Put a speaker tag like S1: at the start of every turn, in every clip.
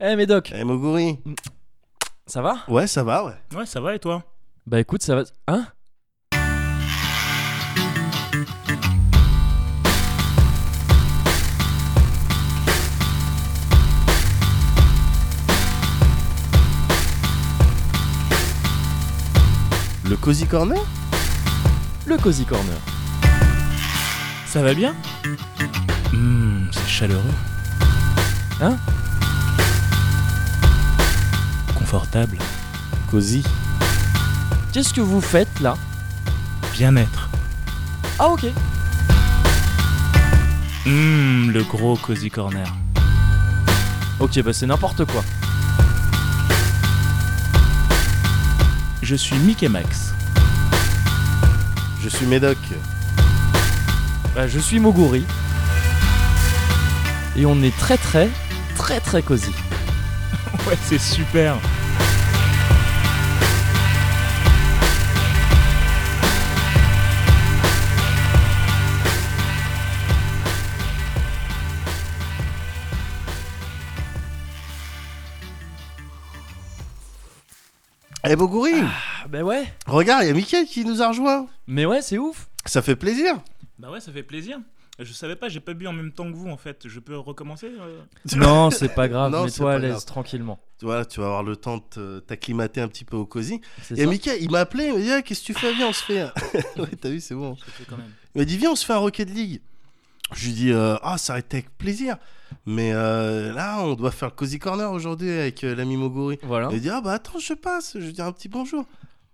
S1: Eh Médoc,
S2: Eh Moguri
S1: ça va
S2: Ouais, ça va, ouais.
S3: Ouais, ça va et toi
S1: Bah écoute, ça va. Hein
S2: Le Cozy Corner
S1: Le Cozy Corner. Ça va bien
S3: Hum, c'est chaleureux.
S1: Hein
S3: Confortable.
S2: Cozy.
S1: Qu'est-ce que vous faites là
S3: Bien-être.
S1: Ah ok.
S3: Hum, le gros cozy corner.
S1: Ok, bah c'est n'importe quoi.
S3: Je suis Mickey Max.
S2: Je suis Médoc.
S1: Bah je suis Moguri. Et on est très très très très cosy.
S3: Ouais, c'est super.
S2: Eh Moguri
S1: Ah bah ouais.
S2: Regarde, il y a Mickey qui nous a rejoint.
S1: Mais ouais, c'est ouf.
S2: Ça fait plaisir.
S3: Bah ouais, ça fait plaisir. Je savais pas, j'ai pas bu en même temps que vous en fait. Je peux recommencer euh
S1: Non, c'est pas grave,
S2: Non, c'est
S1: mets-toi
S2: pas
S1: à l'aise
S2: grave.
S1: tranquillement.
S2: Tu vois, tu vas avoir le temps de te- t'acclimater un petit peu au Cozy.
S1: C'est
S2: Et
S1: ça
S2: Mickey, il m'a appelé, il m'a dit Ah, Qu'est-ce que tu fais Viens, on se fait. un- ouais, t'as vu, c'est bon.
S3: Je te fais quand même.
S2: Il m'a dit Viens, on se fait un Rocket League. Je lui dis euh, Ah, ça aurait été avec plaisir. Mais euh, là, on doit faire le Cozy Corner aujourd'hui avec euh, l'ami Moguri.
S1: Voilà.
S2: Il dit Ah, bah attends, je passe. Je lui dis un petit bonjour.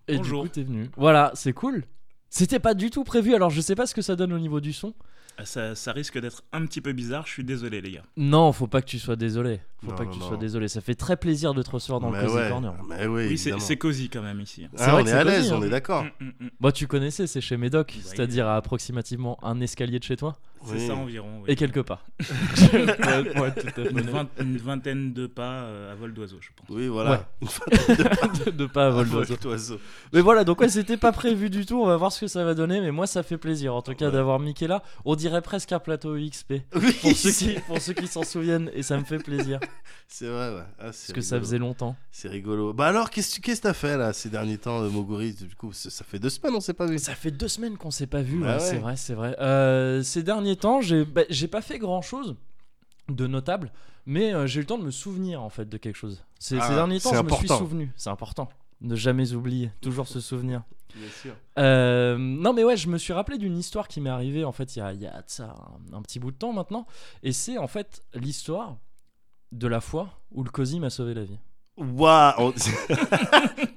S1: Et du
S3: Bonjour.
S1: coup t'es venu. Voilà, c'est cool. C'était pas du tout prévu, alors je sais pas ce que ça donne au niveau du son.
S3: Ah, Ça, ça risque d'être un petit peu bizarre, je suis désolé les gars.
S1: Non, faut pas que tu sois désolé. Faut
S2: Non,
S1: pas que
S2: non,
S1: tu
S2: non.
S1: sois désolé. Ça fait très plaisir de te recevoir dans
S2: mais
S1: le Cozy
S2: ouais,
S1: Corner.
S2: Mais oui,
S3: oui, c'est
S2: évidemment.
S3: c'est cozy quand même ici.
S2: Ah,
S1: c'est vrai
S2: on
S1: que
S2: est
S1: c'est
S2: à
S1: Cozy,
S2: l'aise,
S1: hein.
S2: on est d'accord.
S3: Hum, hum, hum.
S1: Bah tu connaissais, c'est chez Médoc,
S3: Bah,
S1: c'est-à-dire à approximativement un escalier de chez toi
S3: C'est
S2: Oui.
S3: ça environ. oui.
S1: et quelques pas. Ouais, ouais, tout à fait.
S3: Une, vingt- une vingtaine de pas euh, à vol d'oiseau, je pense.
S2: Oui, voilà.
S1: Ouais. de, de pas à
S3: Ah,
S1: vol d'oiseau. Mais voilà, donc ouais, c'était pas prévu du tout. On va voir ce que ça va donner, mais moi ça fait plaisir en tout cas
S2: Ouais.
S1: d'avoir Mickey là. On dirait presque un plateau XP.
S2: Oui,
S1: Pour ceux qui, pour ceux qui s'en souviennent, et ça me fait plaisir
S2: c'est vrai, ouais. Ah,
S1: parce
S2: c'est
S1: que ça
S2: rigolo.
S1: faisait longtemps.
S2: C'est rigolo. Bah alors, qu'est-ce que qu'est-ce que t'as fait là ces derniers temps, euh, Moguri Du coup, ça ça fait deux semaines, on s'est pas vu.
S1: Ça fait deux semaines qu'on s'est pas vu,
S2: Bah
S1: ouais,
S2: ouais.
S1: c'est vrai, c'est vrai. Euh, ces derniers temps, j'ai bah, j'ai pas fait grand chose de notable, mais euh, j'ai eu le temps de me souvenir en fait de quelque chose. Ces, ces
S2: Ah,
S1: derniers temps,
S2: c'est
S1: je me suis
S2: important.
S1: souvenu, c'est important. Ne jamais oublier, toujours se souvenir. Euh, non mais ouais, je me suis rappelé d'une histoire qui m'est arrivée en fait il y a, il y a de ça un, un petit bout de temps maintenant, et c'est en fait l'histoire de la fois où le cosy m'a sauvé la vie.
S2: Waouh on-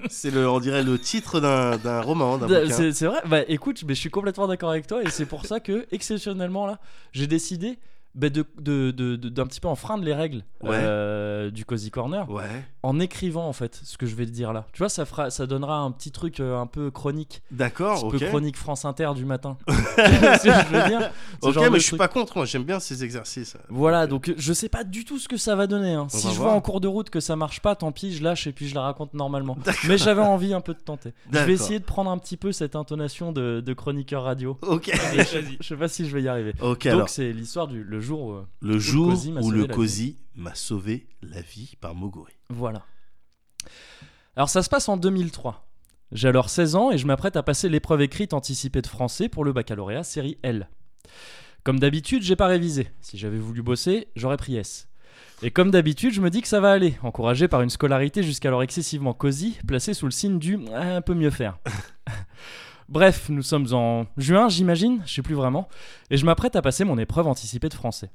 S2: C'est le, on dirait le titre d'un d'un roman, d'un
S1: Bah,
S2: bouquin.
S1: C'est c'est vrai. Bah écoute, mais je suis complètement d'accord avec toi et c'est pour ça que exceptionnellement là, j'ai décidé bah, de de- de- de- d'un petit peu enfreindre les règles
S2: Ouais.
S1: euh, du cozy corner
S2: Ouais.
S1: en écrivant en fait ce que je vais te dire là. Tu vois, ça fera, ça donnera un petit truc euh, un peu chronique, un
S2: D'accord.
S1: petit
S2: Ah, Ok.
S1: peu chronique France Inter du matin. Tu vois ce que je veux dire Ce
S2: Ok,
S1: genre de
S2: mais je suis
S1: truc.
S2: pas contre. Moi, j'aime bien ces exercices.
S1: Voilà, donc euh, je sais pas du tout ce que ça va donner. hein.
S2: On
S1: Si
S2: va
S1: je vois
S2: voir.
S1: en cours de route que ça marche pas, tant pis, je lâche et puis je la raconte normalement. Mais j'avais envie un peu de tenter. Je
S2: D'accord.
S1: vais essayer de prendre un petit peu cette intonation de, de chroniqueur radio.
S2: Ok.
S3: Allez, vas-y.
S1: Je sais pas si je vais y arriver.
S2: Ok.
S1: Donc
S2: alors,
S1: c'est l'histoire du le jour où, euh,
S2: le jour
S1: Cozy m'a
S2: où
S1: sauvé
S2: le
S1: la vie.
S2: Cozy m'a sauvé la vie par Moguri.
S1: voilà. Alors ça se passe en 2003. J'ai alors 16 ans et je m'apprête à passer l'épreuve écrite anticipée de français pour le baccalauréat série L. Comme d'habitude, j'ai pas révisé. Si j'avais voulu bosser, j'aurais pris S. Et comme d'habitude, je me dis que ça va aller, encouragé par une scolarité jusqu'alors excessivement cosy, placée sous le signe du Ah, un peu mieux faire. Bref, nous sommes en juin, j'imagine, je sais plus vraiment, et je m'apprête à passer mon épreuve anticipée de français.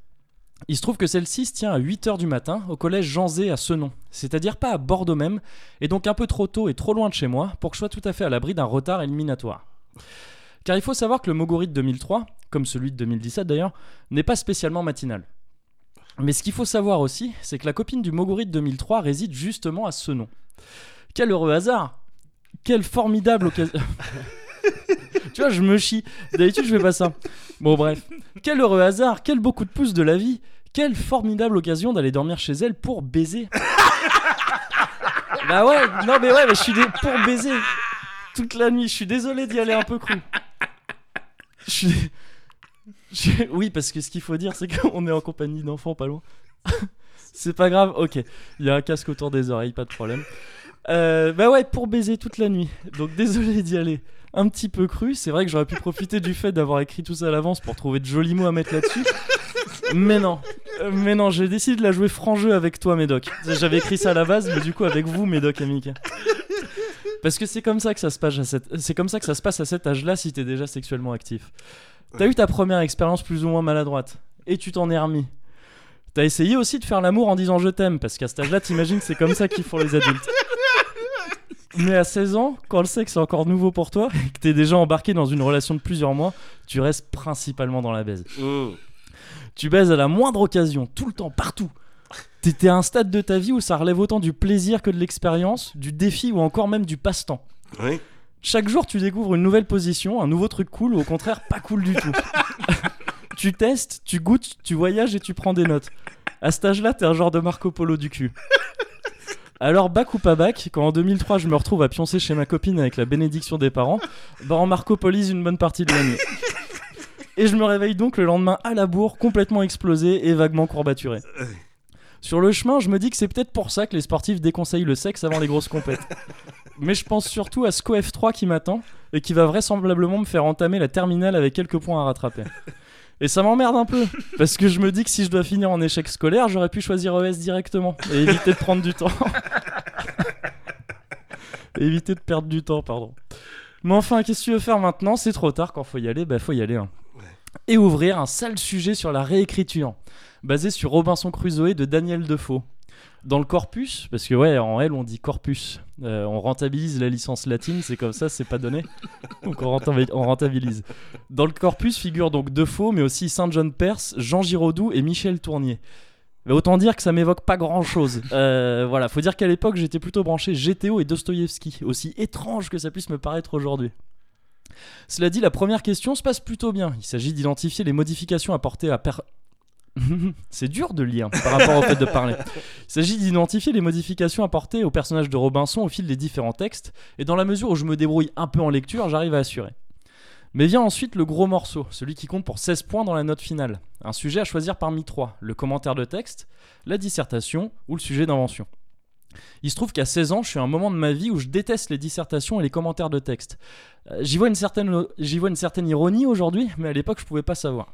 S1: Il se trouve que celle-ci se tient à 8h du matin au collège Jean Zé à Senon, c'est-à-dire pas à Bordeaux même, et donc un peu trop tôt et trop loin de chez moi pour que je sois tout à fait à l'abri d'un retard éliminatoire. Car il faut savoir que le Mogori de 2003, comme celui de 2017 d'ailleurs, n'est pas spécialement matinal. Mais ce qu'il faut savoir aussi, c'est que la copine du Mogori de 2003 réside justement à Senon. Quel heureux hasard Quelle formidable occasion Tu vois, je me chie. D'habitude, je fais pas ça. Bon, bref. Quel heureux hasard, quel beau coup de pouce de la vie, quelle formidable occasion d'aller dormir chez elle pour baiser. bah ouais, non mais ouais, mais je suis dé- pour baiser toute la nuit. Je suis désolé d'y aller un peu cru. Je suis. dé- je- Oui, parce que ce qu'il faut dire, c'est qu'on est en compagnie d'enfants pas loin. C'est pas grave, ok. Il y a un casque autour des oreilles, pas de problème. Euh, bah ouais, pour baiser toute la nuit. Donc désolé d'y aller. Un petit peu cru, c'est vrai que j'aurais pu profiter du fait d'avoir écrit tout ça à l'avance pour trouver de jolis mots à mettre là-dessus. Mais non, Euh, mais non, j'ai décidé de la jouer franc jeu avec toi, Médoc. J'avais écrit ça à la base, mais du coup avec vous, Médoc et Mika. Parce que c'est comme ça que ça se passe à cette- c'est comme ça que ça se passe à cet âge-là si t'es déjà sexuellement actif. T'as eu ta première expérience plus ou moins maladroite et tu t'en es remis. T'as essayé aussi de faire l'amour en disant je t'aime, parce qu'à cet âge-là, t'imagines que c'est comme ça qu'ils font les adultes. Mais à 16 ans, quand le sexe est encore nouveau pour toi, et que t'es déjà embarqué dans une relation de plusieurs mois, tu restes principalement dans la baise.
S2: Mmh.
S1: Tu baises à la moindre occasion, tout le temps, partout. T'étais à un stade de ta vie où ça relève autant du plaisir que de l'expérience, du défi ou encore même du passe-temps.
S2: Oui.
S1: Chaque jour, tu découvres une nouvelle position, un nouveau truc cool ou au contraire pas cool du tout. tu testes, tu goûtes, tu voyages et tu prends des notes. À cet âge-là, t'es un genre de Marco Polo du cul. Alors, bac ou pas bac, quand en 2003 je me retrouve à pioncer chez ma copine avec la bénédiction des parents, bah on Marco Polise une bonne partie de l'année. Et je me réveille donc le lendemain à la bourre, complètement explosé et vaguement courbaturé. Sur le chemin, je me dis que c'est peut-être pour ça que les sportifs déconseillent le sexe avant les grosses compètes. Mais je pense surtout à SCO F3 qui m'attend et qui va vraisemblablement me faire entamer la terminale avec quelques points à rattraper. Et ça m'emmerde un peu, parce que je me dis que si je dois finir en échec scolaire, j'aurais pu choisir ES directement et éviter de prendre du temps. Et éviter de perdre du temps, pardon. Mais enfin, qu'est-ce que tu veux faire maintenant C'est trop tard, quand faut y aller, bah faut y aller. hein. Et ouvrir un sale sujet sur la réécriture, basé sur Robinson Crusoe de Daniel Defoe. Dans le corpus, parce que ouais, en L on dit corpus, Euh, on rentabilise la licence latine, c'est comme ça, c'est pas donné. Donc on rentabi- on rentabilise. Dans le corpus figurent donc Defoe, mais aussi Saint John Perse, Jean Giraudoux et Michel Tournier. Mais autant dire que ça m'évoque pas grand chose. voilà, faut dire qu'à l'époque j'étais plutôt branché GTO et Dostoïevski, aussi étrange que ça puisse me paraître aujourd'hui. Cela dit, la première question se passe plutôt bien. Il s'agit d'identifier les modifications apportées à per... C'est dur de lire par rapport au fait de parler. Il s'agit d'identifier les modifications apportées au personnage de Robinson au fil des différents textes, et dans la mesure où je me débrouille un peu en lecture, j'arrive à assurer. Mais vient ensuite le gros morceau, celui qui compte pour 16 points dans la note finale. Un sujet à choisir parmi trois, le commentaire de texte, la dissertation ou le sujet d'invention. Il se trouve qu'à 16 ans, je suis à un moment de ma vie où je déteste les dissertations et les commentaires de texte. Euh, J'y vois, une certaine- j'y vois une certaine ironie aujourd'hui, mais à l'époque je pouvais pas savoir.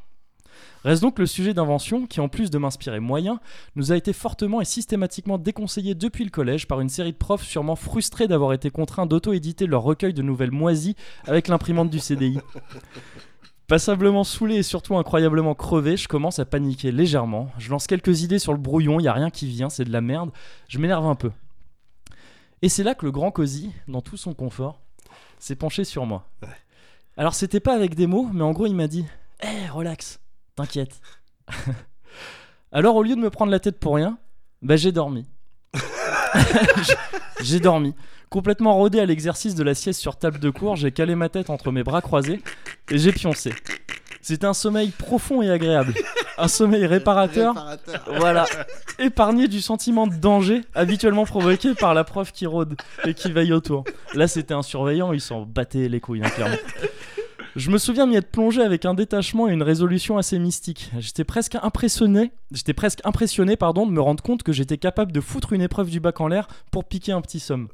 S1: Reste donc le sujet d'invention qui, en plus de m'inspirer moyen, nous a été fortement et systématiquement déconseillé depuis le collège par une série de profs sûrement frustrés d'avoir été contraints d'auto-éditer leur recueil de nouvelles moisies avec l'imprimante du CDI. Passablement saoulé et surtout incroyablement crevé, je commence à paniquer légèrement. Je lance quelques idées sur le brouillon, y a rien qui vient, c'est de la merde. Je m'énerve un peu. Et c'est là que le grand Cosy, dans tout son confort, s'est penché sur moi. Alors c'était pas avec des mots, mais en gros il m'a dit Hé, relax, t'inquiète. Alors au lieu de me prendre la tête pour rien, bah j'ai dormi. j'ai dormi. Complètement rodé à l'exercice de la sieste sur table de cours, j'ai calé ma tête entre mes bras croisés et j'ai pioncé. C'était un sommeil profond et agréable. Un sommeil réparateur
S2: Réparateur.
S1: voilà. Épargné du sentiment de danger habituellement provoqué par la prof qui rôde et qui veille autour. Là, c'était un surveillant, il s'en battait les couilles, hein, clairement. Je me souviens m'y être plongé avec un détachement et une résolution assez mystique. J'étais presque impressionné, j'étais presque impressionné pardon, de me rendre compte que j'étais capable de foutre une épreuve du bac en l'air pour piquer un petit somme.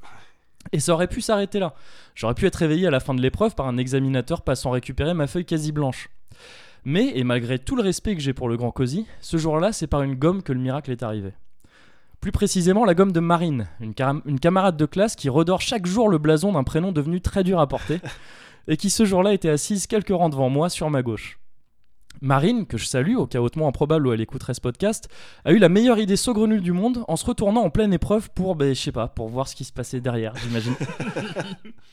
S1: Et ça aurait pu s'arrêter là. J'aurais pu être réveillé à la fin de l'épreuve par un examinateur passant récupérer ma feuille quasi blanche. Mais, et malgré tout le respect que j'ai pour le grand Cosy, ce jour-là, c'est par une gomme que le miracle est arrivé. Plus précisément, la gomme de Marine, une, caram- une camarade de classe qui redore chaque jour le blason d'un prénom devenu très dur à porter, et qui ce jour-là était assise quelques rangs devant moi sur ma gauche. Marine, que je salue, au cas hautement improbable où elle écouterait ce podcast, a eu la meilleure idée saugrenue du monde en se retournant en pleine épreuve pour, ben, je sais pas, pour voir ce qui se passait derrière, j'imagine.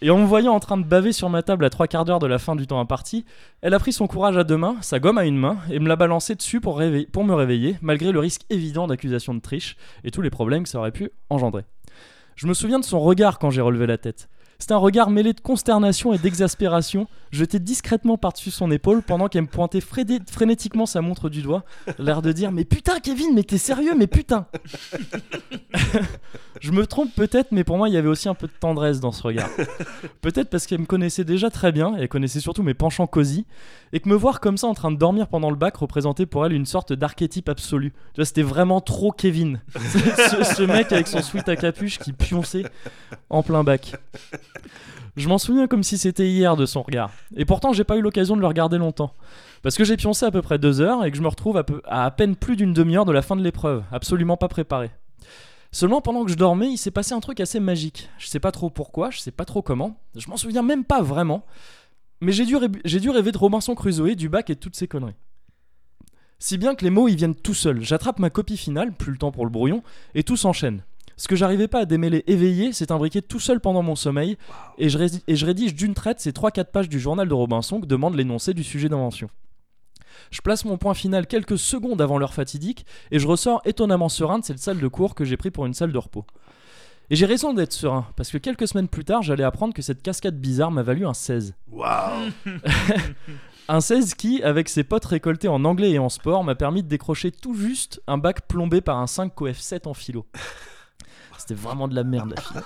S1: Et en me voyant en train de baver sur ma table à trois quarts d'heure de la fin du temps imparti, elle a pris son courage à deux mains, sa gomme à une main, et me l'a balancée dessus pour, réveiller- pour me réveiller, malgré le risque évident d'accusation de triche et tous les problèmes que ça aurait pu engendrer. Je me souviens de son regard quand j'ai relevé la tête. C'était un regard mêlé de consternation et d'exaspération, jeté discrètement par-dessus son épaule pendant qu'elle me pointait frédé- frénétiquement sa montre du doigt, l'air de dire Mais putain, Kevin, mais t'es sérieux, mais putain Je me trompe peut-être, mais pour moi, il y avait aussi un peu de tendresse dans ce regard. Peut-être parce qu'elle me connaissait déjà très bien, et elle connaissait surtout mes penchants cosy, et que me voir comme ça en train de dormir pendant le bac représentait pour elle une sorte d'archétype absolu. Tu vois, c'était vraiment trop Kevin. ce, ce mec avec son sweat à capuche qui pionçait en plein bac. Je m'en souviens comme si c'était hier de son regard. Et pourtant, j'ai pas eu l'occasion de le regarder longtemps. Parce que j'ai pioncé à peu près deux heures et que je me retrouve à, peu- à à peine plus d'une demi-heure de la fin de l'épreuve, absolument pas préparé. Seulement pendant que je dormais, il s'est passé un truc assez magique. Je sais pas trop pourquoi, je sais pas trop comment, je m'en souviens même pas vraiment. Mais j'ai dû, ré- j'ai dû rêver de Robinson Crusoe, du bac et de toutes ces conneries. Si bien que les mots y viennent tout seuls, j'attrape ma copie finale, plus le temps pour le brouillon, et tout s'enchaîne. Ce que j'arrivais pas à démêler éveillé s'est imbriqué tout seul pendant mon sommeil, et, je rési- et je rédige d'une traite ces 3-4 pages du journal de Robinson que demande l'énoncé du sujet d'invention. Je place mon point final quelques secondes avant l'heure fatidique, et je ressors étonnamment serein de cette salle de cours que j'ai pris pour une salle de repos. Et j'ai raison d'être serein, parce que quelques semaines plus tard, j'allais apprendre que cette cascade bizarre m'a valu un 16.
S2: Waouh
S1: Un 16 qui, avec ses potes récoltés en anglais et en sport, m'a permis de décrocher tout juste un bac plombé par un 5 coef 7 en philo. C'était vraiment de la merde la philo.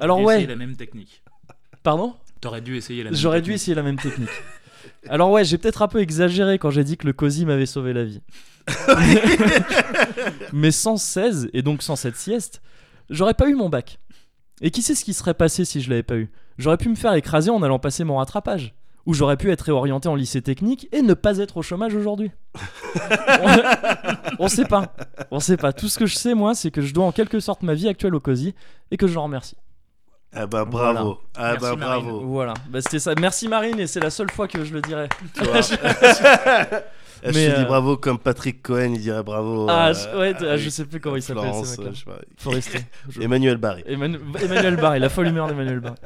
S1: Alors
S3: J'ai essayé
S1: ouais,
S3: la même technique.
S1: pardon
S3: T'aurais dû essayer la même
S1: J'aurais dû
S3: technique.
S1: essayer la même technique. Alors ouais, j'ai peut-être un peu exagéré quand j'ai dit que le cosy m'avait sauvé la vie. Mais sans 16 et donc sans cette sieste, j'aurais pas eu mon bac. Et qui sait ce qui serait passé si je l'avais pas eu J'aurais pu me faire écraser en allant passer mon rattrapage. Ou j'aurais pu être réorienté en lycée technique et ne pas être au chômage aujourd'hui. on, on sait pas. On sait pas. Tout ce que je sais, moi, c'est que je dois en quelque sorte ma vie actuelle au COSI et que je l'en remercie.
S2: Ah bah bravo Ah
S3: Merci,
S2: bah
S3: Marine.
S2: bravo
S1: Voilà. Bah, c'était ça. Merci Marine et c'est la seule fois que je le dirai.
S2: tu vois. Eh, Je
S1: Mais,
S2: te dis
S1: euh,
S2: bravo comme Patrick Cohen, il dirait bravo.
S1: Ah,
S2: euh,
S1: je, ouais,
S2: à-
S1: ah, je sais plus comment il s'appelle
S2: Florence,
S1: ce mec-là.
S2: euh, je sais pas.
S1: Faut rester. Je-
S2: Emmanuel Barry.
S1: Emmanuel, Emmanuel Barré, la folle humeur d'Emmanuel Barré.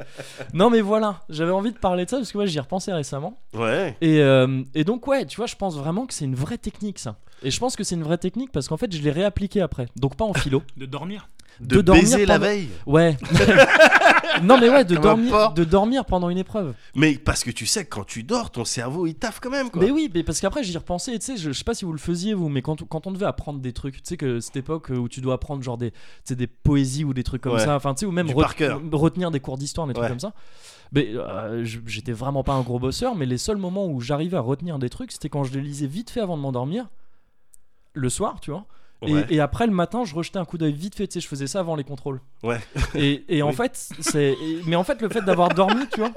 S1: Non mais voilà, j'avais envie de parler de ça parce que moi j'y repensais récemment.
S2: Ouais.
S1: Et, euh, et donc ouais, tu vois, je pense vraiment que c'est une vraie technique ça. Et je pense que c'est une vraie technique parce qu'en fait je l'ai réappliquée après. Donc pas en philo.
S3: De dormir
S1: De dormir
S2: baiser la
S1: pendant-
S2: veille.
S1: Ouais. non mais ouais, de
S2: Comme un
S1: dormir,
S2: porc.
S1: de dormir pendant une épreuve.
S2: Mais parce que tu sais, que quand tu dors, ton cerveau il taffe quand même quoi.
S1: Mais oui, mais parce qu'après j'y repensais, et tu sais, je, je sais pas si vous le faisiez vous, mais quand, quand on devait apprendre des trucs, tu sais que cette époque euh, où tu dois apprendre genre des, tu sais, des poésies ou des trucs comme
S2: Ouais.
S1: ça, enfin tu sais, ou même
S2: Du
S1: re-
S2: par cœur.
S1: retenir des cours d'histoire, des trucs
S2: Ouais.
S1: comme ça, mais euh, je- j'étais vraiment pas un gros bosseur, mais les seuls moments où j'arrivais à retenir des trucs, c'était quand je les lisais vite fait avant de m'endormir, le soir, tu vois. Et,
S2: Ouais.
S1: et après le matin, je rejetais un coup d'œil vite fait. Tu sais, je faisais ça avant les contrôles.
S2: Ouais.
S1: Et, et en
S2: Oui.
S1: fait, c'est. et- Mais en fait, le fait d'avoir dormi, tu vois.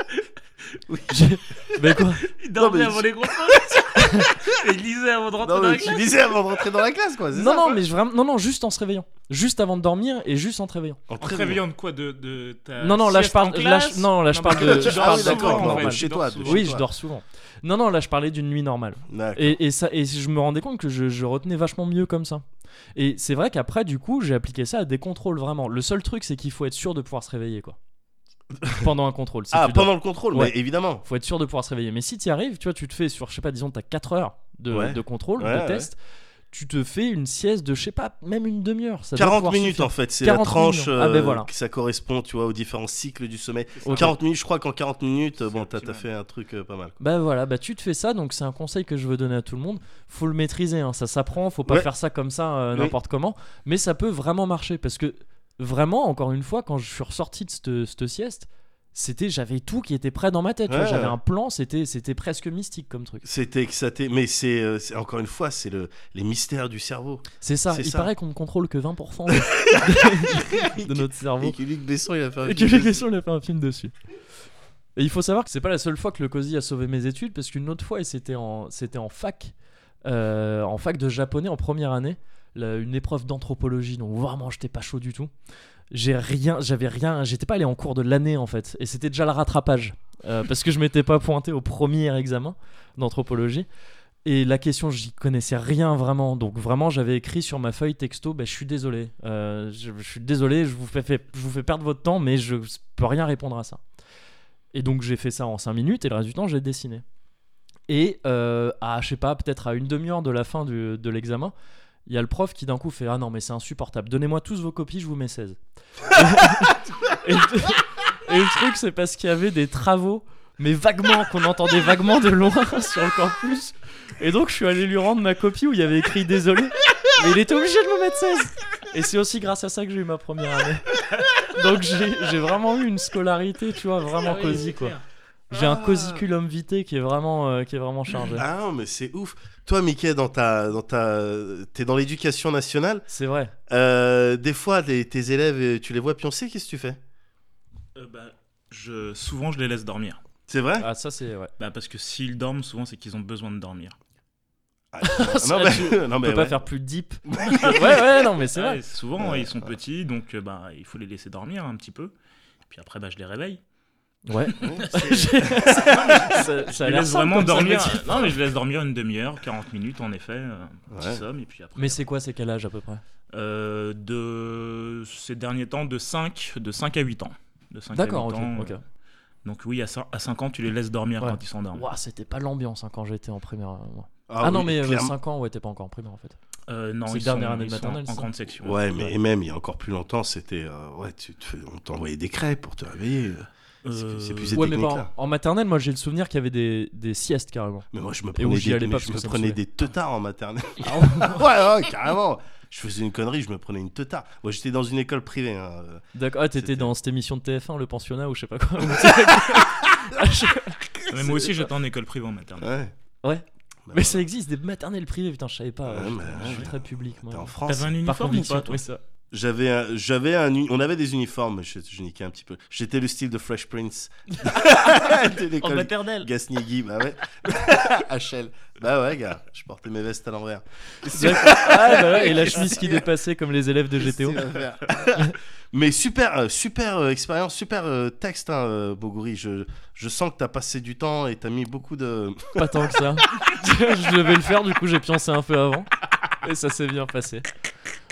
S1: j'ai- Mais quoi
S3: Il
S2: dormait
S3: dormait
S2: mais- avant
S3: avant
S2: les
S3: les contrôles Et il lisait avant de rentrer
S2: Non,
S3: dans
S2: mais
S3: la
S2: tu
S3: classe
S2: disais avant de rentrer dans la classe quoi. c'est
S1: Non,
S2: ça
S1: non, mais je- vraiment, non, non, juste en se réveillant. Juste avant de dormir et juste en te réveillant.
S2: En
S3: En te
S2: très
S3: réveillant de quoi de, de ta
S1: Non, non, là, je
S3: sieste
S1: parle-
S3: en
S1: là, je-
S3: classe
S1: non, là, je parle
S3: mais
S1: de-
S3: tu
S1: je
S3: dors
S1: parle de-
S3: souvent,
S1: d'accord,
S3: en fait,
S1: normal.
S3: tu
S2: Chez
S3: dors
S2: toi, de
S3: souvent.
S2: chez
S1: Oui,
S2: toi.
S1: je dors souvent. Non, non, là, je parlais d'une nuit normale.
S2: D'accord.
S1: Et, et ça, et je me rendais compte que je, je retenais vachement mieux comme ça. Et c'est vrai qu'après, du coup, j'ai appliqué ça à des contrôles vraiment. Le seul truc, c'est qu'il faut être sûr de pouvoir se réveiller, quoi. Pendant un contrôle. Si
S2: ah,
S1: tu dors.
S2: pendant le contrôle,
S1: Ouais.
S2: ouais, évidemment.
S1: faut être sûr de pouvoir se réveiller. Mais si tu arrives, tu vois, tu te fais sur, je sais pas, disons, t'as 4 heures de,
S2: Ouais.
S1: de contrôle,
S2: Ouais,
S1: de
S2: ouais.
S1: test, tu te fais une sieste de, je sais pas, même une demi-heure. Ça doit
S2: 40
S1: pouvoir
S2: minutes
S1: suffire.
S2: en fait, c'est la
S1: 40
S2: tranche
S1: minutes. Ah, ben
S2: euh,
S1: voilà.
S2: que ça correspond, tu vois, aux différents cycles du sommeil.
S1: Ok.
S2: 40 minutes, je crois qu'en 40 minutes, euh, bon,
S3: C'est
S2: t'as t'as
S3: optimal.
S2: fait un truc euh, pas mal.
S1: Bah voilà, bah tu te fais ça, donc c'est un conseil que je veux donner à tout le monde. Faut le maîtriser, hein, ça s'apprend, faut pas
S2: Ouais.
S1: faire ça comme ça euh,
S2: Oui.
S1: n'importe comment, mais ça peut vraiment marcher parce que vraiment, encore une fois, quand je suis ressorti de cette, cette sieste, c'était j'avais tout qui était prêt dans ma tête, tu vois,
S2: Ouais,
S1: j'avais
S2: ouais.
S1: un plan, c'était c'était presque mystique comme truc.
S2: C'était exaté, mais c'est euh, c'est- encore une fois, c'est le les mystères du cerveau.
S1: C'est ça,
S2: C'est
S1: il
S2: ça.
S1: paraît qu'on ne contrôle que 20% de, de notre cerveau.
S2: Et que Luc Besson, il a fait un
S1: Et que
S2: film
S1: les
S2: dessus.
S1: questions, il a fait un film dessus. Et il faut savoir que c'est pas la seule fois que le COSI a sauvé mes études, parce qu'une autre fois, et c'était en, c'était en fac, euh, en fac de japonais en première année, la- une épreuve d'anthropologie, donc vraiment, j'étais pas chaud du tout. J'ai rien, j'avais rien, j'étais pas allé en cours de l'année en fait, et c'était déjà le rattrapage, euh, parce que je m'étais pas pointé au premier examen d'anthropologie. Et la question, j'y connaissais rien vraiment. Donc vraiment, j'avais écrit sur ma feuille texto, bah, je suis désolé. Euh, je, je suis désolé, je vous, fais, fais- je vous fais perdre votre temps, mais je peux rien répondre à ça. Et donc j'ai fait ça en 5 minutes, et le reste du temps, j'ai dessiné. Et euh, à, je sais pas, peut-être à une demi-heure de la fin du- de l'examen, il y a le prof qui d'un coup fait Ah non, mais c'est insupportable, donnez-moi tous vos copies, je vous mets 16. et, Et le truc, c'est parce qu'il y avait des travaux, mais vaguement, qu'on entendait vaguement de loin sur le campus. Et donc, je suis allé lui rendre ma copie où il y avait écrit désolé. Mais il était obligé de me mettre 16. Et c'est aussi grâce à ça que j'ai eu ma première année. Donc, j'ai j'ai vraiment eu une scolarité, tu vois, vraiment cosy, quoi. J'ai un
S2: Ah.
S1: cosiculum vitae qui est vraiment, euh, qui est vraiment chargé.
S2: Ah non, mais c'est ouf. Toi, Mickey, dans ta, dans ta, t'es dans l'éducation nationale.
S1: C'est vrai.
S2: Euh, des fois, les- tes élèves, euh, tu les vois pioncer, qu'est-ce que tu fais
S3: Euh, bah, je... Souvent, je les laisse dormir.
S2: C'est vrai
S1: Ah, ça, c'est. Ouais.
S3: Bah, parce que s'ils dorment, souvent, c'est qu'ils ont besoin de dormir.
S1: Ah, ça,
S2: Ah, Non, mais, non,
S1: On
S2: mais
S1: peut pas
S2: ouais.
S1: faire plus deep. ouais, ouais, non, mais c'est
S3: Ouais,
S1: vrai.
S3: Souvent,
S2: Ouais,
S3: ils sont petits, donc euh, bah, il faut les laisser dormir un petit peu. Et puis après, bah, je les réveille.
S1: Ouais. ça, ça
S3: Je
S1: a
S3: les
S1: l'air
S3: laisse
S1: simple
S3: vraiment
S1: comme ça, le
S3: dormir.
S1: métier.
S3: Non, mais je les laisse dormir une demi-heure, 40 minutes en effet. euh, un petit
S2: Ouais.
S3: somme, et puis après.
S1: Mais c'est quoi, c'est quel âge à peu près
S3: Euh, de ces derniers temps, de 5, de 5 à 8 ans. De cinq à
S1: D'accord,
S3: huit
S1: ok.
S3: ans,
S1: ok.
S3: euh, Donc oui, à 5, ans, tu les laisses dormir
S1: Ouais.
S3: quand ils s'endorment.
S1: Ouah, c'était pas l'ambiance hein, quand j'étais en primaire. euh, moi.
S2: Ah
S1: Ah, non,
S2: oui,
S1: mais
S2: clairement.
S1: 5 ans, ouais, t'es pas encore en primaire en fait.
S3: Euh, non,
S1: C'est
S3: ils
S1: le dernier
S3: sont-
S1: année de
S3: ils sont
S1: maternelle,
S3: En
S1: ça
S3: grande section.
S2: Ouais, mais et même il y a encore plus longtemps, c'était. euh, ouais, tu te fais- on t'envoyait des crêpes pour te réveiller. euh. c'est plus- c'est plus-
S3: Euh,
S2: Ces
S1: Ouais, mais pas en,
S2: techniques-là.
S1: en maternelle, moi j'ai le souvenir qu'il y avait des, des siestes carrément.
S2: Mais moi, je me
S1: où
S2: prenais,
S1: j'y
S2: des,
S1: allais
S2: mais
S1: pas
S2: je
S1: parce que
S2: me
S1: ça me
S2: prenais
S1: saoulait.
S2: des teutards en maternelle. Ah ouais, ouais, carrément. Je faisais une connerie, je me prenais une teutard. Moi, j'étais dans une école privée. hein.
S1: D'accord, ah, t'étais
S2: C'était-
S1: dans cette émission de TF1, le pensionnat ou je sais pas quoi. Ah,
S3: Euh, mais moi aussi, j'étais en école privée en maternelle.
S2: euh, Ouais.
S1: Ouais.
S2: Bah,
S1: mais ça existe, des maternelles privées, putain, je savais pas.
S2: Ouais,
S1: je,
S2: mais
S1: je suis
S2: ouais.
S1: très public moi.
S2: T'es en
S3: T'avais
S2: France.
S3: un
S1: Par
S3: uniforme ou
S1: conviction,
S3: pas toi
S1: oui, ça.
S2: J'avais un, j'avais un, uni- on avait des uniformes, mais je, je niquais un petit peu. J'étais le style de Fresh Prince. de l'école
S3: maternelle
S2: Gasnigui, bah ouais. HL. Bah ouais, gars, je portais mes vestes à l'envers.
S1: D'accord. Ah, bah ouais, et la chemise qui dépassait comme les élèves de GTO.
S2: Qu'est-ce que tu vas faire Mais super, euh, super euh, expérience, super euh, texte, hein, euh, Bogouri. Je, je sens que t'as passé du temps et t'as mis beaucoup de.
S1: Pas tant que ça. je devais le faire, du coup j'ai pioncé un peu avant. Et ça s'est bien passé.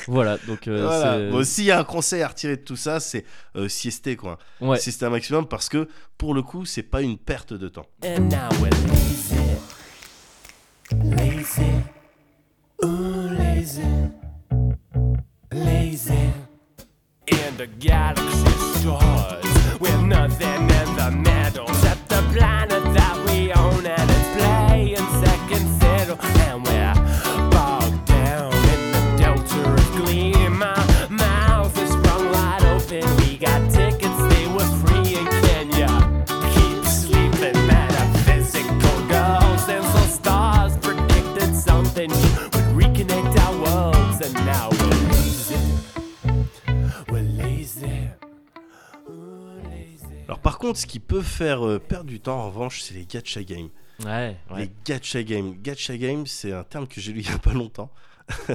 S1: Voilà, donc euh,
S2: Voilà.
S1: c'est-
S2: Bon, s'il y a un conseil à retirer de tout ça, c'est euh, siester, quoi.
S1: Ouais.
S2: Siester un maximum parce que pour le coup, c'est pas une perte de temps.
S4: And now we're lazy. Lazy. Ooh, lazy. Lazy. In the galaxy stars, we're nothing in the middle. Except the planet that we own and it's playing second fiddle. And we're bogged down in the delta of gleam. My mouth is sprung wide open. We got tickets, they were free. And can ya keep sleeping? Metaphysical goals and so stars predicted something would reconnect our worlds. And now we're losing. We're lazy. Ooh, lazy.
S2: Alors par contre, ce qui peut faire euh, perdre du temps en revanche, c'est les gacha games.
S1: Ouais, ouais.
S2: Les gacha games. Gacha games, c'est un terme que j'ai lu il y a pas longtemps.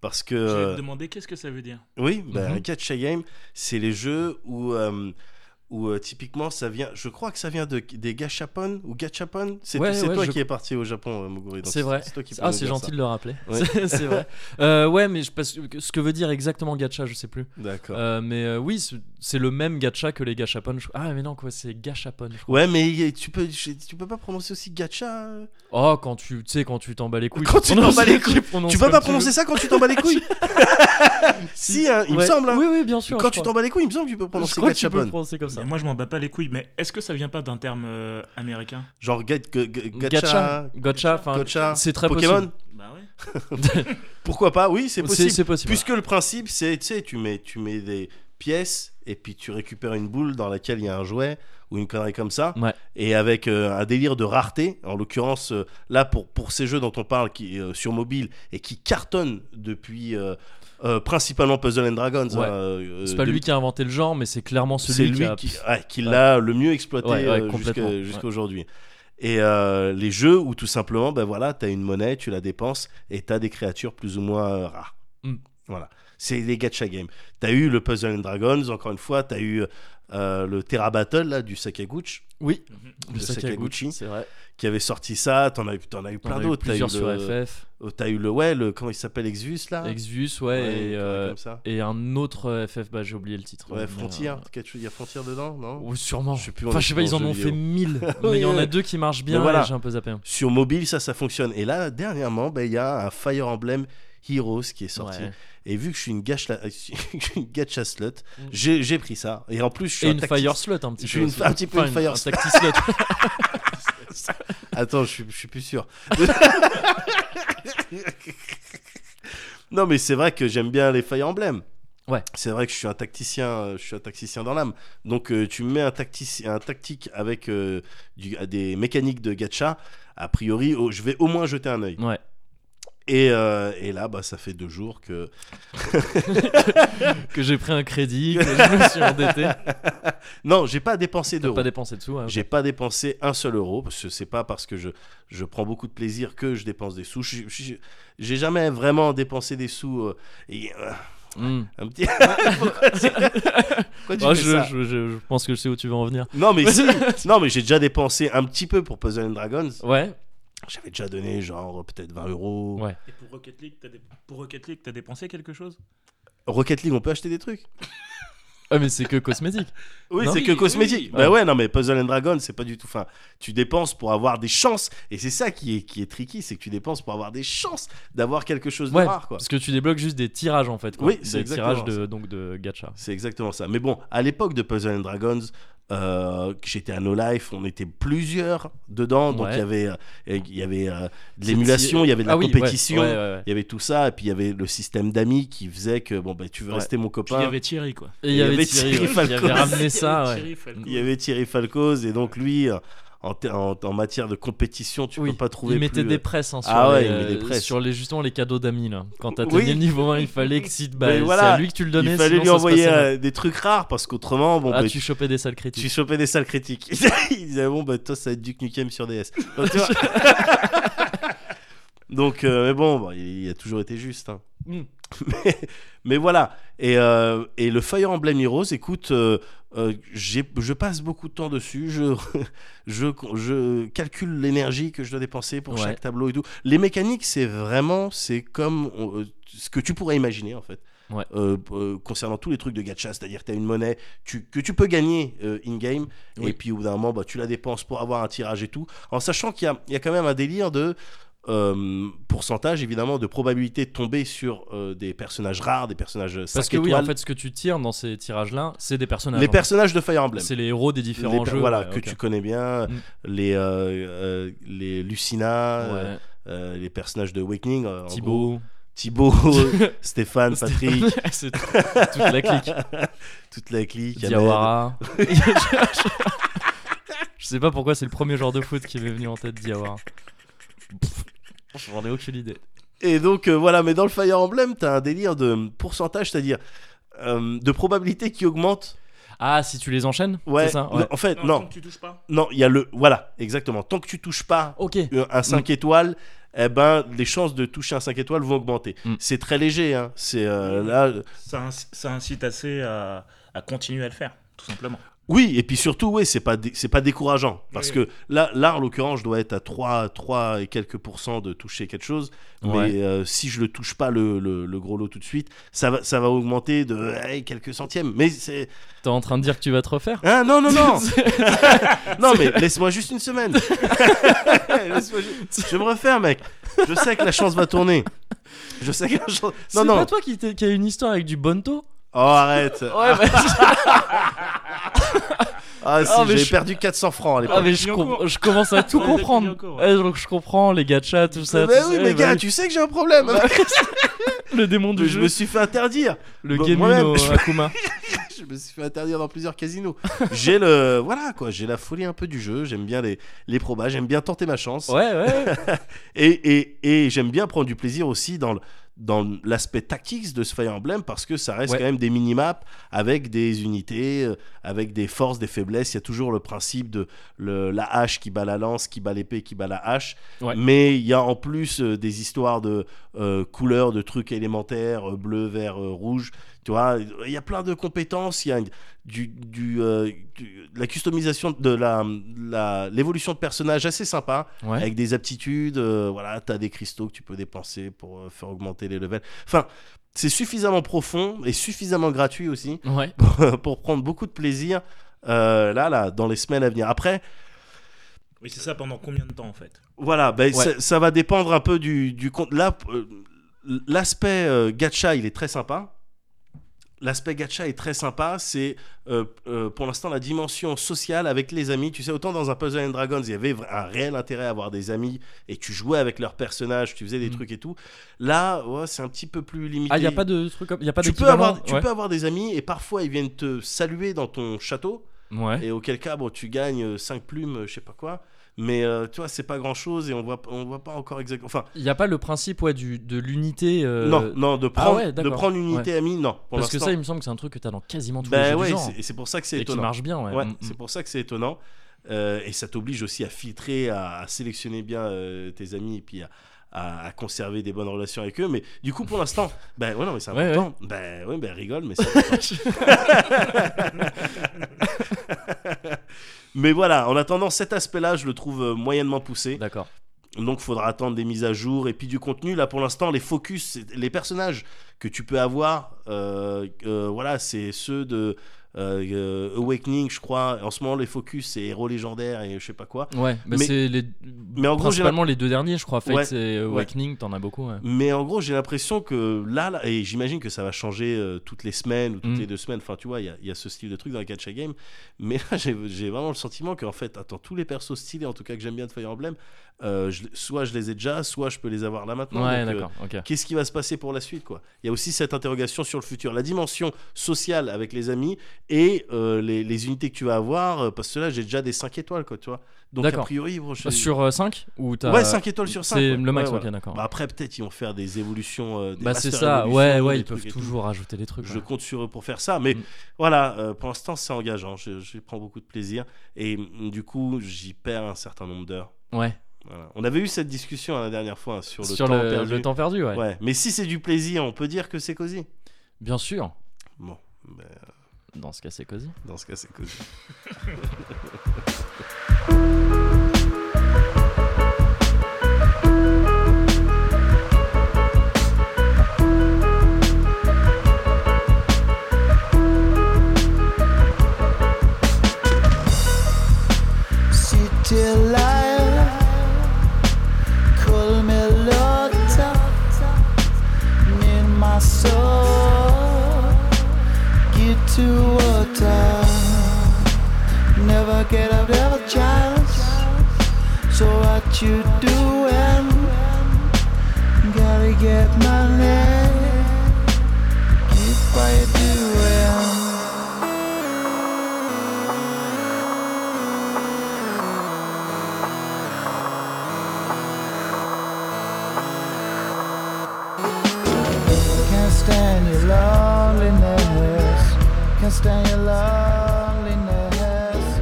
S2: Parce que.
S3: Je vais
S2: euh,
S3: te demander qu'est-ce que ça veut dire.
S2: Oui, bah,
S1: Mhm.
S2: un gacha game, c'est les jeux où, euh, où euh, typiquement ça vient. Je crois que ça vient de, des gachapon ou gachapon. C'est
S1: Ouais,
S2: c'est
S1: ouais,
S2: toi
S1: je-
S2: qui es parti au Japon, euh, Moguri. donc
S1: C'est vrai.
S2: toi qui peux
S1: Ah,
S2: nous
S1: c'est
S2: dire
S1: gentil de le rappeler.
S2: Ouais.
S1: C'est- c'est vrai. Euh, ouais, mais je passe, ce que veut dire exactement gacha, je sais plus.
S2: ça. D'accord.
S1: Euh, mais euh, oui, c'est- c'est le même gacha que les gachapon. je- Ah, mais non, quoi, c'est gachapon. je crois.
S2: Ouais, mais y a- tu peux, je- tu peux pas prononcer aussi gacha. euh
S1: Oh, quand tu tu sais, quand tu t'en bats les couilles.
S2: Quand tu t'en
S1: prononces-
S2: bats les couilles,
S1: prononces
S2: tu peux
S1: comme
S2: pas
S1: veux.
S2: prononcer ça quand tu t'en bats les couilles. si, hein, il me
S1: Ouais.
S2: semble. hein.
S1: Oui, oui, bien sûr.
S2: quand
S1: je
S2: tu
S1: crois.
S2: t'en bats les couilles, il me semble que tu peux
S1: Je
S2: prononcer
S1: crois que tu peux
S2: gachapon.
S1: le prononcer comme ça.
S3: Moi, je m'en bats pas les couilles, mais est-ce que ça vient pas d'un terme euh, américain
S2: Genre ga- ga- ga-
S1: Gacha.
S2: gacha.
S1: Gacha, enfin.
S2: Gacha.
S1: C'est très
S2: Pokémon.
S1: possible.
S3: Bah ouais.
S2: Pourquoi pas Oui, c'est possible.
S1: C'est possible.
S2: Puisque le principe, c'est, tu sais, tu mets, tu mets des pièces et puis tu récupères une boule dans laquelle il y a un jouet ou une connerie comme ça.
S1: Ouais.
S2: Et avec euh, un délire de rareté, en l'occurrence, euh, là, pour, pour ces jeux dont on parle qui, euh, sur mobile et qui cartonnent depuis euh, euh, principalement Puzzle and Dragons.
S1: Ouais.
S2: hein, euh,
S1: C'est pas
S2: de-
S1: lui qui a inventé le genre, mais c'est clairement
S2: c'est
S1: celui
S2: lui
S1: qui a.
S2: qui, ouais, qui l'a le mieux exploité
S1: Ouais, ouais,
S2: euh,
S1: complètement,
S2: jusqu'à
S1: ouais.
S2: jusqu'à aujourd'hui. Et euh, les jeux où tout simplement, ben voilà, t'as une monnaie, tu la dépenses et t'as des créatures plus ou moins euh, rares.
S1: Mm.
S2: Voilà. C'est les gacha games. T'as eu le Puzzle and Dragons, encore une fois, t'as eu euh, le Terra Battle là, du Sakaguchi
S1: Oui,
S3: Mhm.
S1: le
S2: Le
S1: Sakaguchi.
S2: Sakaguchi.
S1: C'est vrai.
S2: qui avait sorti ça, t'en as, eu- t'en as eu
S1: On en
S2: plein
S1: a eu
S2: d'autres. T'as eu,
S1: Plusieurs sur
S2: le-
S1: FF.
S2: euh, t'as eu le, ouais, le, comment il s'appelle, Exvius là
S1: Exvius, ouais,
S2: Ouais,
S1: et,
S2: une
S1: euh,
S2: connerie comme ça.
S1: et un autre euh, FF, bah j'ai oublié le titre. mais,
S2: Ouais, Frontier,
S1: euh,
S2: quelque chose- il y a Frontier dedans, non
S1: ou sûrement.
S2: Je sais plus, on
S1: Enfin,
S2: est
S1: je sais pas,
S2: dans
S1: ils en
S2: le
S1: ont
S2: jeu
S1: fait
S2: vidéo.
S1: 1000, mais
S2: Oui,
S1: il y en a
S2: oui.
S1: deux qui marchent bien,
S2: Mais voilà.
S1: et j'ai un peu zappé. un.
S2: Sur mobile, ça, ça fonctionne. Et là, dernièrement, ben, il y a un Fire Emblem Heroes qui est sorti.
S1: Ouais.
S2: Et vu que je suis une gâche, la- une gâche à slut,
S1: Mm.
S2: j'ai j'ai pris ça. Et en plus, je suis
S1: Et
S2: un
S1: une
S2: tacti-
S1: fire slot un petit
S2: Je suis
S1: peu.
S2: une-
S1: aussi.
S2: un petit peu
S1: Enfin,
S2: une fire
S1: un
S2: slot.
S1: tacti slot.
S2: Attends, je suis, je suis plus sûr. non, mais c'est vrai que j'aime bien les Fire Emblem.
S1: Ouais.
S2: C'est vrai que je suis un tacticien, euh, je suis un tacticien dans l'âme. Donc euh, tu me mets un, tactici- un tactique avec euh, du- des mécaniques de gacha. A priori, oh, je vais au moins jeter un œil.
S1: Ouais.
S2: Et, euh, et là, bah, ça fait deux jours que
S1: que j'ai pris un crédit, que je me suis endetté.
S2: non, j'ai pas dépensé
S1: T'as
S2: d'euros.
S1: pas dépensé de sous. hein, ok.
S2: J'ai pas dépensé un seul euro parce que c'est pas parce que je, je prends beaucoup de plaisir que je dépense des sous. Je- je- je- J'ai jamais vraiment dépensé des sous. euh, et, euh,
S1: Mm.
S2: un petit. Pourquoi tu, Pourquoi tu
S1: Oh,
S2: fais
S1: je,
S2: ça
S1: je- je- je pense que je sais où tu veux en venir.
S2: Non mais si. non mais j'ai déjà dépensé un petit peu pour Puzzle and Dragons.
S1: Ouais,
S2: J'avais déjà donné genre peut-être 20 euros.
S1: Ouais.
S3: Et pour Rocket League, t'as dé- pour Rocket League, t'as dépensé quelque chose
S2: Rocket League, on peut acheter des trucs.
S1: Ah, mais c'est que cosmétique.
S2: Oui,
S1: Non.
S2: c'est que
S3: Oui,
S2: cosmétique.
S3: oui.
S2: Bah ouais, non mais Puzzle and Dragons, c'est pas du tout. Enfin, tu dépenses pour avoir des chances et c'est ça qui est qui est tricky, c'est que tu dépenses pour avoir des chances d'avoir quelque chose de
S1: Ouais,
S2: rare quoi.
S1: parce que tu débloques juste des tirages en fait. quoi.
S2: Oui, c'est
S1: des tirages
S2: exactement
S1: de, donc de gacha.
S2: C'est exactement ça. Mais bon, à l'époque de Puzzle and Dragons, euh, que j'étais à No Life, on était plusieurs dedans, donc
S1: Ouais.
S2: il y avait, euh, il y avait euh, de
S1: C'est-
S2: l'émulation, il y avait de la
S1: ah oui, ouais,
S2: compétition,
S1: ouais, ouais, ouais.
S2: il y avait tout ça, et puis il y avait le système d'amis qui faisait que bon ben tu veux
S1: Ouais.
S2: rester mon
S3: Puis il
S2: copain.
S3: y avait Thierry, quoi.
S1: Et il y avait Thierry, ouais, qui
S2: Falcoz.
S1: avait ramené ça. ouais.
S3: Thierry, Falco.
S2: Il y avait Thierry Falcoz, et donc lui, euh, en, ter- en- en matière de compétition, tu
S1: Oui,
S2: peux pas trouver.
S1: Il mettait
S2: plus,
S1: des
S2: euh,
S1: presses hein, sur,
S2: Ah ouais,
S1: les,
S2: il met des
S1: euh,
S2: presses.
S1: sur les, justement les cadeaux d'amis. là. Quand t'as
S2: Oui.
S1: tenu le niveau 1, il fallait que si bah,
S2: Mais
S1: c'est
S2: voilà,
S1: à lui que tu le donnais.
S2: il
S1: sinon
S2: fallait lui
S1: ça se
S2: envoyer
S1: passait mal.
S2: euh, des trucs rares parce qu'autrement, bon,
S1: Ah,
S2: ben,
S1: tu chopais des sales critiques.
S2: Tu chopais des sales critiques. Ils disaient bon bah toi ça va être Duke Nukem sur DS. Donc, tu vois. Donc, euh, mais bon bah, il a toujours été juste. hein.
S1: Mm.
S2: Mais, mais voilà et, euh, et le Fire Emblem Heroes écoute euh, euh, j'ai- je passe beaucoup de temps dessus je, je, je calcule l'énergie que je dois dépenser pour
S1: Ouais.
S2: chaque tableau et tout les mécaniques c'est vraiment c'est comme on- euh, ce que tu pourrais imaginer en fait
S1: Ouais.
S2: Euh, euh, concernant tous les trucs de gacha c'est-à-dire tu as une monnaie tu- que tu peux gagner euh, in-game,
S1: Oui.
S2: et puis au bout d'un moment, bah, tu la dépenses pour avoir un tirage et tout, en sachant qu'il y a, il y a quand même un délire de euh, pourcentage, évidemment, de probabilité de tomber sur euh, des personnages rares, des personnages 5
S1: Parce que oui,
S2: étoiles,
S1: en fait, ce que tu tires dans ces tirages-là, c'est des personnages.
S2: les
S1: en fait.
S2: personnages de Fire Emblem.
S1: C'est les héros des
S2: Les
S1: différents
S2: per-
S1: jeux.
S2: voilà,
S1: ouais,
S2: que
S1: ok.
S2: tu connais bien,
S1: Mm.
S2: les, euh, euh, les Lucina,
S1: Ouais.
S2: euh, euh, les personnages de Awakening, euh, en gros.
S1: Thibaut.
S2: Thibaut, Stéphane, Patrick,
S1: c'est toute la clique.
S2: toute la clique, Ahmed.
S1: Diawara. Je sais pas pourquoi c'est le premier genre de foot qui m'est venu en tête, Diawara. Pff, J'en ai aucune idée.
S2: Et donc euh, voilà, mais dans le Fire Emblem, t'as un délire de pourcentage, c'est-à-dire euh, de probabilité qui augmente.
S1: Ah, si tu les enchaînes
S2: Ouais.
S1: C'est ça
S2: Non,
S1: ouais.
S2: En fait,
S3: Non, tant
S2: non,
S3: que tu touches pas.
S2: non, il y a le voilà, exactement. Tant que tu touches pas
S1: Ok.
S2: un- un 5 étoiles, eh ben les chances de toucher un 5 étoiles vont augmenter.
S1: Mm.
S2: C'est très léger, hein. C'est
S3: Mm.
S2: euh, là,
S3: Ça, inc- ça incite assez à, à continuer à le faire, tout simplement.
S2: oui, et puis surtout, oui, c'est pas dé- c'est pas décourageant parce
S3: Oui.
S2: que là, là en l'occurrence, je dois être à 3 3 et quelques pourcents de toucher quelque chose. Mais
S1: Ouais.
S2: euh, si je le touche pas le, le- le gros lot tout de suite, ça va, ça va augmenter de eh, quelques centièmes. Mais c'est.
S1: T'es en train de dire que tu vas te refaire
S2: Hein, non, non, non Non, mais laisse-moi juste une semaine Laisse-moi ju- Je vais me refaire, mec Je sais que la chance va tourner. Je sais que la chance. Non,
S1: c'est
S2: non
S1: pas toi qui, t'es- qui a une histoire avec du Bonto
S2: Oh, arrête
S1: Ouais, bah,
S2: Ah, si,
S1: Ah, mais
S2: j'ai
S1: je-
S2: perdu 400 francs à l'époque.
S1: Ah mais je,
S3: Clignancourt.
S1: com- je commence à tout
S3: Ouais, depuis
S1: comprendre.
S3: Clignancourt,
S1: Eh, donc je comprends les gachas, tout ça.
S2: Bah
S1: tout
S2: oui,
S1: ça,
S2: mais
S1: eh, bah
S2: gars,
S1: oui.
S2: tu sais que j'ai un problème
S1: le démon
S2: Je
S1: du jeu,
S2: me suis fait interdire
S1: le
S2: Bon,
S1: Gemuno
S2: moi-même, je-
S1: Akuma.
S2: Je me suis fait interdire dans plusieurs casinos. J'ai le. Voilà, quoi, j'ai la folie un peu du jeu, j'aime bien les, les probas, j'aime bien tenter ma chance.
S1: Ouais, ouais.
S2: Et, et- et j'aime bien prendre du plaisir aussi dans le- dans l'aspect tactique de ce Fire Emblem parce que ça reste
S1: Ouais.
S2: quand même des minimaps avec des unités, euh, avec des forces, des faiblesses. Il y a toujours le principe de le- la hache qui bat la lance, qui bat l'épée, qui bat la hache.
S1: Ouais.
S2: Mais il y a en plus euh, des histoires de euh, couleurs, de trucs élémentaires, euh, bleu, vert, euh, rouge. Tu vois, il y a plein de compétences. Il y a une- du, du, euh, du- de la customisation, de la- la- l'évolution de personnages assez sympa
S1: Ouais.
S2: avec des aptitudes. euh, voilà, t'as des cristaux que tu peux dépenser pour euh, faire augmenter les levels. Enfin, c'est suffisamment profond et suffisamment gratuit aussi
S1: Ouais.
S2: pour prendre beaucoup de plaisir euh, là, là, dans les semaines à venir. Après,
S3: Oui, c'est ça pendant combien de temps, en fait
S2: voilà, ben,
S1: Ouais.
S2: ça, ça va dépendre un peu du, du compte. Là, euh, l'aspect euh, gacha, il est très sympa. L'aspect gacha est très sympa, c'est euh, euh, pour l'instant la dimension sociale avec les amis. Tu sais, autant dans un Puzzle and Dragons, il y avait vra- un réel intérêt à avoir des amis et tu jouais avec leurs personnages, tu faisais des
S1: Mm.
S2: trucs et tout. Là, ouais, c'est un petit peu plus limité.
S1: Ah, il n'y a pas de truc comme. Y a pas
S2: tu peux,
S1: d'équivalent,
S2: avoir, tu
S1: ouais.
S2: peux avoir des amis et parfois ils viennent te saluer dans ton château
S1: Ouais.
S2: et auquel cas bon, tu gagnes 5 plumes, euh, je sais pas quoi. Mais euh, tu vois, c'est pas grand chose et on voit, on voit pas encore exactement. Enfin,
S1: Il n'y a pas le principe ouais, du, de l'unité. euh,
S2: non, non, de prendre,
S1: ouais,
S2: de
S1: d'accord.
S2: prendre une unité amie, non. Pour
S1: Parce que
S2: l'instant.
S1: ça, il me semble que c'est un truc que t'as dans quasiment tous les
S2: Ben
S1: jeux
S2: ouais,
S1: du genre.
S2: c'est- et c'est pour ça que c'est
S1: Et qui
S2: étonnant.
S1: marche bien, ouais.
S2: Ouais,
S1: Mm, mm.
S2: c'est pour ça que c'est étonnant. Euh, et ça t'oblige aussi à filtrer, à, à sélectionner bien euh, tes amis et puis à, à- à conserver des bonnes relations avec eux. Mais du coup, pour l'instant, ben ouais, non, mais c'est
S1: Ouais,
S2: important. Ben ouais, ben rigole, mais c'est important. Mais voilà, en attendant, cet aspect-là, je le trouve euh, moyennement poussé.
S1: D'accord.
S2: Donc, faudra attendre des mises à jour et puis du contenu. Là, pour l'instant, les focus, c'est- les personnages que tu peux avoir, euh, euh, voilà, c'est ceux de euh, euh, Awakening, je crois. En ce moment, les focus, c'est héros légendaires et je sais pas quoi.
S1: Ouais, bah
S2: Mais-
S1: c'est les.
S2: Mais en gros, j'ai
S1: principalement les deux derniers, je crois. Fate
S2: Ouais,
S1: et Awakening, t'en as beaucoup, ouais.
S2: Mais en gros, j'ai l'impression que là, là- et j'imagine que ça va changer euh, toutes les semaines ou toutes
S1: Mm.
S2: les deux semaines. Enfin, tu vois, il y a- il y, a ce style de truc dans la gacha game. Mais là, j'ai j'ai vraiment le sentiment qu'en fait, attends, tous les persos stylés, en tout cas que j'aime bien de Fire Emblem, euh, je- soit je les ai déjà, soit je peux les avoir là maintenant.
S1: ouais,
S2: Donc, euh,
S1: d'accord, ok.
S2: Qu'est-ce qui va se passer pour la suite quoi Il y a aussi cette interrogation sur le futur, la dimension sociale avec les amis et euh, les, les unités que tu vas avoir. euh, parce que là, j'ai déjà des 5 étoiles, quoi, tu vois. Donc, a
S1: D'accord.
S2: priori, bon, je-
S1: Bah, Sur 5 ou t'as.
S2: Ouais, 5 étoiles sur 5.
S1: C'est le max, ok, d'accord.
S2: Bah, après, peut-être, ils vont faire des évolutions. euh, des
S1: Bah, c'est
S2: master
S1: ça,
S2: évolutions,
S1: ouais,
S2: des
S1: ouais, ils
S2: trucs
S1: peuvent
S2: et tout.
S1: toujours ajouter des trucs.
S2: Je
S1: ouais.
S2: compte sur eux pour faire ça, mais
S1: Mm.
S2: voilà, euh, pour l'instant c'est engageant, je, je prends beaucoup de plaisir et mm, du coup j'y perds un certain nombre d'heures.
S1: Ouais,
S2: Voilà. On avait eu cette discussion hein, la dernière fois hein, sur le
S1: sur
S2: temps
S1: le,
S2: perdu.
S1: le temps perdu, ouais.
S2: Ouais, Mais si c'est du plaisir, on peut dire que c'est cosy.
S1: Bien sûr.
S2: Bon, ben,
S1: Dans ce cas, c'est cosy.
S2: dans ce cas, c'est cosy.
S5: City life, call me Lotta, need my soul, get to water, never get out of chance. So what you doing? Gotta get money, keep what you doing. Can't stand your loneliness. Can't stand your loneliness.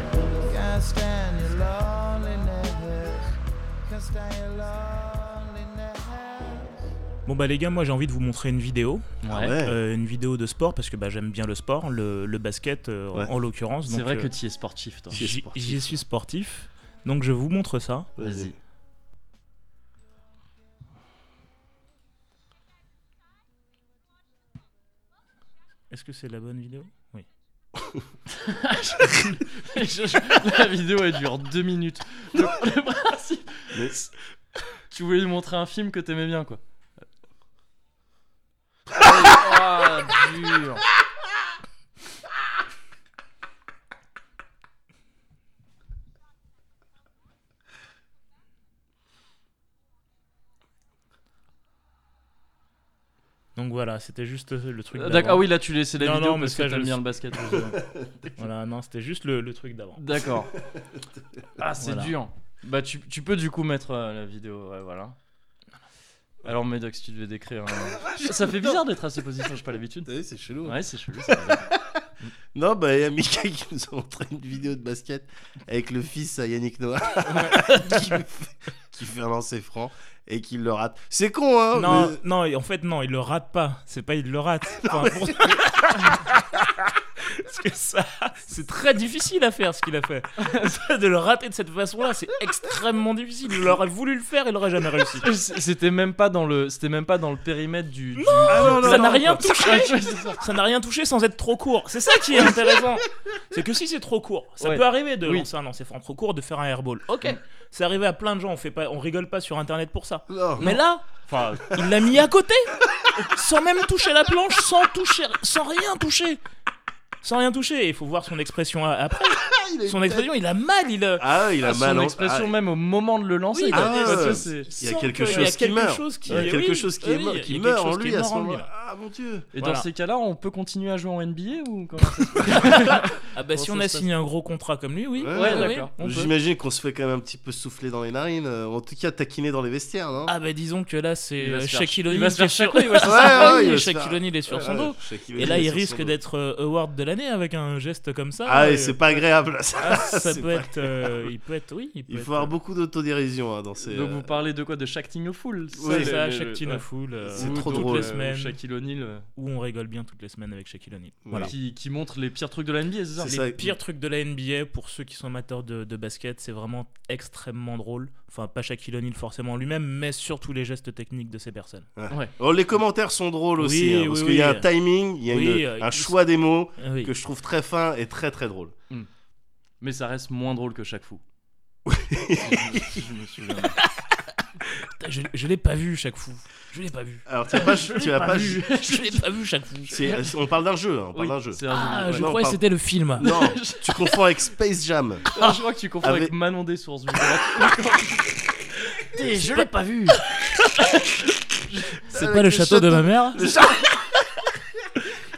S5: Can't stand your loneliness. Can't stand your loneliness.
S3: Bon bah les gars, moi j'ai envie de vous montrer une vidéo,
S2: Ah ouais.
S3: Euh, une vidéo de sport parce que bah, j'aime bien le sport, le, le basket euh, en-
S2: Ouais.
S3: en, l'occurrence.
S1: C'est
S3: donc,
S1: vrai
S3: euh,
S1: que tu es sportif, toi.
S2: tu es
S3: j'y
S2: sportif.
S3: j'y suis sportif, donc je vous montre ça.
S1: Vas-y.
S3: Est-ce que c'est la bonne vidéo Oui.
S1: La vidéo, elle dure 2 minutes. Le, le principe,
S2: Mais-
S1: tu voulais lui montrer un film que t'aimais bien, quoi. Oh, Ah, dur.
S3: Donc voilà, c'était juste euh, le truc.
S1: Ah,
S3: d'avant.
S1: d'accord. Ah oui, là, tu laissais la
S3: Non,
S1: vidéo
S3: non, mais
S1: parce que
S3: ça, je
S1: t'aimes
S3: le
S1: bien le
S3: sais.
S1: basket.
S3: Voilà, non, c'était juste le, le truc d'avant.
S1: D'accord. Ah, c'est
S3: Voilà.
S1: dur. Bah, tu, tu peux du coup mettre euh, la vidéo, ouais, voilà. Alors, Médoc, si tu devais décrire. un- ça fait bizarre d'être à ces positions, j'ai pas l'habitude.
S2: T'as vu, c'est chelou. hein.
S1: Ouais, c'est chelou. c'est bizarre.
S2: Non, bah, il y a Mika qui nous a montré une vidéo de basket avec le fils à Yannick Noah qui, fait, qui fait un lancer franc et qui le rate. C'est con, hein
S3: non,
S2: mais-
S3: non, et en fait, non, il le rate pas. C'est pas il le rate. Enfin, pour- Parce que ça, c'est très difficile à faire ce qu'il a fait. Ça, de le rater de cette façon-là, c'est extrêmement difficile. Il aurait voulu le faire, il n'aurait jamais réussi.
S1: C'était même pas dans le, c'était même pas dans le périmètre du. du-
S3: ça n'a rien touché. ça n'a rien touché sans être trop court. C'est ça qui est intéressant. C'est que si c'est trop court, ça
S1: Ouais.
S3: peut arriver de
S1: Oui.
S3: lancer un lancer franc trop court, de faire un airball. Ok, c'est arrivé à plein de gens. On fait pas, on rigole pas sur internet pour ça.
S2: Non.
S3: Mais là,
S6: Enfin,
S3: il l'a mis à côté, sans même toucher la planche, sans toucher, sans rien toucher. Sans rien toucher, il faut voir son expression a- après. Son expression, il a mal, il a.
S2: Ah, il a
S1: Son
S2: mal en-
S1: expression
S2: ah,
S1: même au moment de le lancer.
S3: Oui,
S1: il a-
S2: ah,
S1: parce que
S2: ouais.
S1: c'est-
S2: Il y a
S3: sent
S2: quelque
S3: que-
S2: chose qui
S3: quelque
S2: meurt.
S3: chose qui-
S2: Il y a quelque
S3: oui,
S2: chose qui,
S3: oui,
S2: est
S3: il y
S2: mort-
S3: a
S2: qui
S3: quelque
S2: meurt
S3: chose
S2: en
S3: qui
S2: lui
S3: est
S2: à
S3: mort
S2: ce
S3: en lui,
S2: moment-là.
S3: là.
S2: Ah mon dieu.
S1: Et
S3: Voilà.
S1: dans ces cas-là, on peut continuer à jouer en NBA ou comment ça se passe
S3: Ah bah si
S1: Comment
S3: on
S1: ça
S3: a
S1: se
S3: signé un gros contrat comme lui, oui.
S2: Ouais,
S3: oui,
S2: ouais,
S3: oui,
S1: d'accord.
S3: on peut.
S2: J'imagine qu'on se fait quand même un petit peu souffler dans les narines, euh, en tout cas taquiner dans les vestiaires, non
S3: Ah bah disons que là c'est
S1: Il va
S3: euh,
S1: se faire-
S3: Shaquille
S1: il
S3: O'Neal
S1: va se
S3: qui est
S1: faire
S3: sur-
S1: chacler,
S3: Ouais, c'est ça.
S2: ouais, il va se
S3: Shaquille
S2: faire-
S3: O'Neal est sur son
S2: Ouais,
S3: dos.
S2: Shaquille
S3: Et
S2: O'Neal
S3: là il
S2: sur son
S3: risque
S2: dos.
S3: d'être euh, award de l'année avec un geste comme ça.
S2: Ah,
S3: euh,
S2: et c'est pas agréable. ça.
S3: ah, ça
S2: C'est
S3: peut
S2: pas-
S3: être, euh, il peut être, oui, il peut
S2: Il
S3: être,
S2: faut avoir
S3: euh,
S2: beaucoup d'autodérision hein, dans ces.
S1: Donc
S2: euh,
S1: vous parlez de quoi De Shacting a Fool
S3: C'est
S2: Oui,
S3: ça,
S1: le-
S3: chaque
S1: le-
S3: Teen
S1: ouais.
S3: of Fool, euh,
S2: C'est
S1: Ou
S2: trop
S1: donc,
S3: toutes
S2: drôle.
S3: les
S1: euh,
S3: semaines,
S1: Shaquille O'Neal euh,
S3: où on rigole bien toutes les semaines avec Shaquille O'Neal.
S2: Voilà.
S1: qui, qui montre les pires trucs de la NBA, c'est ça
S2: C'est
S3: Les
S2: ça.
S3: pires trucs de la NBA pour ceux qui sont amateurs de, de basket, c'est vraiment extrêmement drôle. Enfin, pas Shaquille O'Neal forcément lui-même, mais surtout les gestes techniques de ces personnes.
S2: Oh, les commentaires sont drôles
S3: Oui,
S2: aussi, hein,
S3: oui,
S2: parce
S3: oui.
S2: qu'il y a un timing, il y a
S3: Oui,
S2: une-
S3: euh,
S2: un
S3: ils-
S2: choix des mots
S3: Ah oui.
S2: que je trouve très fin et très très drôle.
S1: Mais ça reste moins drôle que chaque fou.
S3: Putain, Je, je l'ai pas vu chaque fou. Je l'ai pas vu.
S2: Alors tu vas pas, tu vas pas. ju-
S3: Je l'ai pas vu chaque fou.
S2: c'est- On parle d'un jeu, hein, on parle d'un jeu.
S1: c'est un jeu.
S3: Ah,
S2: Ouais,
S3: je
S2: non,
S3: croyais que
S2: pardon.
S3: c'était le film.
S2: Non, tu confonds avec Space Jam.
S1: Ah, je crois que tu confonds avec
S2: Avec-
S1: Manon des sources.
S3: je l'ai pas vu. C'est
S2: Avec
S3: pas le
S2: le
S3: château de
S2: château-
S3: ma mère.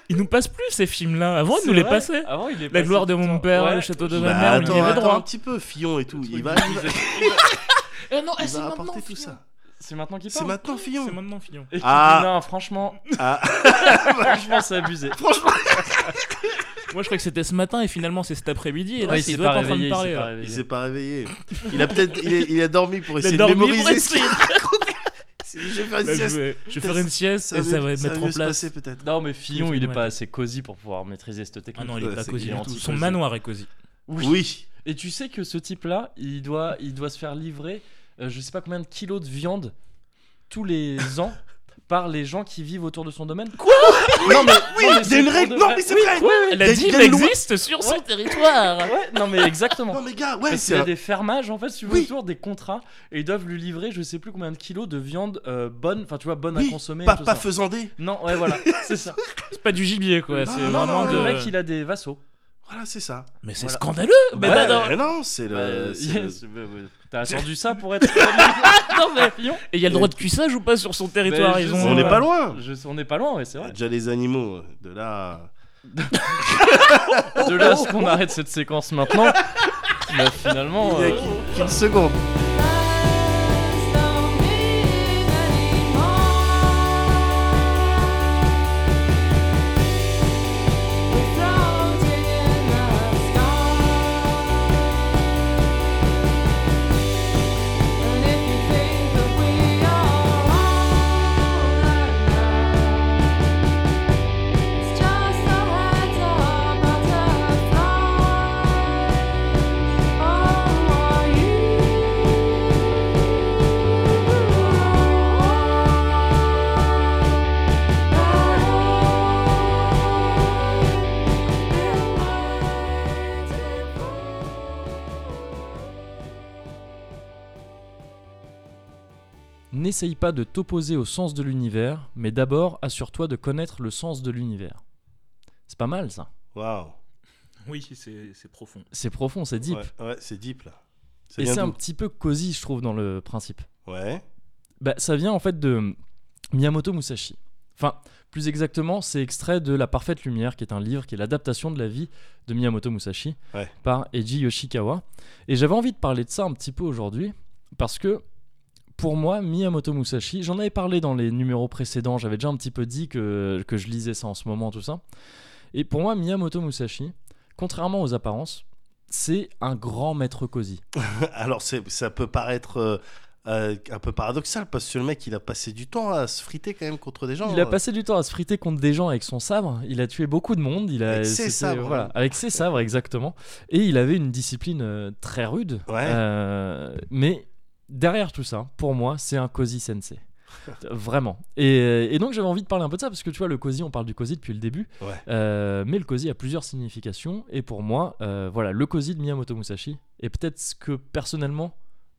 S3: Ils nous passent plus ces films-là. Avant, ils Oh, nous les passaient.
S1: Avant, Ah il est
S3: La
S1: passé
S3: gloire
S1: tout
S3: de
S1: le
S3: mon
S1: temps.
S3: père,
S1: Ouais.
S3: le château de ma
S2: Bah,
S3: mère, on y
S2: attends,
S3: avait
S2: attends
S3: droit.
S2: un petit peu, Fillon et tout.
S1: truc
S2: Il va,
S1: de
S2: il va-
S3: Eh non, eh,
S2: il
S3: c'est
S2: va
S3: maintenant,
S2: apporter tout
S3: Fillon.
S2: ça.
S1: C'est maintenant qu'il
S2: C'est
S1: parle.
S2: maintenant
S3: C'est
S2: Fillon.
S3: maintenant, Fillon.
S1: Et qui
S2: Ah.
S1: dit, non, franchement,
S2: Ah,
S1: franchement, c'est abusé.
S3: Moi, je crois que c'était ce matin et finalement, c'est cet après-midi. Et là,
S1: Ouais,
S3: il, doit être en train de
S1: il s'est
S3: parler.
S1: pas
S3: ouais.
S2: il
S1: réveillé.
S2: s'est pas réveillé. Il a peut-être, il, est- il a dormi pour
S3: Il a
S2: essayer de
S3: dormi pour
S2: mémoriser. ce qu'il
S3: essayer.
S2: raconte. Je vais faire une
S1: Bah,
S3: Là, je
S2: sieste.
S3: vais- je vais faire une sieste et ça va
S2: ça
S3: mettre
S2: mieux
S3: en
S2: se
S3: place.
S2: passer, peut-être.
S1: Non, mais Fillon,
S3: Ouais.
S1: il est pas assez cosy pour pouvoir maîtriser cette technique.
S3: Ah non, il
S2: Ouais,
S3: est pas
S2: c'est
S3: cosy du
S1: qu'il est
S3: tout. Son
S1: anti-cosy.
S3: manoir est cosy.
S1: Oui.
S2: Oui.
S1: Et tu sais que ce type-là, il doit, il doit se faire livrer, euh, je sais pas combien de kilos de viande tous les ans par les gens qui vivent autour de son domaine. Quoi Non mais
S2: Oui,
S1: non, mais
S2: il y a une
S1: pour
S2: règle.
S1: de
S2: Non,
S1: vrai.
S2: mais c'est vrai.
S3: La
S2: Des-
S3: dîme
S2: des lois-
S3: existe sur son territoire.
S1: Ouais, non mais exactement.
S2: Non, mais gars, ouais,
S1: Parce
S2: c'est
S1: qu'il y a
S2: un-
S1: des fermages en fait, si vous
S2: Oui.
S1: voulez, autour des contrats et ils doivent lui livrer je sais plus combien de kilos de viande euh, bonne, enfin tu vois bonne à
S2: Oui,
S1: consommer. et
S2: pas,
S1: tout
S2: pas
S1: ça.
S2: faisandé.
S1: Non ouais voilà, c'est ça.
S3: C'est pas du gibier, quoi.
S2: Non,
S3: C'est
S2: non,
S3: vraiment
S2: non,
S3: de.
S1: Le mec il a des vassaux.
S2: Voilà, c'est ça.
S3: Mais c'est
S1: Voilà.
S3: scandaleux. Mais
S1: Ouais.
S3: bah, non.
S2: Mais non, c'est le.
S1: Euh,
S2: c'est le-
S1: yes, bah, ouais. T'as attendu ça pour être
S3: Non, mais-
S1: Fillon
S3: Et il y a le droit de cuissage ou pas sur son territoire
S1: Mais
S3: ils
S1: Ben, je
S3: ont...
S1: sais
S2: On n'est pas loin.
S1: Je- On n'est pas loin ouais c'est
S2: Il y a
S1: vrai.
S2: Déjà les animaux, euh, de là.
S1: De là à ce qu'on arrête cette séquence maintenant. Bah, finalement.
S2: Il y a
S1: euh,
S2: qu'une- qu'une seconde.
S1: N'essaye pas de t'opposer au sens de l'univers, mais d'abord assure-toi de connaître le sens de l'univers. C'est pas mal ça.
S2: Waouh.
S6: oui, c'est c'est profond.
S1: C'est profond, c'est deep.
S2: Ouais, ouais, c'est deep là.
S1: Et
S2: bien
S1: c'est un
S2: deep.
S1: petit peu cosy, je trouve, dans le principe.
S2: Ouais.
S1: Bah, ça vient en fait de Miyamoto Musashi. Enfin, plus exactement, c'est extrait de La Parfaite Lumière, qui est un livre qui est l'adaptation de la vie de Miyamoto Musashi
S2: Ouais.
S1: par Eiji Yoshikawa. Et j'avais envie de parler de ça un petit peu aujourd'hui, parce que pour moi, Miyamoto Musashi, j'en avais parlé dans les numéros précédents, j'avais déjà un petit peu dit que, que je lisais ça en ce moment, tout ça. Et pour moi, Miyamoto Musashi, contrairement aux apparences, c'est un grand maître cosy.
S2: Alors, c'est- ça peut paraître euh, euh, un peu paradoxal parce que le mec il a passé du temps à se friter quand même contre des gens. euh.
S1: Il a passé du temps à se friter contre des gens avec son sabre. Il a tué beaucoup de monde. Il a,
S2: Avec ses
S1: c'était-
S2: sabres,
S1: Voilà,
S2: ouais.
S1: avec ses sabres, exactement. Et il avait une discipline euh, très rude.
S2: Ouais.
S1: Euh, mais derrière tout ça, pour moi, c'est un Cozy Sensei. Vraiment. Et, et donc j'avais envie de parler un peu de ça parce que tu vois, le Cozy, on parle du Cozy depuis le début.
S2: Ouais.
S1: Euh, mais le Cozy a plusieurs significations. Et pour moi, euh, voilà, le Cozy de Miyamoto Musashi est peut-être ce que personnellement.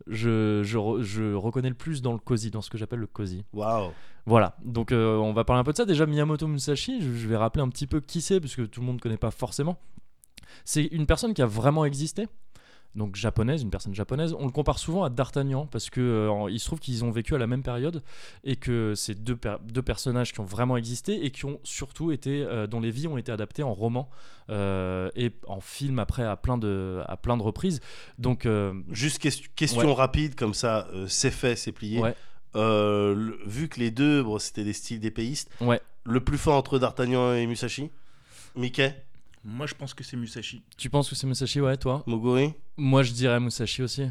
S1: Je, je, re- je reconnais le plus dans le cozy, dans ce que j'appelle le cozy.
S2: Waouh.
S1: Voilà, donc euh, on va parler un peu de ça. Déjà, Miyamoto Musashi, je, je vais rappeler un petit peu qui c'est, parce que tout le monde ne connaît pas forcément. C'est une personne qui a vraiment existé, donc japonaise, une personne japonaise. On le compare souvent à D'Artagnan, parce que euh, en- il se trouve qu'ils ont vécu à la même période, et que c'est deux, per- deux personnages qui ont vraiment existé, et qui ont surtout été, euh, dont les vies ont été adaptées en roman, euh, et en film après à plein de, à plein de reprises. Donc, euh,
S2: Juste ques- question
S1: Ouais.
S2: rapide comme ça, euh, c'est fait, c'est plié.
S1: Ouais.
S2: Euh, le- vu que les deux, bon, c'était des styles d'épéistes.
S1: Ouais.
S2: Le plus fort entre D'Artagnan et Musashi, Mickey,
S3: Moi, je pense que c'est Musashi.
S1: tu penses que c'est Musashi, ouais, toi
S2: Moguri.
S1: Moi, je dirais Musashi aussi.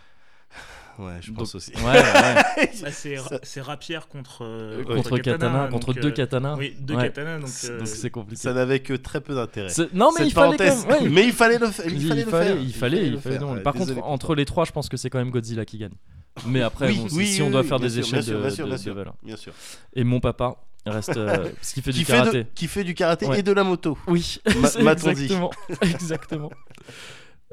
S2: Ouais, je
S1: Donc-
S2: pense aussi.
S1: Ouais, ouais.
S3: Bah, c'est
S2: Ça-
S3: c'est rapière contre, euh,
S1: contre katana,
S3: donc,
S1: contre deux
S3: euh,
S1: katanas.
S3: Oui, deux
S1: Ouais.
S3: katanas, donc.
S1: C'est-
S3: euh,
S1: Donc c'est compliqué.
S2: Ça n'avait que très peu d'intérêt.
S1: C'est- Non mais
S2: Cette
S1: il fallait quand
S2: parenthèse.
S1: même. ouais, il-
S2: Mais il fallait le, fa- il
S1: il
S2: fallait le
S1: fallait-
S2: faire.
S1: il fallait,
S2: le
S1: il fallait.
S2: faire.
S1: non.
S2: Ouais,
S1: Par
S2: désolé
S1: contre,
S2: pour
S1: entre les trois, je pense que c'est quand même Godzilla qui gagne. Mais après,
S2: Oui,
S1: bon, si-
S2: oui,
S1: si on
S2: oui,
S1: doit
S2: oui,
S1: faire
S2: bien
S1: des
S2: sûr,
S1: échelles
S2: bien sûr,
S1: de,
S2: bien sûr,
S1: de-
S2: bien
S1: de
S2: sûr.
S1: valeur.
S2: toi. Bien sûr.
S1: Et mon papa reste, euh, parce qu'il fait
S2: Qui
S1: du
S2: fait,
S1: karaté.
S2: de, qui fait du karaté
S1: Ouais.
S2: et de la moto.
S1: Oui,
S2: Ma-
S1: c'est
S2: m'a-t-on dit.
S1: exactement. exactement.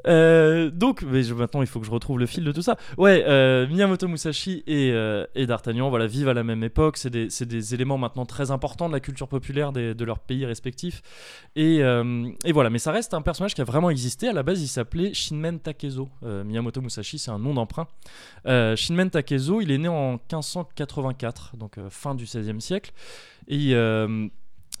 S1: Euh, donc, mais je- maintenant, il faut que je retrouve le fil de tout ça. Ouais, euh, Miyamoto Musashi et, euh, et D'Artagnan, voilà, vivent à la même époque. C'est des, c'est des éléments maintenant très importants de la culture populaire des- de leurs pays respectifs. Et, euh, et voilà, mais ça reste un personnage qui a vraiment existé. À la base, il s'appelait Shinmen Takezo. Euh, Miyamoto Musashi, c'est un nom d'emprunt. Euh, Shinmen Takezo, il est né en 1584, donc euh, fin du 16e siècle. Et euh,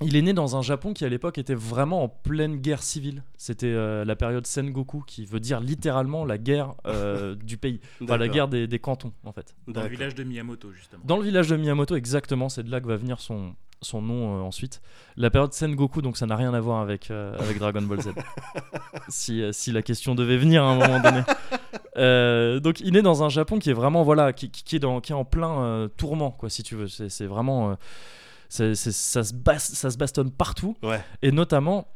S1: il est né dans un Japon qui à l'époque était vraiment en pleine guerre civile. C'était euh, la période Sengoku, qui veut dire littéralement la guerre euh, du pays, enfin la
S2: D'accord.
S1: guerre des, des cantons en fait.
S3: dans le
S2: D'accord.
S3: village de Miyamoto, justement.
S1: Dans le village de Miyamoto, exactement, c'est de là que va venir son, son nom euh, ensuite. La période Sengoku, donc ça n'a rien à voir avec, euh, avec Dragon Ball Z. si, euh, si la question devait venir à un moment donné. Euh, donc il est dans un Japon qui est vraiment, voilà, qui, qui- qui est, dans, qui est en plein euh, tourment, quoi, si tu veux. C'est c'est vraiment. euh, c'est- c'est- ça, se bas- ça se bastonne partout.
S2: Ouais.
S1: Et notamment.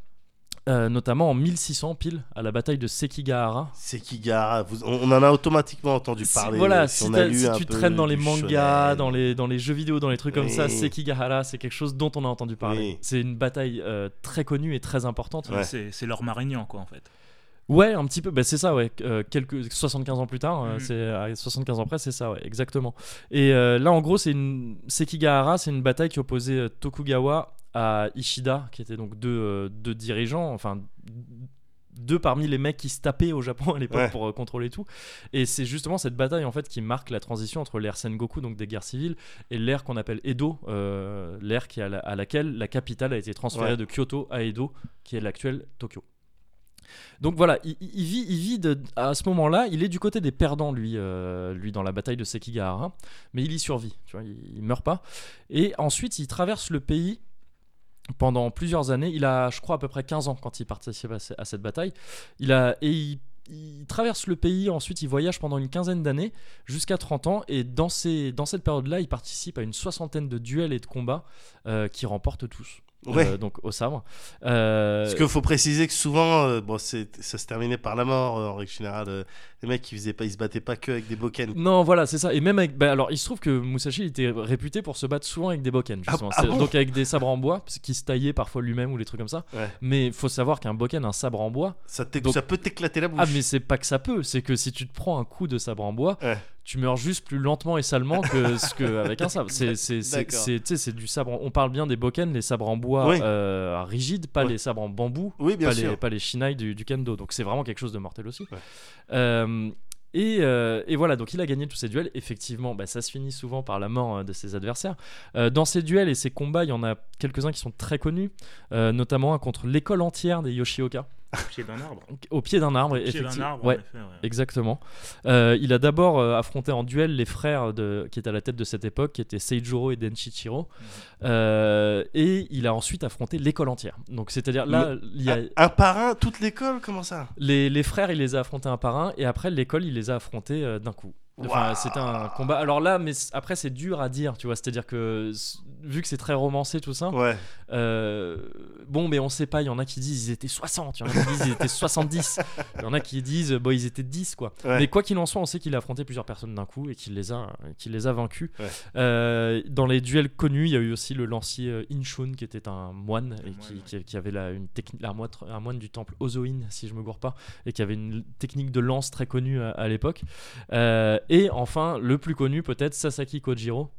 S1: euh, notamment en 1600 pile à la bataille de Sekigahara
S2: C'est Kigara. Vous- on on en a automatiquement entendu
S1: si-
S2: parler.
S1: Voilà,
S2: euh,
S1: si,
S2: on a
S1: t'as-
S2: lu
S1: si
S2: un
S1: tu
S2: peu
S1: traînes dans
S2: du
S1: les mangas,
S2: shonen.
S1: dans les, dans les jeux vidéo, dans les trucs comme ça,
S2: Oui.
S1: Sekigahara, c'est quelque chose dont on a entendu parler.
S2: Oui.
S1: C'est une bataille euh, très connue et très importante.
S2: Ouais.
S3: C'est c'est leur marignan, quoi, en fait.
S1: Ouais, un petit peu, bah, c'est ça, ouais. Euh, quelques, 75 ans plus tard, euh,
S3: Mm.
S1: c'est, euh, 75 ans après, c'est ça, ouais, exactement. Et euh, là, en gros, c'est une... Sekigahara, c'est une bataille qui opposait euh, Tokugawa à Ishida, qui étaient donc deux, euh, deux dirigeants, enfin deux parmi les mecs qui se tapaient au Japon à l'époque
S2: Ouais.
S1: pour euh, contrôler tout. Et c'est justement cette bataille en fait qui marque la transition entre l'ère Sengoku, donc des guerres civiles, et l'ère qu'on appelle Edo, euh, l'ère qui à, la- à laquelle la capitale a été transférée
S2: Ouais.
S1: de Kyoto à Edo, qui est l'actuelle Tokyo. Donc voilà, il, il- il vit, il vit de- à ce moment-là, il est du côté des perdants, lui, euh, lui dans la bataille de Sekigahara, mais il y survit, tu vois, il, il meurt pas. Et ensuite, il traverse le pays pendant plusieurs années. Il a, je crois, à peu près 15 ans quand il participe à, ce- à cette bataille. Il a, et il, il traverse le pays, ensuite il voyage pendant une quinzaine d'années, jusqu'à 30 ans, et dans, ces, dans cette période-là, il participe à une soixantaine de duels et de combats euh, qu'il remporte tous.
S2: Ouais.
S1: Euh, donc au sabre. Euh,
S2: Parce qu'il faut préciser que souvent, euh, bon, c'est- ça se terminait par la mort euh, en règle générale. euh, les mecs, ils, faisaient pas, ils se battaient pas que avec des bokken.
S1: Non, voilà, c'est ça. Et même avec. bah, alors, il se trouve que Musashi il était réputé pour se battre souvent avec des bokken, justement.
S2: Ah- ah
S1: C'est-
S2: bon
S1: donc, avec des sabres en bois, parce qu'il se taillait parfois lui-même ou des trucs comme ça.
S2: Ouais.
S1: Mais il faut savoir qu'un bokken, un sabre en bois.
S2: Ça, t'é-
S1: Donc-
S2: ça peut t'éclater la bouche.
S1: Ah, mais c'est pas que ça peut, c'est que si tu te prends un coup de sabre en bois,
S2: Ouais.
S1: tu meurs juste plus lentement et salement que ce que avec un sabre. C'est- c'est- C'est
S2: D'accord.
S1: c'est- tu sais, c'est du sabre. en- On parle bien des bokken, les sabres en bois
S2: Oui.
S1: euh, rigides, pas
S2: Ouais.
S1: les sabres en bambou
S2: Oui, bien
S1: pas
S2: sûr.
S1: les, pas les shinai du, du kendo. Donc c'est vraiment quelque chose de mortel aussi.
S2: Ouais.
S1: Euh, et, euh, et voilà, donc il a gagné tous ces duels. Effectivement, bah, ça se finit souvent par la mort euh, de ses adversaires. Euh, dans ces duels et ces combats, il y en a quelques-uns qui sont très connus, euh, notamment un contre l'école entière des Yoshioka.
S3: Au pied d'un arbre.
S1: Au pied d'un arbre,
S3: Au pied d'un
S1: effectivement.
S3: arbre,
S1: Ouais.
S3: en effet. ouais.
S1: Exactement. Euh, il a d'abord euh, affronté en duel les frères de, qui étaient à la tête de cette époque, qui étaient Seijuro et Denchichiro. Euh, et il a ensuite affronté l'école entière. Donc, c'est-à-dire là, il y a-
S2: Ah, Un, un par un, toute l'école, comment ça
S1: les, les frères, il les a affrontés un par un, et après, l'école, il les a affrontés euh, d'un coup. Enfin,
S2: Waouh.
S1: c'était un combat. Alors là, mais c- après, c'est dur à dire, tu vois. C'est-à-dire que, s- vu que c'est très romancé, tout ça,
S2: Ouais.
S1: euh, bon, mais on sait pas. Il y en a qui disent ils étaient 60, il y en a qui disent ils étaient 70, il y en a qui disent bon, ils étaient 10, quoi.
S2: Ouais.
S1: Mais quoi qu'il en soit, on sait qu'il a affronté plusieurs personnes d'un coup et qu'il les a, qu'il les a vaincus.
S2: Ouais.
S1: Euh, dans les duels connus, il y a eu aussi le lancier euh, Inshun qui était un moine et
S3: Un
S1: qui,
S3: moine,
S1: qui- qui avait la, une technique, la moitre- un moine du temple Ozoin, si je me gourre pas, et qui avait une l- technique de lance très connue à, à l'époque. Euh, et enfin, le plus connu peut-être, Sasaki Kojiro,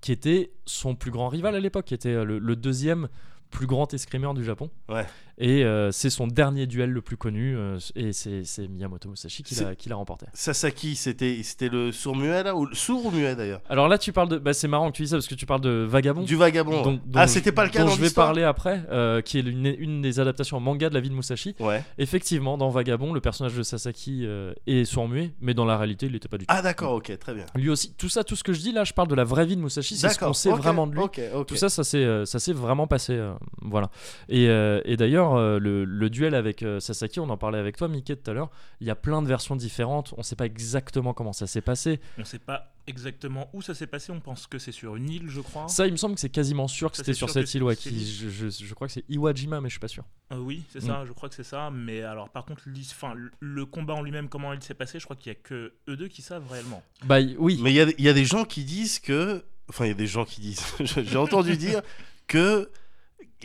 S1: qui était son plus grand rival à l'époque, qui était euh, le, le deuxième plus grand escrimeur du Japon.
S2: Ouais.
S1: Et euh, c'est son dernier duel le plus connu, euh, et c'est c'est Miyamoto Musashi qui l'a- qui l'a remporté.
S2: Sasaki, c'était c'était le sourd muet là ou le sourd ou muet d'ailleurs
S1: Alors là, tu parles de. Bah, c'est marrant que tu dis ça parce que tu parles de Vagabond.
S2: Du vagabond.
S1: dont- dont
S2: ah,
S1: je-
S2: c'était pas le cas
S1: dont
S2: dans
S1: je vais
S2: l'histoire
S1: parler après, euh, qui est une, une des adaptations en manga de la vie de Musashi.
S2: Ouais.
S1: Effectivement, dans Vagabond, le personnage de Sasaki euh, est sourd-muet, mais dans la réalité, il l'était pas du tout.
S2: Ah d'accord, ok, très bien.
S1: Lui aussi, tout ça, tout ce que je dis là, je parle de la vraie vie de Musashi, c'est ce qu'on
S2: D'accord.
S1: sait
S2: ok,
S1: vraiment de lui.
S2: Ok, ok.
S1: Tout ça, ça s'est, euh, ça s'est vraiment passé. euh, voilà. Et, euh, et d'ailleurs, euh, le, le duel avec euh, Sasaki, on en parlait avec toi, Mickey, tout à l'heure. Il y a plein de versions différentes. On sait pas exactement comment ça s'est passé.
S3: On ne sait pas exactement où ça s'est passé. On pense que c'est sur une île, je crois.
S1: Ça, il me semble que c'est quasiment sûr que
S3: Ça,
S1: c'était
S3: c'est
S1: sur
S3: sûr que
S1: cette île. Ouais,
S3: c'est-
S1: qui, je, je- je crois que c'est Iwajima, mais je suis pas sûr.
S3: Euh, oui,
S1: Mm.
S3: c'est ça. Je crois que c'est ça. Mais alors, par contre, l'is- enfin, le- le combat en lui-même, comment il s'est passé, je crois qu'il n'y a que eux deux qui savent réellement.
S1: Bah y- oui.
S2: Mais il y a- il y, a des gens qui disent que. Enfin, il y a des gens qui disent. J'ai entendu dire que.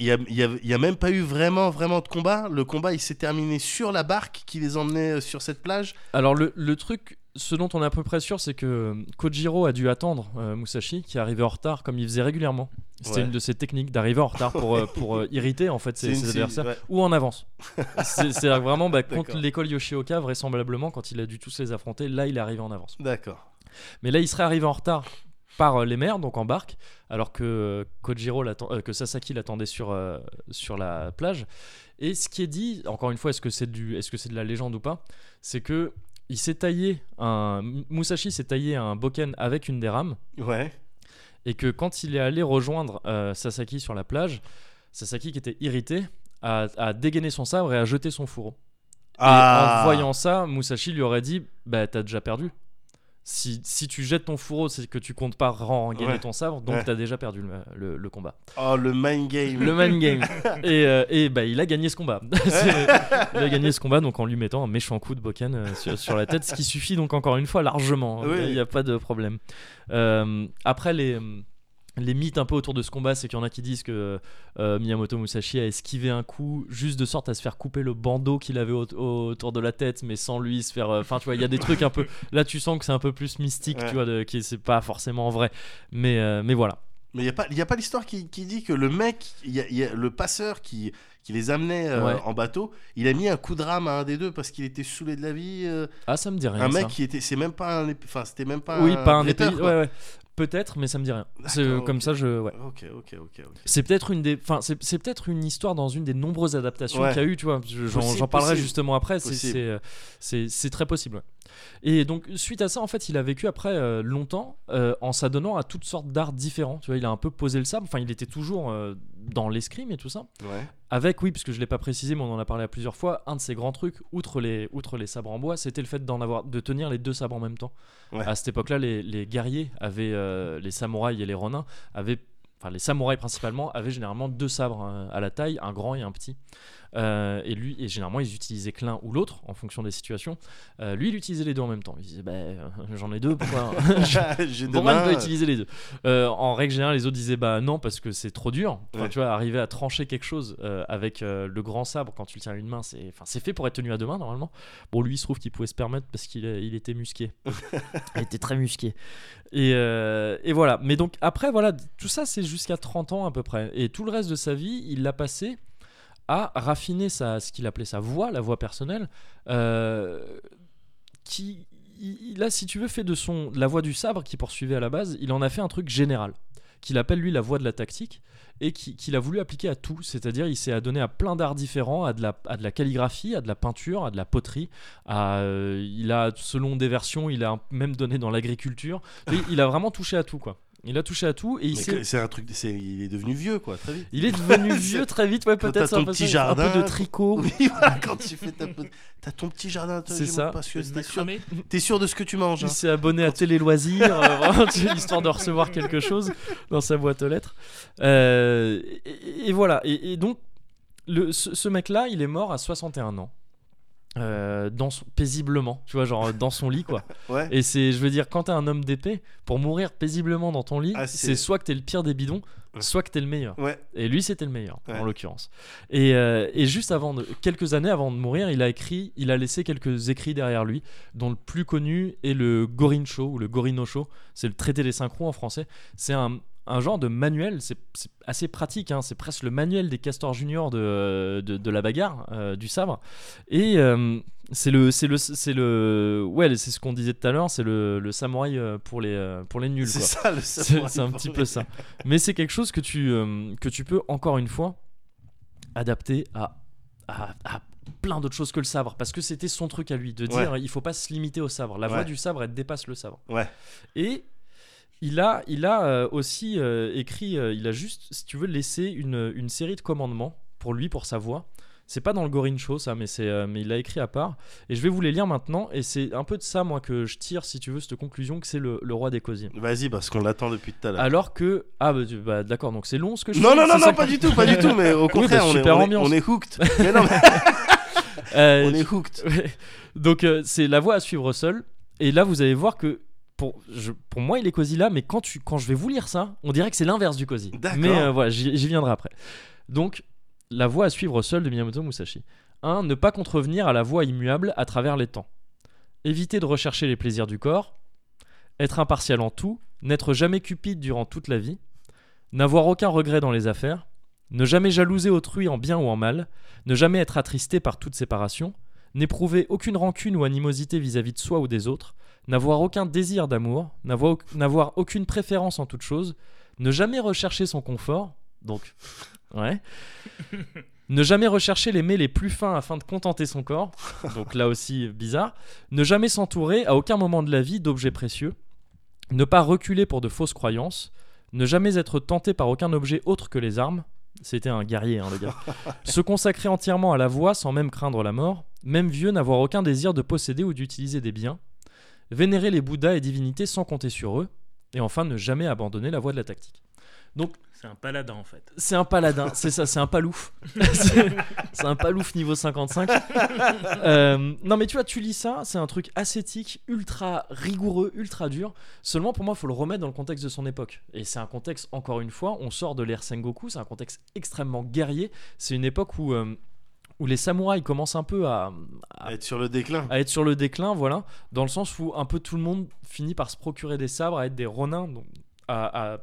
S2: Il n'y a, il y a- il y a même pas eu vraiment, vraiment de combat. Le combat, il s'est terminé sur la barque qui les emmenait euh, sur cette plage.
S1: Alors le, le truc, ce dont on est à peu près sûr, c'est que euh, Kojiro a dû attendre euh, Musashi, qui arrivait en retard, comme il faisait régulièrement. C'était
S2: Ouais.
S1: une de ses techniques d'arriver en retard pour, euh, pour euh, irriter en fait ses,
S2: une-
S1: ses adversaires.
S2: ouais.
S1: Ou en avance. C'est- C'est vraiment bah, contre
S2: D'accord.
S1: l'école Yoshioka, vraisemblablement, quand il a dû tous les affronter, là il est arrivé en avance.
S2: D'accord.
S1: Mais là il serait arrivé en retard par euh, les mers, donc en barque, alors que, euh, Kojiro l'attend- euh, que Sasaki l'attendait sur, euh, sur la plage. Et ce qui est dit, encore une fois, est-ce que c'est est -ce de la légende ou pas C'est que il s'est taillé un. Musashi s'est taillé un boken avec une des rames
S2: Ouais.
S1: et que quand il est allé rejoindre euh, Sasaki sur la plage, Sasaki qui était irrité a, a dégainé son sabre et a jeté son fourreau.
S2: Ah.
S1: Et en voyant ça, Musashi lui aurait dit Bah, t'as déjà perdu. Si, si tu jettes ton fourreau, c'est que tu comptes pas ren- gagner
S2: Ouais.
S1: ton sabre, donc
S2: Ouais.
S1: t'as déjà perdu le, le- le combat.
S2: Oh, le mind game.
S1: Le man game. et, euh, et bah, il a gagné ce combat. C'est- il a gagné ce combat donc en lui mettant un méchant coup de boken euh, sur, sur la tête, ce qui suffit donc encore une fois largement. hein.
S2: Oui.
S1: Il n'y a pas de problème. Euh, après les les mythes un peu autour de ce combat, c'est qu'il y en a qui disent que euh, Miyamoto Musashi a esquivé un coup juste de sorte à se faire couper le bandeau qu'il avait au- au- autour de la tête, mais sans lui se faire. euh, Enfin, tu vois, il y a des trucs un peu. Là, tu sens que c'est un peu plus mystique,
S2: Ouais.
S1: tu vois, de- qui c'est pas forcément vrai. Mais euh, mais voilà.
S2: Mais il n'y a pas, il y a pas l'histoire qui, qui dit que le mec, il y a- il y a le passeur qui, qui les amenait euh,
S1: Ouais.
S2: en bateau, il a mis un coup de rame à un des deux parce qu'il était saoulé de la vie. euh,
S1: Ah, ça me dit rien.
S2: un
S1: ça.
S2: mec qui était. C'est même pas un. ép- Enfin, c'était même pas
S1: Oui,
S2: un.
S1: pas un des
S2: traiteur,
S1: pays-
S2: quoi. Ah,
S1: ouais, ouais. Peut-être, mais ça me dit rien. C'est
S2: D'accord,
S1: comme
S2: ok.
S1: ça, je. Ouais.
S2: Ok, ok, ok, ok.
S1: C'est peut-être une des, enfin c'est, c'est peut-être une histoire dans une des nombreuses adaptations
S2: Ouais.
S1: qu'il y a eu, tu vois. Je- J'en,
S2: Possible,
S1: j'en parlerai
S2: possible.
S1: justement après. C'est,
S2: Possible.
S1: c'est, euh, c'est- c'est très possible. ouais. Et donc suite à ça, en fait, il a vécu après euh, longtemps euh, en s'adonnant à toutes sortes d'arts différents. Tu vois, il a un peu posé le sabre. Enfin, il était toujours euh, dans l'escrime et tout ça.
S2: Ouais.
S1: Avec, oui, parce que je l'ai pas précisé, mais on en a parlé à plusieurs fois. Un de ses grands trucs, outre les, outre les sabres en bois, c'était le fait d'en avoir, de tenir les deux sabres en même temps.
S2: Ouais.
S1: À cette époque-là, les, les guerriers avaient, euh, les samouraïs et les ronins avaient, enfin les samouraïs principalement avaient généralement deux sabres euh, à la taille, un grand et un petit. Euh, et lui, et généralement ils utilisaient que l'un ou l'autre en fonction des situations. Euh, lui, il utilisait les deux en même temps. Il disait, bah, euh, j'en ai deux, pourquoi hein.
S2: J'ai
S1: Bon,
S2: demain,
S1: on peut
S2: euh,
S1: utiliser les deux. Euh, en règle générale, les autres disaient bah non parce que c'est trop dur. Enfin,
S2: Ouais.
S1: Tu vois, arriver à trancher quelque chose euh, avec euh, le grand sabre quand tu le tiens à une main, c'est enfin, c'est fait pour être tenu à deux mains normalement. Bon, lui, il se trouve qu'il pouvait se permettre parce qu'il euh, il était musqué. il était très musqué. Et, euh, et voilà. Mais donc après, voilà, tout ça, c'est jusqu'à 30 ans à peu près. Et tout le reste de sa vie, il l'a passé à raffiner sa, ce qu'il appelait sa voix, la voix personnelle, euh, qui, il il a, si tu veux, fait de son de la voix du sabre qui poursuivait à la base, il en a fait un truc général qu'il appelle lui la voie de la tactique et qui- qu'il a voulu appliquer à tout. C'est-à-dire, il s'est adonné à plein d'arts différents, à de, la, à de la calligraphie, à de la peinture, à de la poterie. À, euh, il a, selon des versions, il a même donné dans l'agriculture. Et il a vraiment touché à tout, quoi. Il a touché à tout et il
S2: Mais
S1: s'est
S2: que- C'est un truc. c'est- Il est devenu vieux, quoi, très vite.
S1: il est devenu
S2: C'est-
S1: vieux très vite, ouais,
S2: Quand
S1: peut-être
S2: t'as
S1: ça
S2: ton
S1: parce
S2: petit
S1: que un peu
S2: jardin.
S1: de tricot.
S2: Oui, voilà, quand tu fais ta pe- T'as ton petit jardin, toi,
S1: C'est
S2: j'ai
S1: ça.
S2: mon patio,
S3: Le
S2: T'es sûr,
S3: macramé
S2: t'es sûr de ce que tu manges. hein.
S1: Il s'est abonné à Télé Loisirs, euh, vraiment, tu sais, histoire de recevoir quelque chose dans sa boîte aux lettres. Euh, et, et voilà. Et, et donc, le, ce, ce mec-là, il est mort à 61 ans. Euh, dans son- paisiblement, tu vois, genre dans son lit, quoi.
S2: Ouais.
S1: Et c'est, je veux dire, quand t'es un homme d'épée, pour mourir paisiblement dans ton lit,
S2: Ah, c'est-
S1: c'est soit que t'es le pire des bidons,
S2: Ouais.
S1: soit que t'es le meilleur.
S2: Ouais.
S1: Et lui, c'était le meilleur,
S2: Ouais.
S1: en l'occurrence. Et, euh, et juste avant, de, quelques années avant de mourir, il a écrit, il a laissé quelques écrits derrière lui, dont le plus connu est le Gorincho ou le Gorinocho. C'est le traité des synchros en français. C'est un, un genre de manuel, c'est c'est assez pratique, hein, c'est presque le manuel des castors juniors de, euh, de, de la bagarre, euh, du sabre. Et euh, c'est le, c'est le, c'est le, ouais, c'est ce qu'on disait tout à l'heure, c'est le, le samouraï euh, pour les, euh, pour les nuls.
S2: C'est
S1: quoi.
S2: ça le
S1: C'est
S2: samouraï
S1: c'est un
S2: pour
S1: petit
S2: les-
S1: peu ça. Mais c'est quelque chose que tu, euh, que tu peux, encore une fois, adapter à, à, à plein d'autres choses que le sabre. Parce que c'était son truc à lui, de dire il faut pas se limiter au sabre. La voix
S2: Ouais.
S1: du sabre, elle dépasse le sabre.
S2: Ouais.
S1: Et il a, il a euh, aussi euh, écrit, euh, il a juste, si tu veux, laissé une, une série de commandements pour lui, pour sa voix. C'est pas dans le Gorincho ça, mais, c'est, euh, mais il l'a écrit à part. Et je vais vous les lire maintenant. Et c'est un peu de ça, moi, que je tire, si tu veux, cette conclusion que c'est le, le roi des cosiers.
S2: Vas-y, parce qu'on l'attend depuis tout à l'heure.
S1: Alors que. Ah, bah, tu- bah, d'accord, donc c'est long ce que je
S2: Non,
S1: fais,
S2: non,
S1: c'est
S2: non,
S1: ça
S2: non,
S1: que-
S2: pas du tout, pas du tout, mais au contraire,
S1: bah,
S2: on, est,
S1: super
S2: on est-
S1: ambiance.
S2: on est hooked. Mais non, mais
S1: Euh,
S2: on est hooked.
S1: ouais. Donc, euh, c'est la voie à suivre seule. Et là, vous allez voir que. Pour, je- pour moi, il est cosy là, mais quand, tu, quand je vais vous lire ça, on dirait que c'est l'inverse du cosy.
S2: D'accord.
S1: Mais euh, voilà, j'y j'y viendrai après. Donc, la voie à suivre seule de Miyamoto Musashi. 1. Ne pas contrevenir à la voie immuable à travers les temps. Éviter de rechercher les plaisirs du corps. Être impartial en tout. N'être jamais cupide durant toute la vie. N'avoir aucun regret dans les affaires. Ne jamais jalouser autrui en bien ou en mal. Ne jamais être attristé par toute séparation. N'éprouver aucune rancune ou animosité vis-à-vis de soi ou des autres. N'avoir aucun désir d'amour. N'avoir au- n'avoir aucune préférence en toute chose. Ne jamais rechercher son confort. Donc, ouais. Ne jamais rechercher les mets les plus fins afin de contenter son corps. Donc là aussi, bizarre. Ne jamais s'entourer à aucun moment de la vie d'objets précieux. Ne pas reculer pour de fausses croyances. Ne jamais être tenté par aucun objet autre que les armes. C'était un guerrier, hein, le gars. Se consacrer entièrement à la voie sans même craindre la mort. Même vieux, n'avoir aucun désir de posséder ou d'utiliser des biens. Vénérer les bouddhas et divinités sans compter sur eux. Et enfin, ne jamais abandonner la voie de la tactique.
S3: C'est un paladin en fait.
S1: C'est un paladin, c'est ça, c'est un palouf. c'est c'est un palouf niveau 55. Euh, non, mais tu vois, tu lis ça, c'est un truc ascétique, ultra rigoureux, ultra dur. Seulement, pour moi, il faut le remettre dans le contexte de son époque. Et c'est un contexte, encore une fois, on sort de l'ère Sengoku, c'est un contexte extrêmement guerrier. C'est une époque où, euh, où les samouraïs commencent un peu à, à
S2: Être sur le déclin.
S1: à Ah. être sur le déclin, voilà, dans le sens où un peu tout le monde finit par se procurer des sabres, à être des ronins, donc à, à-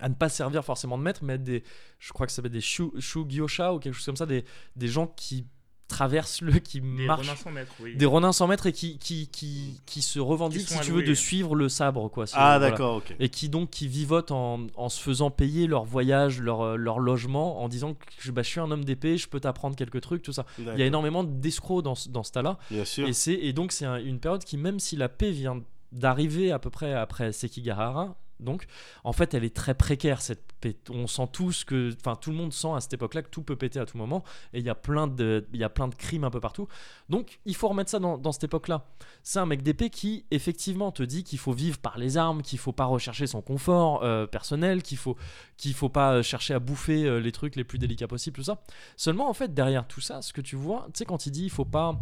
S1: à ne pas servir forcément de maître, mais être des, je crois que ça s'appelle des shu, shugyosha ou quelque chose comme ça, des, des gens qui traversent le, qui
S3: Des
S1: marchent,
S3: renards sans maître, oui.
S1: des ronins sans maître et qui, qui, qui, qui se revendiquent,
S3: sont
S1: si tu
S3: alloués.
S1: veux, de suivre le sabre, quoi. si-
S2: Ah,
S1: voilà.
S2: d'accord, ok.
S1: Et qui donc qui vivotent en, en se faisant payer leur voyage, leur, euh, leur logement, en disant que je- bah, je suis un homme d'épée, je peux t'apprendre quelques trucs, tout ça. Il y a
S2: D'accord,
S1: énormément d'escrocs dans, ce- dans ce tas-là.
S2: Bien sûr.
S1: Et, c'est, et donc, c'est un- une période qui, même si la paix vient d'arriver à peu près après Sekigahara, donc, en fait, elle est très précaire, cette paix. On sent tous que. Enfin, tout le monde sent à cette époque-là que tout peut péter à tout moment. Et il y a plein de, il y a plein de crimes un peu partout. Donc, il faut remettre ça dans, dans cette époque-là. C'est un mec d'épée qui, effectivement, te dit qu'il faut vivre par les armes, qu'il faut pas rechercher son confort euh, personnel, qu'il faut, qu'il faut pas euh, chercher à bouffer euh, les trucs les plus délicats possibles, tout ça. Seulement, en fait, derrière tout ça, ce que tu vois, tu sais, quand il dit il faut pas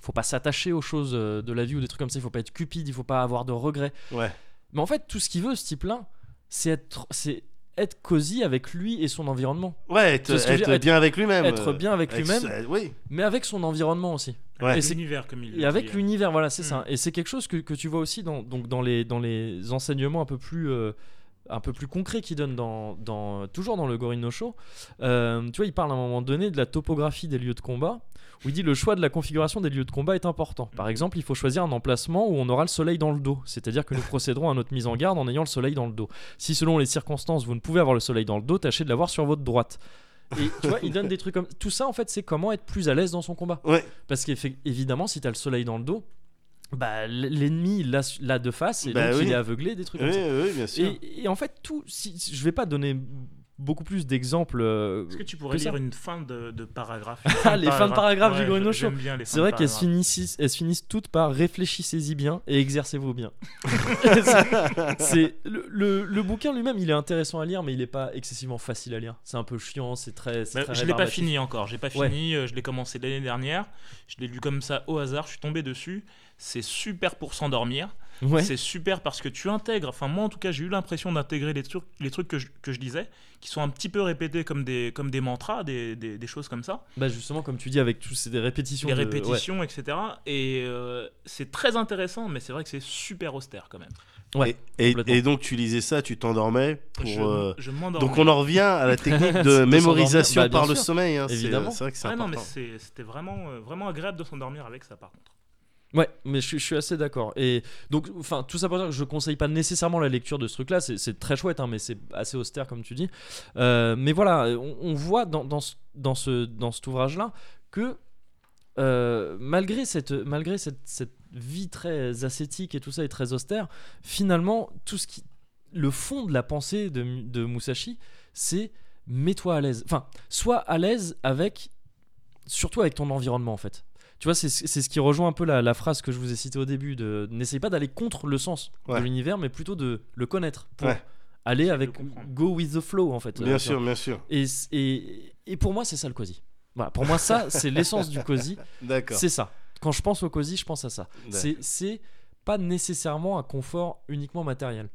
S1: faut pas s'attacher aux choses euh, de la vie ou des trucs comme ça, il faut pas être cupide, il faut pas avoir de regrets.
S2: Ouais.
S1: Mais en fait, tout ce qu'il veut, ce type-là, c'est être, c'est être cosy avec lui et son environnement.
S2: Ouais, être,
S1: C'est ce que je veux
S2: être
S1: dire, être-
S2: bien avec lui-même.
S1: être
S2: euh,
S1: bien avec lui-même,
S2: euh, Oui.
S1: mais avec son environnement aussi.
S2: Ouais.
S1: Et
S3: Avec
S1: c'est-
S3: l'univers comme il
S1: Et avec
S3: lui
S1: l'univers, voilà, c'est
S3: Mm.
S1: ça. Et c'est quelque chose que, que tu vois aussi dans, donc dans, les, dans les enseignements un peu plus, euh, un peu plus concrets qu'il donne dans, dans, toujours dans le Gorino Show. Euh, tu vois, il parle à un moment donné de la topographie des lieux de combat, où il dit le choix de la configuration des lieux de combat est important. Par exemple, il faut choisir un emplacement où on aura le soleil dans le dos, c'est-à-dire que nous procéderons à notre mise en garde en ayant le soleil dans le dos. Si selon les circonstances vous ne pouvez avoir le soleil dans le dos, tâchez de l'avoir sur votre droite. Et tu vois, il donne des trucs comme tout ça. En fait, c'est comment être plus à l'aise dans son combat.
S2: Ouais.
S1: Parce qu'évidemment, si t'as le soleil dans le dos, bah l- l'ennemi il l'a su- l'a de face et
S2: Bah
S1: donc il
S2: oui.
S1: est aveuglé des trucs
S2: Oui,
S1: comme ça.
S2: oui, bien sûr.
S1: Et, et en fait, tout. Si, si- je vais pas donner beaucoup plus d'exemples. euh,
S3: Est-ce que tu pourrais
S1: Que ça.
S3: lire une fin de, de paragraphe
S1: Ah, les fins de paragraphe du Bruno Show.
S3: J'aime bien les
S1: euh,
S3: fins
S1: C'est
S3: de
S1: vrai qu'elles se
S3: paragraphe.
S1: finissent, elles se finissent toutes par réfléchissez-y bien et exercez-vous bien. C'est- c'est le, le- le bouquin lui-même, il est intéressant à lire, mais il est pas excessivement facile à lire. C'est un peu chiant, c'est très. c'est
S3: Bah,
S1: très
S3: je l'ai pas
S1: rébarbatif.
S3: fini encore, j'ai pas
S1: Ouais.
S3: fini, euh, je l'ai commencé l'année dernière, je l'ai lu comme ça au hasard, je suis tombé dessus, c'est super pour s'endormir,
S1: Ouais.
S3: c'est super parce que tu intègres, enfin moi en tout cas j'ai eu l'impression d'intégrer les trucs, les trucs que, je, que je disais, qui sont un petit peu répétés comme des, comme des mantras, des, des- des choses comme ça,
S1: Bah justement, comme tu dis, avec tous ces des répétitions.
S3: les
S1: de- ouais.
S3: répétitions, etc. Et euh, c'est très intéressant, mais c'est vrai que c'est super austère quand même.
S1: Ouais,
S2: et, et-
S1: complètement.
S2: et donc tu lisais ça, tu t'endormais pour.
S3: je
S2: euh,
S3: je m'endormais.
S2: Donc on en revient à la technique de
S1: s'endormir.
S2: mémorisation
S1: Bah, bien
S2: par le
S1: sûr.
S2: sommeil. hein. C'est-
S1: Évidemment. Ah
S2: C'est vrai que c'est
S3: Ouais, non, mais
S2: important.
S3: c'est- c'était vraiment, euh, vraiment agréable de s'endormir avec ça par contre.
S1: Ouais, mais je, suis- je suis assez d'accord. Et donc, enfin, tout ça pour dire que je conseille pas nécessairement la lecture de ce truc-là. C'est- C'est très chouette, hein, mais c'est assez austère, comme tu dis. Euh, mais voilà, on, on voit dans, dans, ce, dans, ce, dans cet ouvrage-là que euh, malgré, cette, malgré cette, cette vie très ascétique et tout ça, et très austère, finalement, tout ce qui. Le fond de la pensée de, Mu- de Musashi, c'est mets-toi à l'aise. Enfin, sois à l'aise avec. Surtout avec ton environnement, en fait. Tu vois, c'est c'est ce qui rejoint un peu la, la phrase que je vous ai citée au début de n'essaye pas d'aller contre le sens
S2: Ouais.
S1: de l'univers, mais plutôt de le connaître pour
S2: Ouais.
S1: aller avec
S3: comprendre.
S1: go with the flow en fait.
S2: Bien
S1: Euh,
S2: sûr, bien sûr.
S1: Et, c- et, et pour moi, c'est ça le cosy. Voilà, pour moi, ça, c'est l'essence du cosy.
S2: D'accord.
S1: C'est ça. Quand je pense au cosy, je pense à ça.
S2: D'accord.
S1: C'est c'est pas nécessairement un confort uniquement matériel.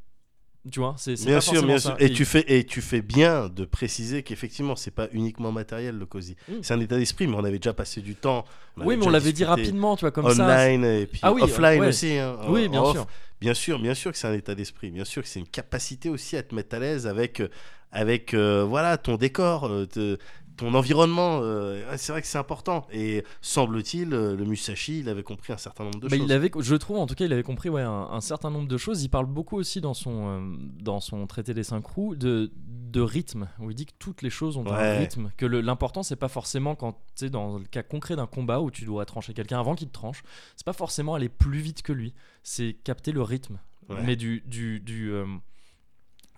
S1: Tu vois, c'est c'est
S2: Bien
S1: pas
S2: sûr,
S1: forcément
S2: bien
S1: ça.
S2: sûr. Et tu fais et tu fais bien de préciser qu'effectivement c'est pas uniquement matériel le cosy.
S1: Mm.
S2: C'est un état d'esprit, mais on avait déjà passé du temps. on avait
S1: Oui, mais on
S2: déjà
S1: l'avait dit
S2: Bah, discuté
S1: rapidement, tu vois, comme ça.
S2: Online et puis
S1: Ah oui,
S2: offline
S1: ouais.
S2: aussi. hein, en-
S1: Oui, bien
S2: en
S1: sûr.
S2: off. Bien sûr, bien sûr que c'est un état d'esprit. Bien sûr que c'est une capacité aussi à te mettre à l'aise avec avec euh, voilà ton décor, euh, te- ton environnement. euh, ouais, c'est vrai que c'est important. Et semble-t-il, euh, le Musashi, il avait compris un certain nombre de
S1: Bah,
S2: choses.
S1: il avait, je trouve en tout cas, il avait compris ouais, un, un certain nombre de choses. Il parle beaucoup aussi dans son, euh, dans son traité des cinq roues de, de rythme, où il dit que toutes les choses ont
S2: Ouais.
S1: un rythme, que le- l'important c'est pas forcément quand tu sais dans le cas concret d'un combat où tu dois trancher quelqu'un avant qu'il te tranche, c'est pas forcément aller plus vite que lui, c'est capter le rythme,
S2: Ouais.
S1: mais du, du, du euh,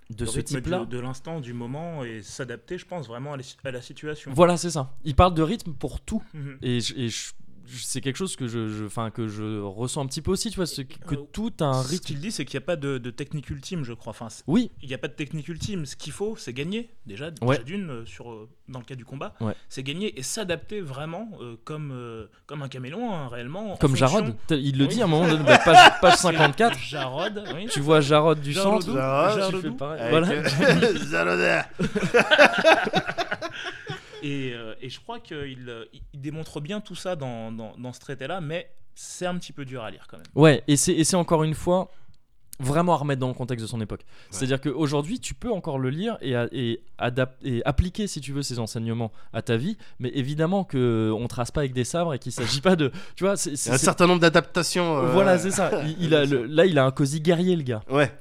S1: de
S3: Le
S1: ce
S3: rythme
S1: type-là.
S3: du- De, l'instant, du moment, et s'adapter, je pense, vraiment à, la- à la situation.
S1: Voilà, c'est ça. Il parle de rythme pour tout,
S3: Mhm.
S1: et, je- et je- je- c'est quelque chose que je, je, 'fin, que je ressens un petit peu aussi, tu vois, ce- que
S3: Euh,
S1: tout a un
S3: Ce
S1: rythme.
S3: qu'il dit, c'est qu'il n'y a pas de, de technique ultime, je crois. Enfin, c'est-
S1: Oui,
S3: il n'y a pas de technique ultime. Ce qu'il faut, c'est gagner, déjà, déjà
S1: Ouais.
S3: d'une, euh, sur, euh, dans le cas du combat.
S1: Ouais.
S3: C'est gagner et s'adapter vraiment euh, comme, euh, comme un caméléon, hein, réellement. en
S1: Comme
S3: fonction-
S1: Jarod, T'as- il le
S3: Oui.
S1: dit à un moment donné, bah, page, page
S3: C'est
S1: 54,
S3: Jarod, oui.
S1: tu vois Jarod du
S3: Jarod,
S1: centre,
S2: Jarod,
S1: tu
S3: Jarod.
S1: fais pareil.
S2: Avec,
S1: Voilà.
S2: euh, Zaloder.
S3: Et, euh, et je crois qu'il euh, il- il démontre bien tout ça dans, dans, dans ce traité-là, mais c'est un petit peu dur à lire quand même.
S1: Ouais, et c'est et c'est encore une fois vraiment à remettre dans le contexte de son époque. C'est-à-dire qu'aujourd'hui, tu peux encore le lire et, a- et, adap- et appliquer, si tu veux, ces enseignements à ta vie, mais évidemment que on trace pas avec des sabres et qu'il s'agit pas de... Tu vois, c'est...
S2: Il
S1: c'est-
S2: y a un
S1: c'est-
S2: certain nombre d'adaptations. euh,
S1: Voilà, c'est ça. Il, il a le- là, il a un cosy guerrier, le gars.
S2: Ouais.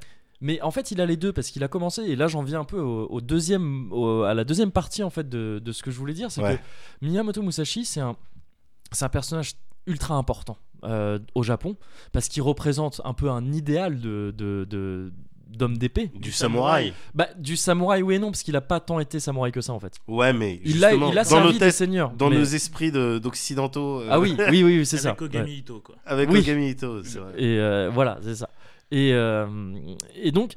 S1: Mais en fait, il a les deux parce qu'il a commencé et là, j'en viens un peu au, au deuxième, au- à la deuxième partie en fait de, de ce que je voulais dire, c'est
S2: Ouais.
S1: que Miyamoto Musashi, c'est un, c'est un personnage ultra important euh, au Japon parce qu'il représente un peu un idéal de, de- de- d'homme d'épée.
S2: Du samouraï.
S1: Bah, du samouraï oui et non parce qu'il a pas tant été samouraï que ça en fait.
S2: Ouais, mais
S1: Il a,
S2: justement,
S1: il a
S2: dans nos
S1: servi des
S2: têtes,
S1: seigneurs.
S2: dans
S1: mais-
S2: nos esprits de- d'occidentaux. euh,
S1: Ah oui, oui, oui, oui, c'est ça.
S3: Avec Ogami
S1: Ouais.
S3: Ito, quoi.
S2: Avec
S1: Oui.
S2: Ogami Ito, c'est vrai.
S1: Et euh, voilà, c'est ça. Et, euh, et donc,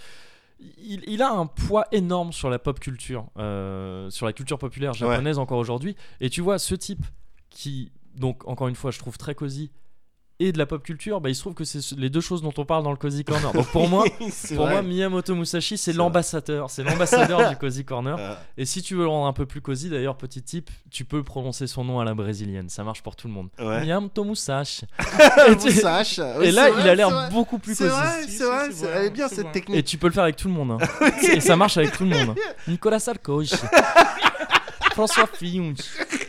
S1: il, il a un poids énorme sur la pop culture, euh, sur la culture populaire japonaise encore aujourd'hui. Et tu vois, ce type qui, donc, encore une fois, je trouve très cosy et de la pop culture, bah, il se trouve que c'est ce- les deux choses dont on parle dans le Cozy Corner. Donc pour moi,
S2: C'est
S1: pour
S2: vrai.
S1: moi Miyamoto Musashi, c'est
S2: C'est
S1: l'ambassadeur, c'est l'ambassadeur du Cozy Corner.
S2: Euh,
S1: Et si tu veux le rendre un peu plus cosy, d'ailleurs, petit type, tu peux prononcer son nom à la brésilienne, ça marche pour tout le monde.
S2: ouais. Ah,
S1: Miyamoto Musashi.
S2: Et,
S1: Et tu- et là, il a l'air beaucoup plus
S2: C'est
S1: cosy.
S2: vrai,
S3: Si,
S2: c'est
S3: si,
S2: vrai,
S3: c'est
S2: c'est-
S3: vrai,
S2: elle est bien
S3: c'est
S2: cette
S3: vrai.
S1: Et
S2: technique.
S1: tu peux le faire avec tout le monde. hein. et ça marche avec tout le monde. Nicolas Sarkozy. François Fillon.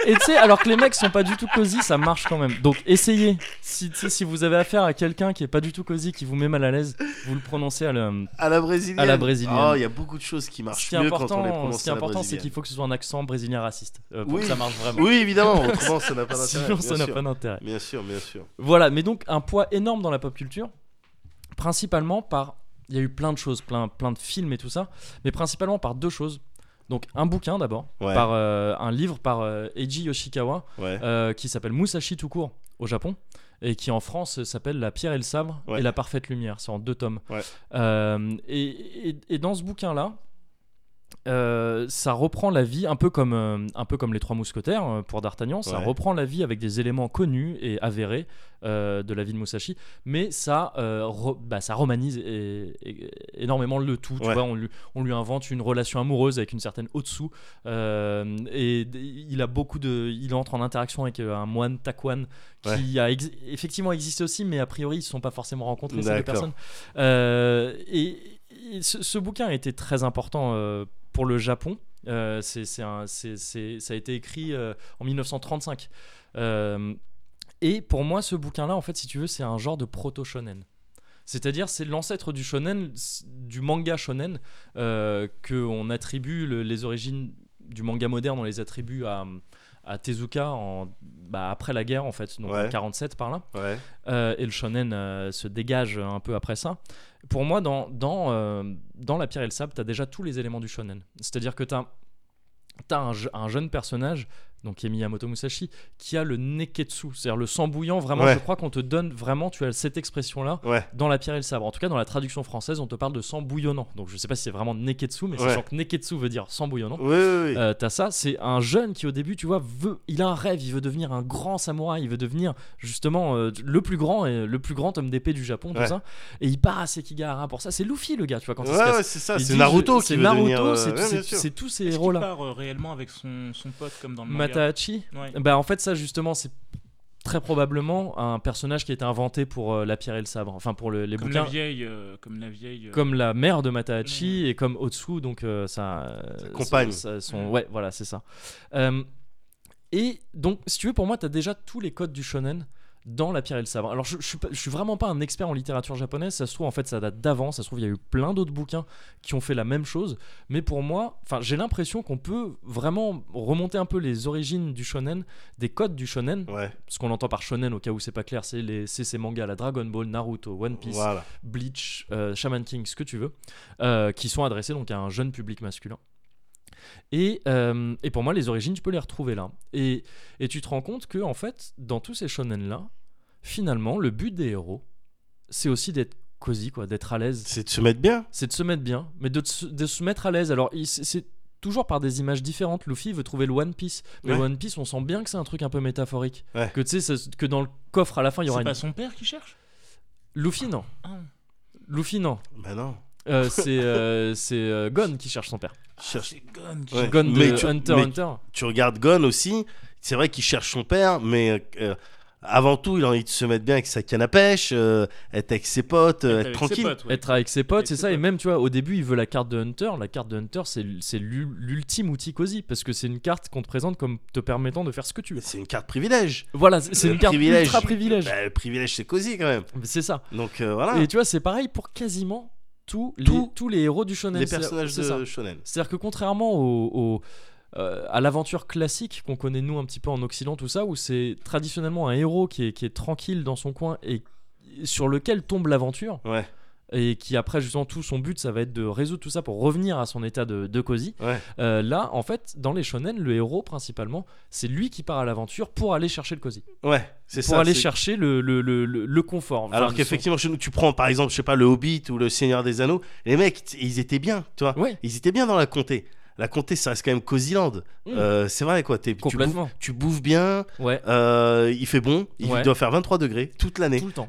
S1: Et tu sais, alors que les mecs sont pas du tout cosy, ça marche quand même. Donc essayez. Si, tu sais, si vous avez affaire à quelqu'un qui est pas du tout cosy, qui vous met mal à l'aise, vous le prononcez à la.
S2: À la brésilienne.
S1: À la brésilienne.
S2: Oh, il y a beaucoup de choses qui marchent
S1: Ce qui est
S2: mieux quand on
S1: important,
S2: les prononce
S1: ce qui est
S2: à la
S1: important, c'est
S2: brésilienne.
S1: qu'il faut que ce soit un accent brésilien raciste euh, pour
S2: Oui. ah
S1: que ça marche vraiment.
S2: Oui, évidemment, autrement ça n'a pas d'intérêt.
S1: Sinon,
S2: bien
S1: ça n'a
S2: sûr.
S1: pas d'intérêt.
S2: Bien sûr, bien sûr.
S1: Voilà, mais donc un poids énorme dans la pop culture, principalement par. Il y a eu plein de choses, plein, plein de films et tout ça, mais principalement par deux choses. Donc un bouquin d'abord,
S2: Ouais.
S1: par euh, un livre par euh, Eiji Yoshikawa
S2: Ouais.
S1: euh, qui s'appelle Musashi tout court au Japon et qui en France euh, s'appelle La pierre et le sabre
S2: Ouais.
S1: et la parfaite lumière. C'est en deux tomes.
S2: Ouais.
S1: Euh, et, et- et dans ce bouquin là. ça reprend la vie un peu comme euh, un peu comme les trois mousquetaires euh, pour D'Artagnan ça
S2: Ouais.
S1: reprend la vie avec des éléments connus et avérés euh, de la vie de Musashi mais ça euh, re- bah, ça romanise é- é- énormément le tout tu
S2: Ouais.
S1: vois on lui, on lui invente une relation amoureuse avec une certaine Otsu euh, et d- il a beaucoup de il entre en interaction avec euh, un moine Takwan qui a ex- effectivement existé aussi mais a priori ils se sont pas forcément rencontrés ces deux
S2: D'accord.
S1: personnes Euh, et, et ce, ce bouquin a été très important euh, pour le Japon Euh, c'est, c'est un- c'est- c'est- ça a été écrit euh, en 1935 Euh, et pour moi ce bouquin là en fait si tu veux c'est un genre de proto shonen c'est-à-dire c'est l'ancêtre du shonen s- du manga shonen euh, que on attribue le- les origines du manga moderne, on les attribue à, à Tezuka en, bah, après la guerre en fait, donc
S2: Ouais.
S1: en 47 par là.
S2: Ouais.
S1: Euh, et le shonen euh, se dégage un peu après ça. Pour moi, dans, dans, euh, dans La Pierre et le Sable, t'as déjà tous les éléments du shonen. C'est-à-dire que t'as as un, je- un jeune personnage, donc qui est Miyamoto Musashi, qui a le neketsu, c'est-à-dire le sang bouillant. Vraiment,
S2: Ouais.
S1: je crois qu'on te donne vraiment, tu as cette expression-là
S2: Ouais.
S1: dans La Pierre et le Sabre. En tout cas, dans la traduction française, on te parle de sang bouillonnant. Donc je sais pas si c'est vraiment neketsu, mais
S2: Ouais.
S1: sachant que neketsu veut dire sang bouillonnant.
S2: Oui, oui, oui.
S1: Euh, t'as ça, c'est un jeune qui au début, tu vois, veut, il a un rêve, il veut devenir un grand samouraï, il veut devenir justement euh, le plus grand et le plus grand homme d'épée du Japon, tout
S2: Ouais.
S1: ça. Et il part à Sekigahara pour ça. C'est Luffy le gars, tu vois, quand il se
S2: Ouais,
S1: casse.
S2: ouais, c'est ça,
S1: Il
S2: c'est
S1: dit,
S2: Naruto
S1: je-
S2: qui
S1: c'est
S2: veut
S1: Naruto,
S2: devenir, euh,
S1: c'est
S2: ouais,
S1: tous ces-
S2: bien sûr.
S1: c'est tous ces
S3: Est-ce qu'il
S1: héros-là.
S3: part euh, réellement avec son, son pote comme dans le manga
S1: Matahachi,
S3: Ouais.
S1: bah en fait ça justement c'est très probablement un personnage qui a été inventé pour euh, la pierre et le sabre, enfin pour le- les
S3: Comme, la
S1: bouquins.
S3: vieille, euh, comme la vieille. euh,
S1: Comme la mère de Matahachi et comme Otsu, donc euh, sa, euh,
S2: Sa compagne.
S1: sa- son, ouais, voilà, c'est ça. Euh, et donc, si tu veux, pour moi, tu as déjà tous les codes du shonen dans La Pierre et le Sabre. Alors, je, je, suis pas- je suis vraiment pas un expert en littérature japonaise, ça se trouve, en fait, ça date d'avant, ça se trouve, il y a eu plein d'autres bouquins qui ont fait la même chose, mais pour moi, enfin, j'ai l'impression qu'on peut vraiment remonter un peu les origines du shonen, des codes du shonen,
S2: Ouais,
S1: ce qu'on entend par shonen, au cas où c'est pas clair, c'est les- c'est ces mangas, la Dragon Ball, Naruto, One Piece,
S2: voilà.
S1: Bleach, euh, Shaman King, ce que tu veux, euh, qui sont adressés donc à un jeune public masculin. Et, euh, et pour moi, les origines, tu peux les retrouver là. Et, et tu te rends compte que, en fait, dans tous ces shonen-là, finalement, le but des héros, c'est aussi d'être cosy, quoi, d'être à l'aise
S2: C'est de se mettre bien.
S1: c'est de se mettre bien, mais de, se- de se mettre à l'aise. Alors, il- c'est- c'est toujours par des images différentes. Luffy veut trouver le One Piece, mais
S2: Ouais.
S1: le One Piece, on sent bien que c'est un truc un peu métaphorique.
S2: Ouais.
S1: Que tu sais, ça- que dans le coffre à la fin, il y aura
S3: C'est
S1: une.
S3: pas son père qui cherche
S1: Luffy, non.
S3: Ah.
S1: Luffy, non.
S2: Bah non.
S1: Euh, c'est euh, c'est, euh, Gon qui cherche son père.
S2: Cherche...
S3: C'est Gon qui
S2: Ouais.
S1: Gon de
S2: Mais tu-
S1: Hunter
S2: mais-
S1: Hunter.
S2: Tu regardes Gon aussi. C'est vrai qu'il cherche son père, mais euh, avant tout, il a envie de se mettre bien avec sa canne à pêche, euh, être avec ses potes, euh,
S3: Avec
S2: être
S3: ses
S2: tranquille.
S3: potes, ouais.
S1: Être avec ses potes,
S3: Avec
S1: c'est
S3: ses
S1: ça. Et
S3: potes.
S1: même, tu vois, au début, il veut la carte de Hunter. La carte de Hunter, c'est c'est l'ul- l'ultime outil cosy parce que c'est une carte qu'on te présente comme te permettant de faire ce que tu veux.
S2: C'est une carte privilège.
S1: Voilà, c'est c'est
S2: Le
S1: une carte
S2: privilège.
S1: ultra privilège.
S2: Bah, le privilège, c'est cosy quand même.
S1: C'est ça.
S2: Donc euh, voilà.
S1: Et tu vois, c'est pareil pour quasiment tous les,
S2: Tous
S1: tous les héros du shonen.
S2: les
S1: C'est-
S2: personnages
S1: c'est
S2: de
S1: ça.
S2: shonen.
S1: C'est-à-dire que contrairement au, au- euh, à l'aventure classique qu'on connaît nous un petit peu en Occident, tout ça, où c'est traditionnellement un héros qui est, qui est tranquille dans son coin et sur lequel tombe l'aventure,
S2: Ouais.
S1: et qui après justement tout son but, ça va être de résoudre tout ça pour revenir à son état de, de cosy.
S2: Ouais.
S1: Euh, là, en fait, dans les shonen, le héros principalement, c'est lui qui part à l'aventure pour aller chercher le cosy,
S2: Ouais. C'est
S1: pour
S2: ça.
S1: aller
S2: c'est-
S1: chercher le, le, le, le- le confort. Enfin,
S2: Alors
S1: son-
S2: qu'effectivement, chez nous, tu prends par exemple, je sais pas, le Hobbit ou le Seigneur des Anneaux, les mecs, t- ils étaient bien, tu vois.
S1: Ouais.
S2: Ils étaient bien dans la comté. La comté, ça reste quand même Cosyland.
S1: Mm.
S2: Euh, c'est vrai, quoi. t'es- tu, bouffes,
S1: Complètement.
S2: tu bouffes bien,
S1: Ouais.
S2: euh, il fait bon, il
S1: Ouais.
S2: doit faire 23 degrés toute l'année.
S1: Tout le temps.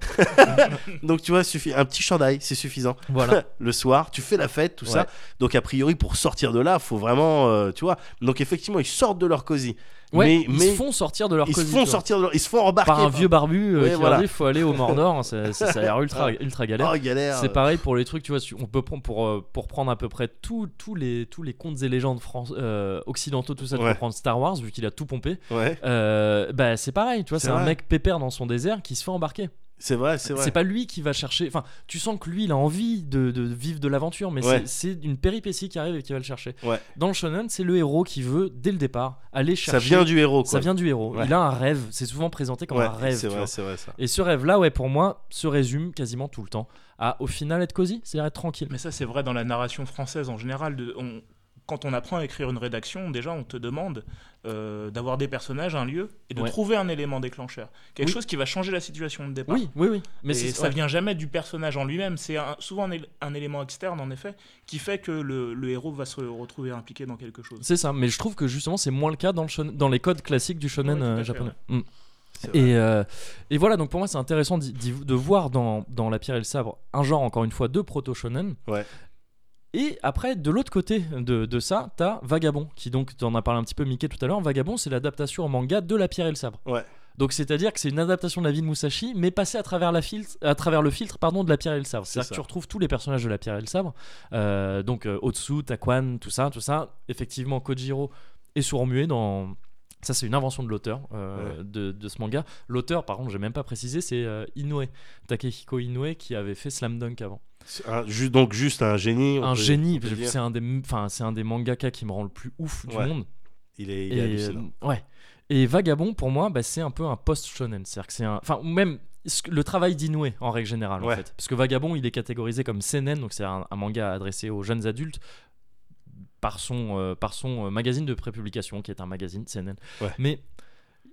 S2: Donc, tu vois, suffi- un petit chandail, c'est suffisant.
S1: Voilà.
S2: le soir, tu fais la fête, tout
S1: Ouais.
S2: ça. Donc, a priori, pour sortir de là, faut vraiment, euh, tu vois. Donc, effectivement, ils sortent de leur cosy.
S1: Ouais,
S2: mais,
S1: ils
S2: mais
S1: se font sortir de leur
S2: ils se
S1: cosy,
S2: font
S1: tu vois.
S2: sortir de leur- ils se font embarquer
S1: par un vieux barbu euh,
S2: Ouais,
S1: qui
S2: voilà.
S1: leur dit faut aller au Mordor, hein, ça, ça- ça a l'air ultra, ultra galère.
S2: Oh, galère.
S1: C'est pareil pour les trucs, tu vois, tu- on peut prendre pour, euh, pour prendre à peu près tous tous les, tous les contes et légendes fran- euh, occidentaux, tout ça, tu
S2: Ouais.
S1: peux prendre Star Wars, vu qu'il a tout pompé,
S2: Ouais,
S1: euh, bah c'est pareil, tu vois,
S2: C'est
S1: c'est un
S2: vrai.
S1: mec pépère dans son désert qui se fait embarquer.
S2: c'est vrai, c'est vrai.
S1: C'est pas lui qui va chercher, enfin, tu sens que lui, il a envie de, de vivre de l'aventure, mais
S2: Ouais.
S1: c'est c'est une péripétie qui arrive et qui va le chercher.
S2: Ouais.
S1: Dans le shonen, c'est le héros qui veut, dès le départ, aller chercher...
S2: Ça vient du héros, quoi.
S1: Ça vient du héros.
S2: Ouais.
S1: Il a un rêve, c'est souvent présenté comme
S2: Ouais,
S1: un rêve.
S2: C'est
S1: tu
S2: vrai,
S1: vois.
S2: c'est vrai, ça.
S1: Et ce rêve-là, ouais, pour moi, se résume quasiment tout le temps à, au final, être cosy, c'est-à-dire être tranquille.
S3: Mais ça, c'est vrai dans la narration française en général. de- on- quand on apprend à écrire une rédaction, déjà, on te demande euh, d'avoir des personnages, un lieu, et de
S1: Ouais.
S3: trouver un élément déclencheur. Quelque
S1: Oui.
S3: chose qui va changer la situation de départ.
S1: Oui, oui, oui. Mais
S3: Mais
S1: c'est
S3: ça
S1: ouais.
S3: vient jamais du personnage en lui-même. C'est un- souvent un, él- un élément externe, en effet, qui fait que le, le héros va se retrouver impliqué dans quelque chose.
S1: C'est ça, mais je trouve que justement c'est moins le cas dans, le shonen- dans les codes classiques du shonen
S3: Ouais, tout à
S1: euh,
S3: fait,
S1: japonais. Mm.
S2: C'est vrai.
S1: Et, euh, et voilà, donc pour moi c'est intéressant d'y- d'y- de voir dans, dans La pierre et le sabre un genre, encore une fois, de proto-shonen.
S2: Ouais.
S1: Et après, de l'autre côté de, de ça, t'as Vagabond, qui donc, t'en as parlé un petit peu Mickey tout à l'heure, Vagabond c'est l'adaptation en manga de La pierre et le sabre.
S2: Ouais.
S1: Donc c'est-à-dire que c'est une adaptation de la vie de Musashi, mais passée à travers, la filtre, à travers le filtre pardon, de La pierre et le sabre.
S2: C'est
S1: C'est-à-dire
S2: ça.
S1: que tu retrouves tous les personnages de La pierre et le sabre, euh, donc euh, Otsu, Takwan, tout ça, tout ça. Effectivement, Kojiro est sourd-muet dans. Ça, c'est une invention de l'auteur euh, de, de ce manga. L'auteur, par contre, j'ai même pas précisé, c'est euh, Inoue, Takehiko Inoue, qui avait fait Slam Dunk avant.
S2: C'est un- ju- donc, juste un génie. on
S1: un
S2: peut-
S1: génie,
S2: on peut
S1: parce que
S2: dire.
S1: c'est un des, enfin, c'est un des mangaka qui me rend le plus ouf du
S2: Ouais.
S1: monde.
S2: Il est, il est
S1: Et,
S2: hallucinant.
S1: euh, ouais. Et Vagabond, pour moi, bah, c'est un peu un post-shonen. C'est-à-dire que c'est un. Enfin, ou même ce que- le travail d'Inoue, en règle générale, en
S2: Ouais.
S1: fait. Parce que Vagabond, il est catégorisé comme seinen, donc c'est un, un manga adressé aux jeunes adultes par son, euh, par son euh, magazine de prépublication, qui est un magazine seinen.
S2: Ouais.
S1: Mais.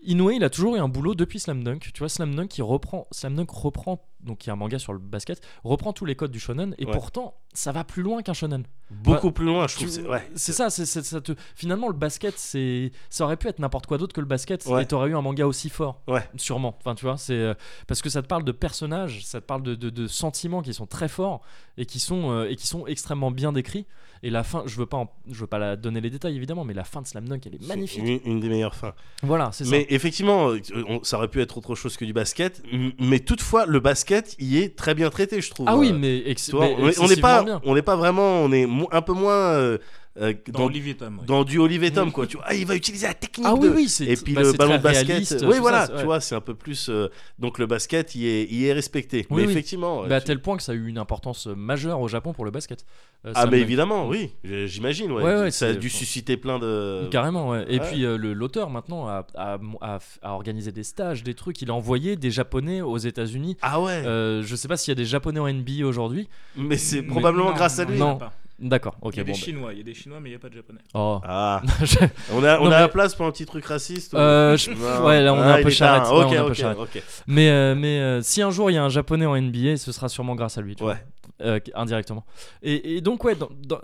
S1: Inoue, il a toujours eu un boulot depuis Slam Dunk. Tu vois, Slam Dunk, il reprend, Slam Dunk reprend, donc qui est un manga sur le basket, reprend tous les codes du shonen, et
S2: Ouais.
S1: pourtant, ça va plus loin qu'un shonen.
S2: Beaucoup plus loin, je trouve.
S1: euh, bah, Tu-
S2: c'est- Ouais.
S1: C'est ça, c'est- c'est- ça te- finalement le basket, c'est ça aurait pu être n'importe quoi d'autre que le basket
S2: Ouais.
S1: et t'aurais eu un manga aussi fort,
S2: Ouais.
S1: sûrement. Enfin, tu vois, c'est euh, parce que ça te parle de personnages, ça te parle de, de- de sentiments qui sont très forts et qui sont euh, et qui sont extrêmement bien décrits. Et la fin, je veux pas, en- je veux pas la donner les détails évidemment, mais la fin de Slam Dunk, elle est magnifique.
S2: Une, une des meilleures fins.
S1: Voilà, c'est
S2: Mais
S1: ça.
S2: effectivement, euh, on- ça aurait pu être autre chose que du basket. m- Mais toutefois, le basket y est très bien traité, je trouve.
S1: Ah oui,
S2: Euh,
S1: mais, ex-
S2: tu vois,
S1: mais
S2: on est- on n'est
S1: excessivement
S2: pas,
S1: bien.
S2: on n'est pas vraiment, on est mo- un peu moins euh, euh,
S3: Dans,
S2: dans,
S3: Olivier Tom. oui.
S2: dans du Olivier Tom, quoi. Tu vois, ah, il va utiliser la technique.
S1: Mm. Ah
S2: de-
S1: oui, oui, c'est
S2: Et puis
S1: bah,
S2: le
S1: c'est
S2: ballon de
S1: très
S2: basket.
S1: réaliste, tout
S2: oui,
S1: ça,
S2: voilà,
S1: c'est-
S2: tu
S1: ouais.
S2: vois, c'est un peu plus. euh, donc le basket y est, y est respecté.
S1: Oui,
S2: mais
S1: oui.
S2: effectivement.
S1: Bah, à
S2: tu-
S1: tel point que ça a eu une importance euh, majeure au Japon pour le basket. Euh,
S2: Ah,
S1: Slam
S2: mais
S1: Dunk.
S2: évidemment, oui, j- j'imagine. Ouais.
S1: Ouais, ouais,
S2: ça a
S1: c'est-
S2: dû susciter plein de.
S1: Carrément, ouais. Et
S2: Euh, Ouais.
S1: puis euh, le- l'auteur maintenant a, a- a- a organisé des stages, des trucs. Il a envoyé des Japonais aux États-Unis.
S2: Ah ouais,
S1: Euh, je sais pas s'il y a des Japonais en NBA aujourd'hui.
S2: mais c'est
S3: Mais
S2: probablement
S3: non,
S2: grâce à
S3: non,
S2: lui.
S3: il y en a
S1: Non.
S3: pas.
S1: D'accord,
S3: Il
S1: ok,
S3: y a
S1: bon.
S3: des
S1: bah.
S3: Chinois, il y a des Chinois, mais il n'y a pas de Japonais.
S1: Oh.
S2: Ah,
S1: Je-
S2: on a, on
S1: Non,
S2: a la
S1: mais-
S2: place pour un petit truc raciste. ou-
S1: Euh, je-
S2: Non.
S1: ouais, là, on est
S2: Ah,
S1: un
S2: il
S1: peu charrette.
S2: tard.
S1: Ouais,
S2: Ok,
S1: on est un peu
S2: ok,
S1: charrette.
S2: ok.
S1: Mais, euh, mais euh, si un jour il y a un japonais en NBA, ce sera sûrement grâce à lui, tu
S2: Ouais.
S1: vois, euh, indirectement. Et, et donc, ouais, dans- dans-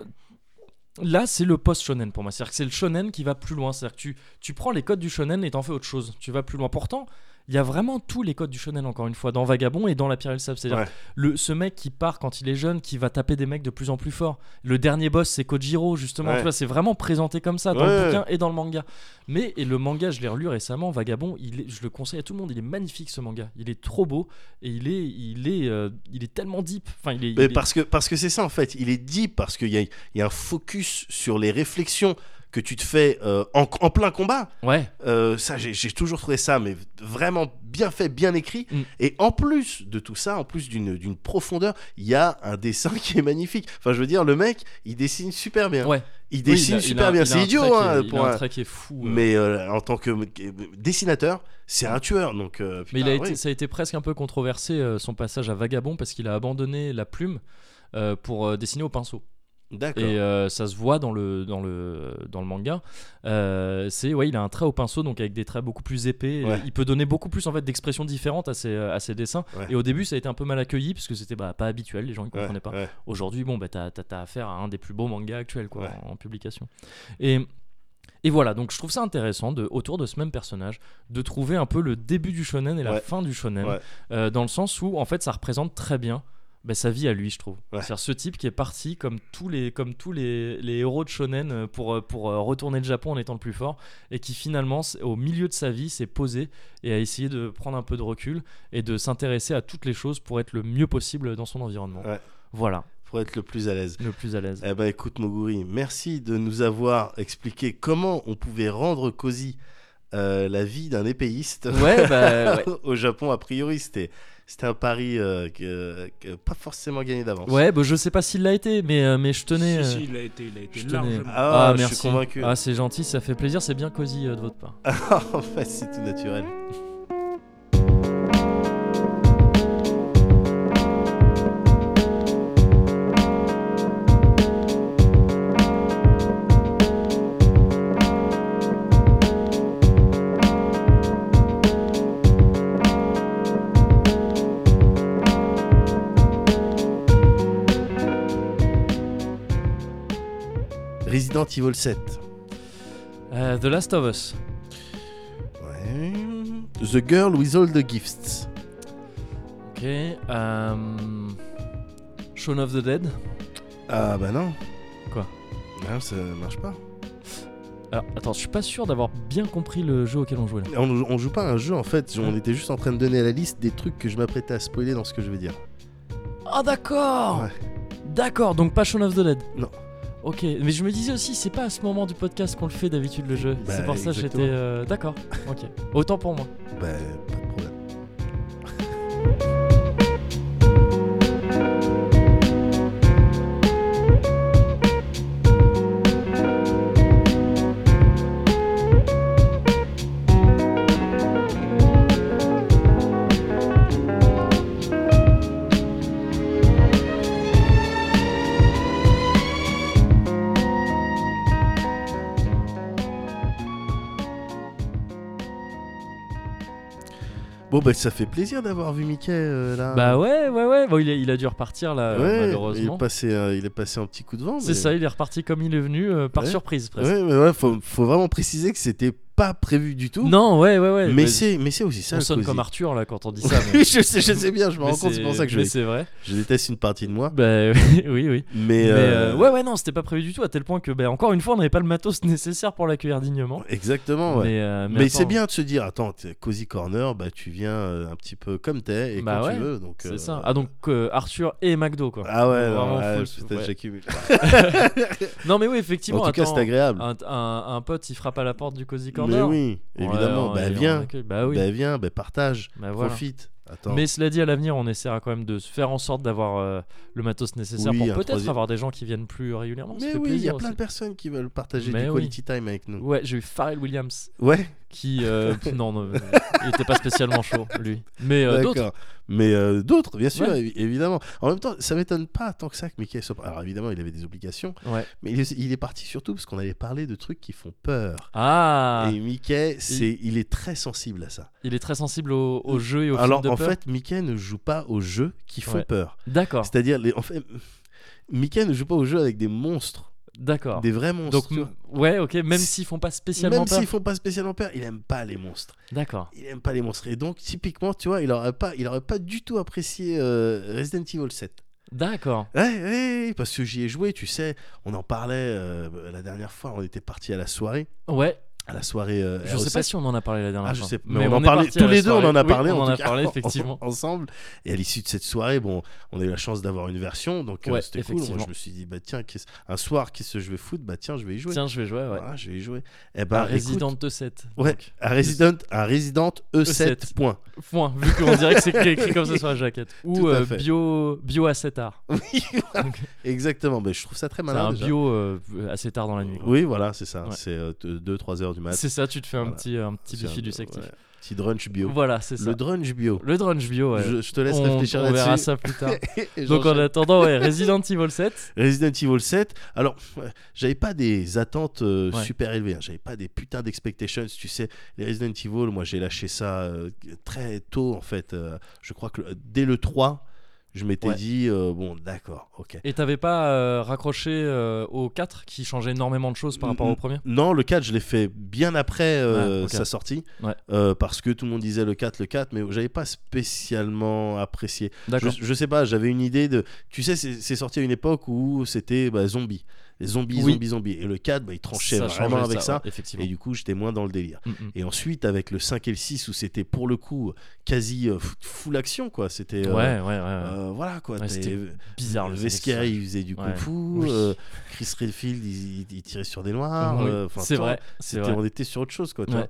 S1: là c'est le post-shonen pour moi. C'est-à-dire que c'est le shonen qui va plus loin. C'est-à-dire que tu, tu prends les codes du shonen et t'en fais autre chose. Tu vas plus loin. Pourtant, il y a vraiment tous les codes du shonen, encore une fois, dans Vagabond et dans La Pierre et le Sable. C'est-à-dire
S2: Ouais.
S1: le, ce mec qui part quand il est jeune, qui va taper des mecs de plus en plus forts. Le dernier boss, c'est Kojiro, justement.
S2: Ouais.
S1: Tu vois, c'est vraiment présenté comme ça dans
S2: Ouais,
S1: le
S2: ouais.
S1: bouquin et dans le manga. Mais et le manga, je l'ai relu récemment, Vagabond, il est- je le conseille à tout le monde, il est magnifique ce manga, il est trop beau et il est, il est, euh, il est tellement deep. Enfin, il est,
S2: Mais
S1: il est-
S2: parce que parce que c'est ça en fait. Il est dit parce qu'il y a, il y a un focus sur les réflexions que tu te fais euh, en, en plein combat.
S1: ouais,
S2: Euh, ça, j'ai j'ai toujours trouvé ça, mais vraiment bien fait, bien écrit.
S1: Mm.
S2: Et en plus de tout ça, en plus d'une d'une profondeur, il y a un dessin qui est magnifique. Enfin, je veux dire, le mec, il dessine super bien.
S1: ouais.
S2: Il
S1: Oui, il
S2: dessine
S1: a- il a-
S2: super
S1: il a
S2: bien.
S1: un
S2: C'est
S1: trait
S2: idiot
S1: qui est-
S2: hein,
S1: il
S2: pour
S1: a un
S2: un-
S1: trait qui est fou. euh.
S2: Mais euh, en tant que dessinateur, c'est un tueur. Donc, euh,
S1: Mais il
S2: putain,
S1: a été,
S2: oui.
S1: ça a été presque un peu controversé euh, son passage à Vagabond parce qu'il a abandonné la plume euh, pour euh, dessiner au pinceau.
S2: D'accord.
S1: Et euh, ça se voit dans le, dans le, dans le manga. Euh, c'est ouais, il a un trait au pinceau, donc avec des traits beaucoup plus épais.
S2: Ouais.
S1: Il peut donner beaucoup plus en fait d'expressions différentes à ses, à ses dessins.
S2: Ouais.
S1: Et au début, ça a été un peu mal accueilli parce que c'était bah, pas habituel, les gens ne
S2: Ouais,
S1: comprenaient pas.
S2: ouais.
S1: Aujourd'hui, bon, bah, t'as, t'as- t'as affaire à un des plus beaux mangas actuels quoi,
S2: Ouais.
S1: en, en publication. Et, et voilà, donc je trouve ça intéressant de, autour de ce même personnage de trouver un peu le début du shonen et la
S2: Ouais.
S1: fin du shonen,
S2: Ouais.
S1: euh, dans le sens où en fait ça représente très bien bah, sa vie à lui, je trouve.
S2: Ouais.
S1: C'est-à-dire ce type qui est parti comme tous les, comme tous les, les héros de shonen euh, pour, euh, pour euh, retourner le Japon en étant le plus fort et qui finalement, s- au milieu de sa vie, s'est posé et a essayé de prendre un peu de recul et de s'intéresser à toutes les choses pour être le mieux possible dans son environnement.
S2: Ouais.
S1: Voilà,
S2: pour être le plus à l'aise.
S1: le plus à l'aise.
S2: Eh ben écoute Moguri, merci de nous avoir expliqué comment on pouvait rendre cosy euh, la vie d'un épéiste
S1: Ouais, bah, ouais.
S2: au Japon. A priori, c'était c'était un pari euh, que, que pas forcément gagné d'avance.
S1: Ouais, bah, je sais pas s'il l'a été, mais, euh, mais je tenais. euh,
S3: Si, si, il a été, il a été
S1: je tenais.
S3: largement.
S2: Ah, je suis convaincu.
S1: Ah, c'est gentil, ça fait plaisir, c'est bien cosy euh, de votre part.
S2: en fait, c'est tout naturel. Resident Evil 7.
S1: Euh, The Last of Us.
S2: Ouais. The Girl with All the Gifts.
S1: Ok. euh, Shaun of the Dead.
S2: Ah bah non.
S1: Quoi
S2: Non, ça marche pas.
S1: Alors, attends, je suis pas sûr d'avoir bien compris le jeu auquel on jouait là.
S2: On, on joue pas à un jeu en fait,
S1: Ah.
S2: on était juste en train de donner la liste des trucs que je m'apprêtais à spoiler dans ce que je vais dire.
S1: Ah, d'accord
S2: Ouais.
S1: D'accord, donc pas Shaun of the Dead
S2: Non.
S1: Ok, mais je me disais aussi, c'est pas à ce moment du podcast qu'on le fait d'habitude le jeu.
S2: Bah,
S1: c'est pour ça que j'étais.
S2: exactement.
S1: euh, D'accord, ok. Autant pour moi.
S2: Bah, pas de problème. Bon bah ça fait plaisir d'avoir vu Mickey euh, là.
S1: Bah ouais, ouais, ouais. Bon, il, est- il a dû repartir là, euh,
S2: Ouais, Il
S1: malheureusement.
S2: est, passé, euh, il est passé un petit coup de vent.
S1: C'est
S2: mais-
S1: ça, il est reparti comme il est venu, euh, par
S2: Ouais.
S1: surprise presque.
S2: Ouais, mais ouais, faut, faut vraiment préciser que c'était pas prévu du tout.
S1: Non, ouais, ouais, ouais.
S2: mais
S1: bah,
S2: c'est, mais c'est aussi ça.
S1: On
S2: le
S1: sonne
S2: cosy.
S1: comme Arthur là quand on dit ça. mais-
S2: Oui, je sais, je sais bien, je me
S1: mais
S2: rends compte, c'est pour ça que je,
S1: mais c'est vrai.
S2: je déteste une partie de moi.
S1: Bah oui, oui.
S2: Mais,
S1: Mais
S2: euh,
S1: euh, ouais, ouais, non, c'était pas prévu du tout, à tel point que, bah, encore une fois, on n'avait pas le matos nécessaire pour l'accueillir dignement.
S2: exactement. Ouais.
S1: Mais, euh,
S2: Mais c'est
S1: attends,
S2: bien de se dire, attends, t'es Cozy Corner, bah tu viens euh, un petit peu comme t'es et
S1: Bah
S2: quand
S1: ouais,
S2: tu veux. Donc,
S1: C'est
S2: euh,
S1: ça. Ah, donc euh, Arthur et McDo, quoi.
S2: Ah ouais,
S1: Vraiment
S2: non, ouais,
S1: full-
S2: peut-être
S1: ouais.
S2: j'accumule.
S1: Non, mais oui,
S2: En
S1: effectivement.
S2: tout cas,
S1: attends,
S2: c'est agréable.
S1: un, un- un pote, il frappe à la porte du Cozy
S2: Mais
S1: Corner.
S2: oui,
S1: Ouais,
S2: évidemment.
S1: on-
S2: bah
S1: on
S2: viens,
S1: l'accueille. Bah oui.
S2: bah viens, bah partage,
S1: Bah voilà.
S2: profite. Attends.
S1: Mais cela dit, à l'avenir, on essaiera quand même de se faire en sorte d'avoir euh, le matos nécessaire
S2: Oui,
S1: pour
S2: un
S1: peut-être
S2: troisième.
S1: avoir des gens qui viennent plus régulièrement. ça
S2: Mais
S1: fait
S2: oui, il y
S1: plaisir
S2: a plein
S1: aussi.
S2: de personnes qui veulent partager
S1: Mais
S2: du
S1: oui.
S2: quality time avec nous.
S1: Ouais, j'ai eu Pharrell Williams
S2: Ouais,
S1: qui. euh, pff, non, non, il était pas spécialement chaud, lui. Mais euh, d'autres.
S2: d'accord. Mais euh, d'autres, bien sûr,
S1: Ouais.
S2: évi- évidemment. En même temps, ça m'étonne pas tant que ça que Mickey soit. Alors évidemment, il avait des obligations,
S1: Ouais.
S2: mais il est, il est parti surtout parce qu'on allait parler de trucs qui font peur.
S1: Ah
S2: Et Mickey, c'est, il est très sensible à ça.
S1: Il est très sensible au, au jeu et au
S2: Alors
S1: film de
S2: en
S1: peur.
S2: fait, Mickey ne joue pas aux jeux qui font
S1: Ouais.
S2: peur.
S1: D'accord,
S2: C'est-à-dire, les... en fait, Mickey ne joue pas aux jeux avec des monstres,
S1: d'accord.
S2: des vrais monstres.
S1: Donc,
S2: tu vois.
S1: m- ouais, ok, même
S2: Si-
S1: s'ils font pas spécialement
S2: même
S1: peur.
S2: s'ils font pas spécialement peur, il aime pas les monstres.
S1: D'accord.
S2: Il aime pas les monstres. Et donc, typiquement, tu vois, il aurait pas, il aurait pas du tout apprécié euh, Resident Evil 7.
S1: D'accord.
S2: Ouais, ouais, parce que j'y ai joué, tu sais. On en parlait euh, la dernière fois, on était parti à la soirée.
S1: Ouais,
S2: À la soirée. euh,
S1: je sais
S2: RE7.
S1: pas si on en a parlé la dernière
S2: Ah,
S1: fois.
S2: je sais pas. Mais, on,
S1: on
S2: en
S1: est
S2: parlait
S1: parti à
S2: tous
S1: la
S2: les deux, on
S1: soirée.
S2: en a
S1: Oui,
S2: parlé.
S1: on en
S2: tout
S1: a
S2: cas,
S1: parlé, effectivement.
S2: ensemble. Et à l'issue de cette soirée, bon, on a eu la chance d'avoir une version, donc euh,
S1: Ouais,
S2: c'était cool. Moi,
S1: effectivement.
S2: je me suis dit, bah tiens, qu'est-ce- un soir, qu'est-ce que je vais foutre Bah tiens, je vais y jouer.
S1: Tiens, je vais jouer, ouais.
S2: Ah, je vais y jouer. Et
S1: Un
S2: bah,
S1: Resident 7.
S2: Ouais, un Resident, un Resident E7.
S1: E7.
S2: Point.
S1: Point, vu qu'on dirait que c'est écrit comme ça sur la jaquette. Ou
S2: Tout à
S1: euh,
S2: fait.
S1: bio, bio assez tard.
S2: Exactement. Bah, je trouve ça très
S1: C'est
S2: malin.
S1: un
S2: déjà.
S1: bio euh, assez tard dans la nuit. quoi.
S2: Oui, voilà, c'est ça.
S1: Ouais.
S2: C'est euh, 2-3 heures du matin.
S1: C'est ça, tu te fais un
S2: bah, Voilà.
S1: petit, un petit
S2: C'est
S1: bifi
S2: un-
S1: du sectif.
S2: ouais, Petit drunch bio.
S1: Voilà, c'est ça.
S2: Le drunch bio.
S1: Le drunch bio, ouais.
S2: Je, je te laisse
S1: on,
S2: réfléchir
S1: on
S2: là-dessus.
S1: verra ça plus tard.
S2: Et
S1: Donc en
S2: j'enchaîne.
S1: attendant, ouais, Resident Evil 7.
S2: Resident Evil 7, alors ouais, j'avais pas des attentes euh,
S1: Ouais.
S2: super élevées, hein. j'avais pas des putains d'expectations, tu sais, les Resident Evil, moi j'ai lâché ça euh, très tôt en fait, euh, je crois que euh, le- dès le 3, je m'étais
S1: Ouais.
S2: dit, euh, bon, d'accord, ok.
S1: Et t'avais pas euh, raccroché euh, au 4 qui changeait énormément de choses par rapport
S2: Mm,
S1: au premier
S2: Non, le 4, je l'ai fait bien après euh,
S1: Ouais, ok.
S2: sa sortie,
S1: Ouais.
S2: euh, parce que tout le monde disait le 4, le 4, mais j'avais pas spécialement apprécié. Je,
S1: D'accord.
S2: je sais pas, j'avais une idée de. Tu sais, c'est c'est sorti à une époque où c'était bah, zombie. Les zombies,
S1: Oui.
S2: zombies, zombies. Et le 4, bah, il tranchait
S1: Ça
S2: vraiment
S1: changeait
S2: avec ça.
S1: ouais, effectivement.
S2: Et du coup, j'étais moins dans le délire.
S1: Mm, mm.
S2: Et ensuite, avec le 5 et le 6, où c'était pour le coup quasi euh, f- full action, quoi. C'était. euh,
S1: ouais, ouais, ouais, ouais.
S2: euh, voilà quoi.
S1: Ouais,
S2: T'es-
S1: c'était Bizarre le
S2: Vesca, il faisait du
S1: Ouais.
S2: kung fu.
S1: Oui.
S2: euh, Chris Redfield, il, il- il tirait sur des noirs.
S1: Oui.
S2: euh, enfin,
S1: c'est
S2: toi,
S1: vrai, c'est
S2: c'était-
S1: vrai.
S2: On était sur autre chose, quoi. tu
S1: Ouais.
S2: vois.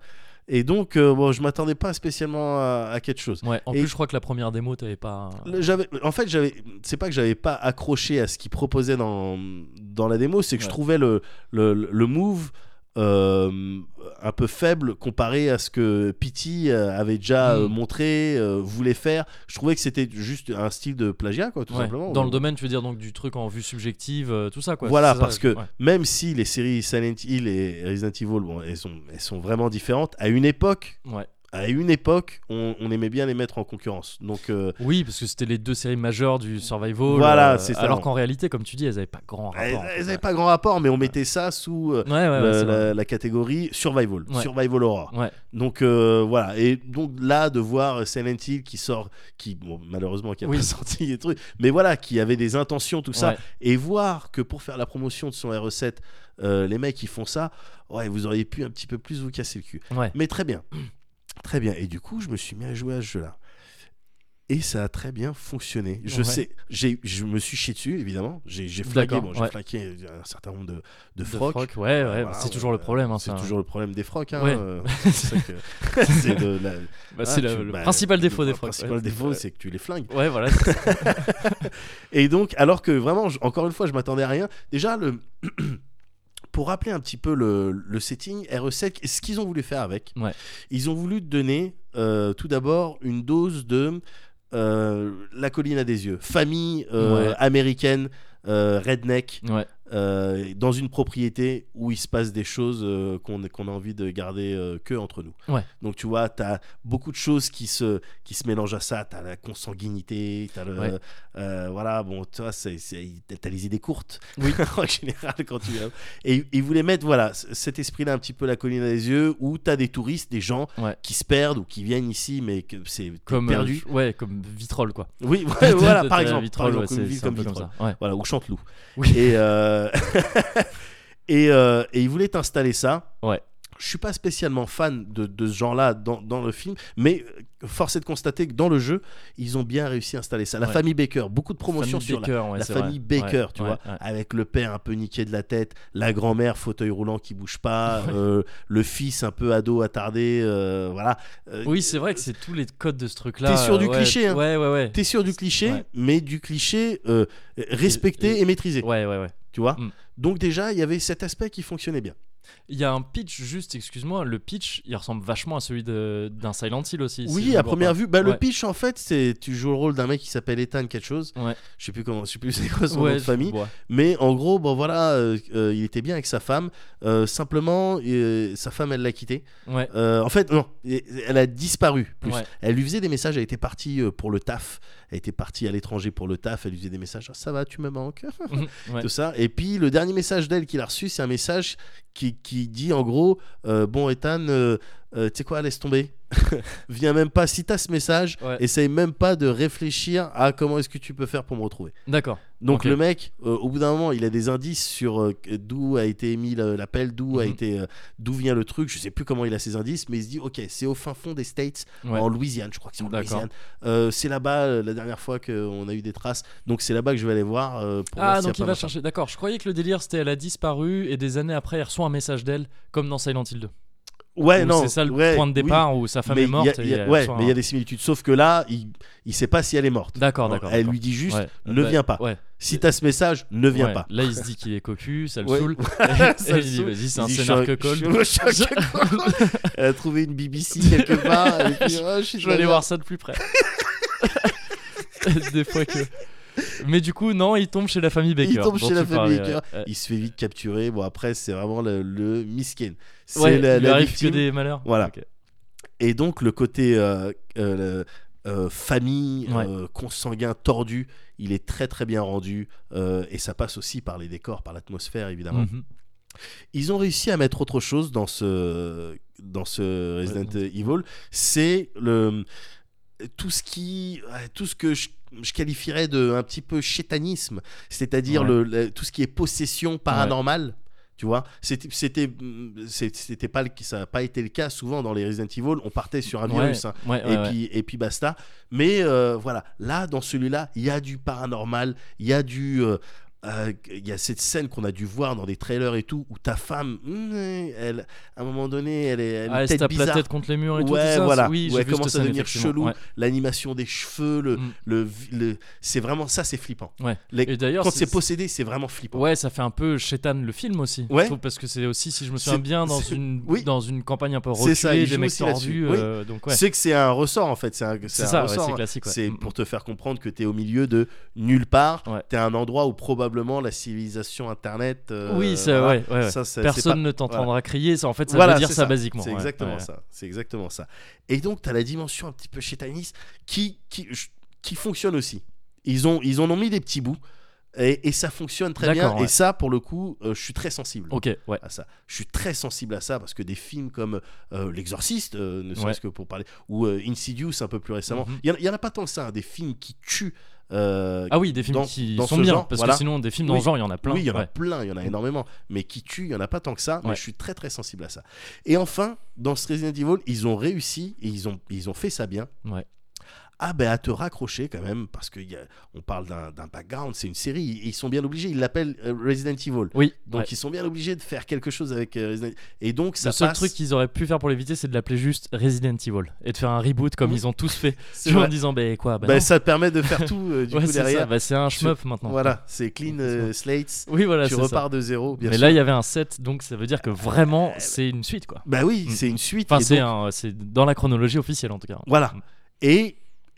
S2: Et donc, euh, bon, je m'attendais pas spécialement à, à quelque chose.
S1: Ouais, en
S2: Et-
S1: plus, je crois que la première démo, t'avais pas.
S2: Le- J'avais, en fait, j'avais, c'est pas que j'avais pas accroché à ce qu'il proposait dans, dans la démo, c'est que je
S1: Ouais.
S2: trouvais le, le, le move euh, un peu faible comparé à ce que Pity euh, avait déjà
S1: Mm.
S2: euh, montré, euh, voulait faire. Je trouvais que c'était juste un style de plagiat, quoi, tout
S1: Ouais.
S2: simplement.
S1: Dans le domaine, tu veux dire donc du truc en vue subjective, euh, tout ça quoi.
S2: voilà,
S1: c'est ça,
S2: parce que
S1: ouais.
S2: même si les séries Silent Hill et Resident Evil, bon, elles, sont, elles sont vraiment différentes, à une époque,
S1: Ouais.
S2: à une époque, on, on aimait bien les mettre en concurrence. Donc, euh,
S1: Oui, parce que c'était les deux séries majeures du survival.
S2: Voilà,
S1: euh,
S2: c'est ça.
S1: Alors qu'en réalité, comme tu dis, elles avaient pas grand rapport.
S2: elles
S1: en fait,
S2: n'avaient
S1: ouais.
S2: pas grand rapport, mais on mettait ça sous euh,
S1: Ouais, ouais, ouais,
S2: la-
S1: c'est vrai.
S2: la, la catégorie survival,
S1: Ouais.
S2: survival horror.
S1: Ouais.
S2: Donc euh, voilà, et donc là de voir Silent Hill qui sort, qui bon, malheureusement qui a
S1: Oui.
S2: pas sorti des trucs, mais voilà, qui avait des intentions tout ça,
S1: Ouais.
S2: et voir que pour faire la promotion de son R7, euh, les mecs ils font ça, ouais, vous auriez pu un petit peu plus vous casser le cul.
S1: Ouais.
S2: Mais très bien, très bien. Et du coup, je me suis mis à jouer à ce jeu-là. Et ça a très bien fonctionné. Je
S1: Ouais.
S2: sais, j'ai, je me suis chié dessus, évidemment. J'ai, j'ai flaqué,
S1: D'accord,
S2: bon, j'ai
S1: ouais.
S2: flaqué un certain nombre de, de
S1: De
S2: frocs.
S1: froc, ouais, ouais,
S2: Voilà,
S1: bah, c'est
S2: on-
S1: toujours le problème. hein,
S2: c'est
S1: ça.
S2: toujours le problème des frocs. Hein,
S1: Ouais.
S2: euh, c'est ça que- c'est de la-
S1: Bah, c'est
S2: ah,
S1: le,
S2: tu-
S1: le
S2: bah,
S1: principal
S2: le-
S1: défaut des
S2: Le
S1: frocs.
S2: principal
S1: ouais.
S2: défaut, c'est que tu les flingues.
S1: Ouais, voilà.
S2: Et donc, alors que vraiment, je- encore une fois, je m'attendais à rien. Déjà, le... pour rappeler un petit peu le, le setting, RE7, ce qu'ils ont voulu faire avec,
S1: Ouais.
S2: ils ont voulu te donner euh, tout d'abord une dose de euh, La colline à des yeux, famille euh,
S1: Ouais.
S2: américaine, euh, redneck,
S1: Ouais.
S2: euh, dans une propriété où il se passe des choses euh, qu'on qu'on a envie de garder euh, que entre nous.
S1: Ouais.
S2: Donc tu vois, tu as beaucoup de choses qui se, qui se mélangent à ça. Tu as la consanguinité, tu as le...
S1: Ouais.
S2: euh, voilà, bon, tu vois, c'est- c'est- t'as les idées courtes.
S1: Oui.
S2: en général, quand tu... Et ils voulaient mettre, voilà, c- cet esprit-là un petit peu la colline à les yeux, où tu as des touristes, des gens
S1: Ouais.
S2: qui se perdent ou qui viennent ici, mais que c'est t'es
S1: Comme euh,
S2: perdu.
S1: ouais, comme Vitrolles quoi.
S2: Oui, ouais, voilà, par
S1: T'as
S2: exemple.
S1: Vitrolles,
S2: par exemple,
S1: ouais,
S2: une
S1: c'est
S2: ville
S1: c'est un
S2: comme
S1: peu
S2: Vitrolles.
S1: ça. Ouais.
S2: Voilà, ou Chanteloup.
S1: Oui.
S2: Et, euh, et, euh, et ils voulaient t'installer ça.
S1: Ouais.
S2: Je suis pas spécialement fan de, de ce genre-là dans, dans le film, mais euh, force est de constater que dans le jeu, ils ont bien réussi à installer ça. La
S1: Ouais.
S2: famille Baker, beaucoup de promotions
S1: Famille
S2: sur la-
S1: Baker, ouais,
S2: la,
S1: c'est
S2: famille
S1: vrai.
S2: Baker,
S1: Ouais,
S2: tu
S1: ouais,
S2: vois,
S1: ouais.
S2: avec le père un peu niqué de la tête, la grand-mère fauteuil roulant qui bouge pas, euh, le fils un peu ado attardé, euh, voilà. Euh,
S1: Oui, c'est vrai que c'est tous les codes de ce truc là.
S2: T'es sûr du cliché, hein.
S1: Ouais, ouais, ouais.
S2: T'es sûr du cliché,
S1: Ouais.
S2: mais du cliché euh, respecté
S1: Et-
S2: et, maîtrisé,
S1: Ouais, ouais, ouais.
S2: tu vois.
S1: Mm.
S2: Donc déjà, il y avait cet aspect qui fonctionnait bien.
S1: Il y a un pitch juste, excuse-moi, le pitch, il ressemble vachement à celui de- d'un Silent Hill aussi. si je me
S2: Oui, à
S1: gourre
S2: première
S1: pas.
S2: vue, bah, le
S1: Ouais.
S2: pitch en fait, c'est tu joues le rôle d'un mec qui s'appelle Ethan quelque chose.
S1: Ouais.
S2: Je sais plus comment, je sais plus c'est quoi son
S1: Ouais,
S2: nom de
S1: je-
S2: famille,
S1: ouais.
S2: mais en gros, bon voilà, euh, euh, il était bien avec sa femme. euh, simplement, euh, sa femme, elle l'a quitté.
S1: Ouais.
S2: Euh, en fait, non, elle a disparu. Plus.
S1: Ouais.
S2: Elle lui faisait des messages. Elle était partie euh, pour le taf. Elle était partie à l'étranger pour le taf. Elle lui faisait des messages. Ah, ça va, tu me manques.
S1: Ouais.
S2: tout ça. Et puis le dernier message d'elle qu'il a reçu, c'est un message qui, qui dit en gros euh, Bon, Ethan, euh, euh, tu sais quoi, laisse tomber. Viens même pas, si t'as ce message,
S1: Ouais.
S2: essaye même pas de réfléchir à comment est-ce que tu peux faire pour me retrouver.
S1: D'accord.
S2: Donc
S1: Ok.
S2: le mec, euh, au bout d'un moment, il a des indices sur euh, que- d'où a été émis le- l'appel, d'où a
S1: Mhm.
S2: été, euh, d'où vient le truc. Je sais plus comment il a ces indices, mais il se dit ok, c'est au fin fond des States,
S1: Ouais.
S2: en Louisiane, je crois que c'est en
S1: D'accord.
S2: Louisiane. Euh, c'est là-bas euh, la dernière fois qu'on a eu des traces, donc c'est là-bas que je vais aller voir. euh, pour voir
S1: Ah,
S2: s'il y a
S1: donc
S2: pas
S1: il va
S2: machin.
S1: chercher. D'accord, je croyais que le délire c'était elle a disparu et des années après elle reçoit un message d'elle, comme dans Silent Hill 2.
S2: Ouais,
S1: Où
S2: non.
S1: C'est ça le
S2: ouais,
S1: point de
S2: oui.
S1: départ où sa femme
S2: Mais
S1: est
S2: il y a-
S1: morte.
S2: il y a-
S1: et elle
S2: ouais,
S1: reçoit
S2: mais il y a
S1: un-
S2: des similitudes. Sauf que là, il, il sait pas si elle est morte.
S1: D'accord, d'accord.
S2: Elle
S1: d'accord.
S2: lui dit juste
S1: Ouais.
S2: ne
S1: Bah,
S2: viens pas.
S1: Ouais.
S2: Si t'as ce message, ne viens
S1: Ouais.
S2: pas.
S1: Là, il se dit qu'il est cocu, ça le
S2: Ouais.
S1: saoule.
S2: Ça
S1: et
S2: le
S1: il dit
S2: saoule.
S1: vas-y, c'est un
S2: Il dit, je
S1: scénar
S2: suis
S1: que
S2: un-
S1: colle.
S2: je suis un que colle. Elle a trouvé une BBC quelque part. et puis, oh, je suis
S1: Je vais aller
S2: dans la-
S1: voir ça de plus près. des fois que. Mais du coup, non, il tombe chez la famille Baker.
S2: Il tombe
S1: dont
S2: chez la
S1: tu euh, parlais,
S2: famille Baker.
S1: ouais, ouais.
S2: Il se fait vite capturer. Bon, après, c'est vraiment le, le miskin. C'est
S1: Ouais,
S2: la,
S1: il
S2: la
S1: lui arrive que
S2: victime.
S1: des malheurs.
S2: Voilà.
S1: Ok.
S2: Et donc, le côté euh, euh, le- euh, famille,
S1: Ouais.
S2: euh, consanguin, tordu. Il est très très bien rendu euh, et ça passe aussi par les décors, par l'atmosphère évidemment.
S1: Mhm.
S2: Ils ont réussi à mettre autre chose dans ce, dans ce Resident Evil. C'est le tout ce qui ouais, tout ce que je, je qualifierais de un petit peu chétanisme c'est-à-dire
S1: Ouais.
S2: le, le- tout ce qui est possession paranormale tu vois c'était c'était c'est- c'était pas le- ça n'a pas été le cas souvent dans les Resident Evil on partait sur un
S1: Ouais,
S2: virus hein
S1: Mhm. ouais,
S2: et,
S1: ouais, ouais.
S2: puis, et puis basta. Mais euh, voilà, là, dans celui-là, il y a du paranormal, il y a du. euh, euh, il y a cette scène qu'on a dû voir dans des trailers et tout où ta femme, hmm, elle, à un moment donné, elle est, elle a
S1: Ah,
S2: une
S1: elle se
S2: tête
S1: tape la
S2: bizarre.
S1: tête contre les murs et tout,
S2: Ouais,
S1: tout ça.
S2: voilà.
S1: Oui, j'ai
S2: Ouais,
S1: vu cette
S2: commence à
S1: scène,
S2: devenir
S1: effectivement.
S2: chelou.
S1: Ouais.
S2: L'animation des cheveux, le,
S1: Mm.
S2: le, le- c'est vraiment ça, c'est flippant.
S1: Ouais.
S2: Les-
S1: Et d'ailleurs,
S2: Quand c'est possédé, c'est vraiment flippant.
S1: Ouais, ça fait un peu chétane le film aussi.
S2: Ouais.
S1: Je trouve parce que c'est aussi, si je me souviens
S2: C'est-
S1: bien, dans
S2: c'est-
S1: une,
S2: oui.
S1: dans une campagne un peu
S2: C'est
S1: reculée,
S2: ça, il
S1: des
S2: joue
S1: mecs
S2: aussi là-dessus.
S1: tordus.
S2: Oui.
S1: euh, donc ouais.
S2: C'est que c'est un ressort en fait, c'est un, c'est
S1: C'est
S2: un
S1: ça, ouais,
S2: ressort.
S1: c'est classique. ouais.
S2: C'est
S1: Mm.
S2: pour te faire comprendre que tu es au milieu de nulle part.
S1: Ouais.
S2: Tu es un endroit où probablement la civilisation Internet. euh,
S1: oui, ça,
S2: voilà.
S1: ouais, ouais, ouais.
S2: Ça, ça, c'est
S1: Personne
S2: pas-
S1: ne t'entendra
S2: voilà.
S1: crier. Ça, en fait, ça
S2: Voilà,
S1: veut dire
S2: c'est
S1: ça,
S2: ça.
S1: basiquement.
S2: C'est
S1: ouais,
S2: exactement
S1: ouais.
S2: ça. C'est exactement ça. Et donc, tu as la dimension un petit peu chétaniste qui, qui, ch- qui fonctionne aussi. Ils, ont, ils en ont mis des petits bouts et, et ça fonctionne très bien.
S1: D'accord, ouais.
S2: Et ça, pour le coup, euh, je suis très sensible
S1: Ok, ouais.
S2: à ça. Je suis très sensible à ça parce que des films comme euh, L'Exorciste, euh, ne serait-ce que pour parler, ou euh, Insidious un peu plus récemment,
S1: Mhm.
S2: il y en- il y en a pas tant que ça, hein, des films qui tuent. euh,
S1: Ah oui, des films
S2: Dans-
S1: qui
S2: dans
S1: sont
S2: ce
S1: bien,
S2: genre,
S1: parce
S2: voilà.
S1: que sinon, des films dans le
S2: Oui.
S1: genre, il y en a plein.
S2: oui, il y en a
S1: ouais.
S2: plein, il y en a énormément. Mais qui tue, il y en a pas tant que ça. Mais
S1: Ouais.
S2: je suis très très sensible à ça. Et enfin, dans ce Resident Evil, ils ont réussi et ils ont, ils ont fait ça bien.
S1: Ouais.
S2: Ah ben à te raccrocher quand même parce que y a- on parle d'un d'un background, c'est une série, ils ils sont bien obligés, ils l'appellent euh, Resident Evil.
S1: Oui,
S2: Donc
S1: ouais.
S2: ils sont bien obligés de faire quelque chose avec euh, Resident Et donc ça
S1: le seul
S2: passe-
S1: truc qu'ils auraient pu faire pour l'éviter, c'est de l'appeler juste Resident Evil et de faire un reboot comme
S2: Oui.
S1: ils ont tous fait.
S2: c'est
S1: Tu vois, en
S2: vrai.
S1: disant, bah quoi, bah,
S2: Ben,
S1: non.
S2: ça te permet de faire tout euh, du
S1: Ouais,
S2: coup
S1: c'est ça,
S2: derrière.
S1: bah, c'est un shmup maintenant.
S2: Voilà, c'est clean euh, slates.
S1: Oui, voilà,
S2: tu
S1: c'est ça.
S2: repars de zéro, bien
S1: Mais
S2: sûr.
S1: là, il y avait un 7, donc ça veut dire que vraiment, c'est une suite, quoi.
S2: Bah oui,
S1: Mm.
S2: c'est une suite.
S1: Enfin,
S2: et
S1: c'est
S2: donc-
S1: un- c'est dans la chronologie officielle, en tout cas.
S2: Voilà.
S1: Mm.
S2: Et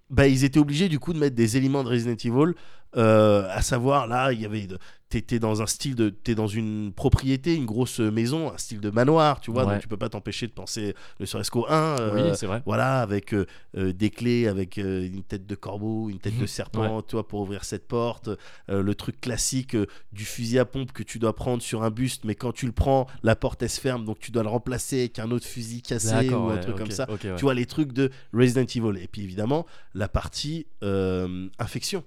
S2: bah, ils étaient obligés du coup de mettre des éléments de Resident Evil. euh, à savoir, là, il y avait. de- T'étais dans un style de. T'es dans une propriété, une grosse maison, un style de manoir, tu vois.
S1: Ouais.
S2: Donc tu peux pas t'empêcher de penser le serait-ce qu'au euh, 1.
S1: oui, c'est vrai.
S2: voilà, avec euh, euh, des clés, avec euh, une tête de corbeau, une
S1: Mhm.
S2: tête de serpent, tu vois, pour ouvrir cette porte. Euh, le truc classique euh, du fusil à pompe que tu dois prendre sur un buste, mais quand tu le prends, la porte elle se ferme, donc tu dois le remplacer avec un autre fusil cassé ou
S1: D'accord,
S2: un
S1: ouais,
S2: truc
S1: ok,
S2: comme ça.
S1: ok, ouais.
S2: Tu vois les trucs de Resident Evil. Et puis évidemment, la partie euh, infection.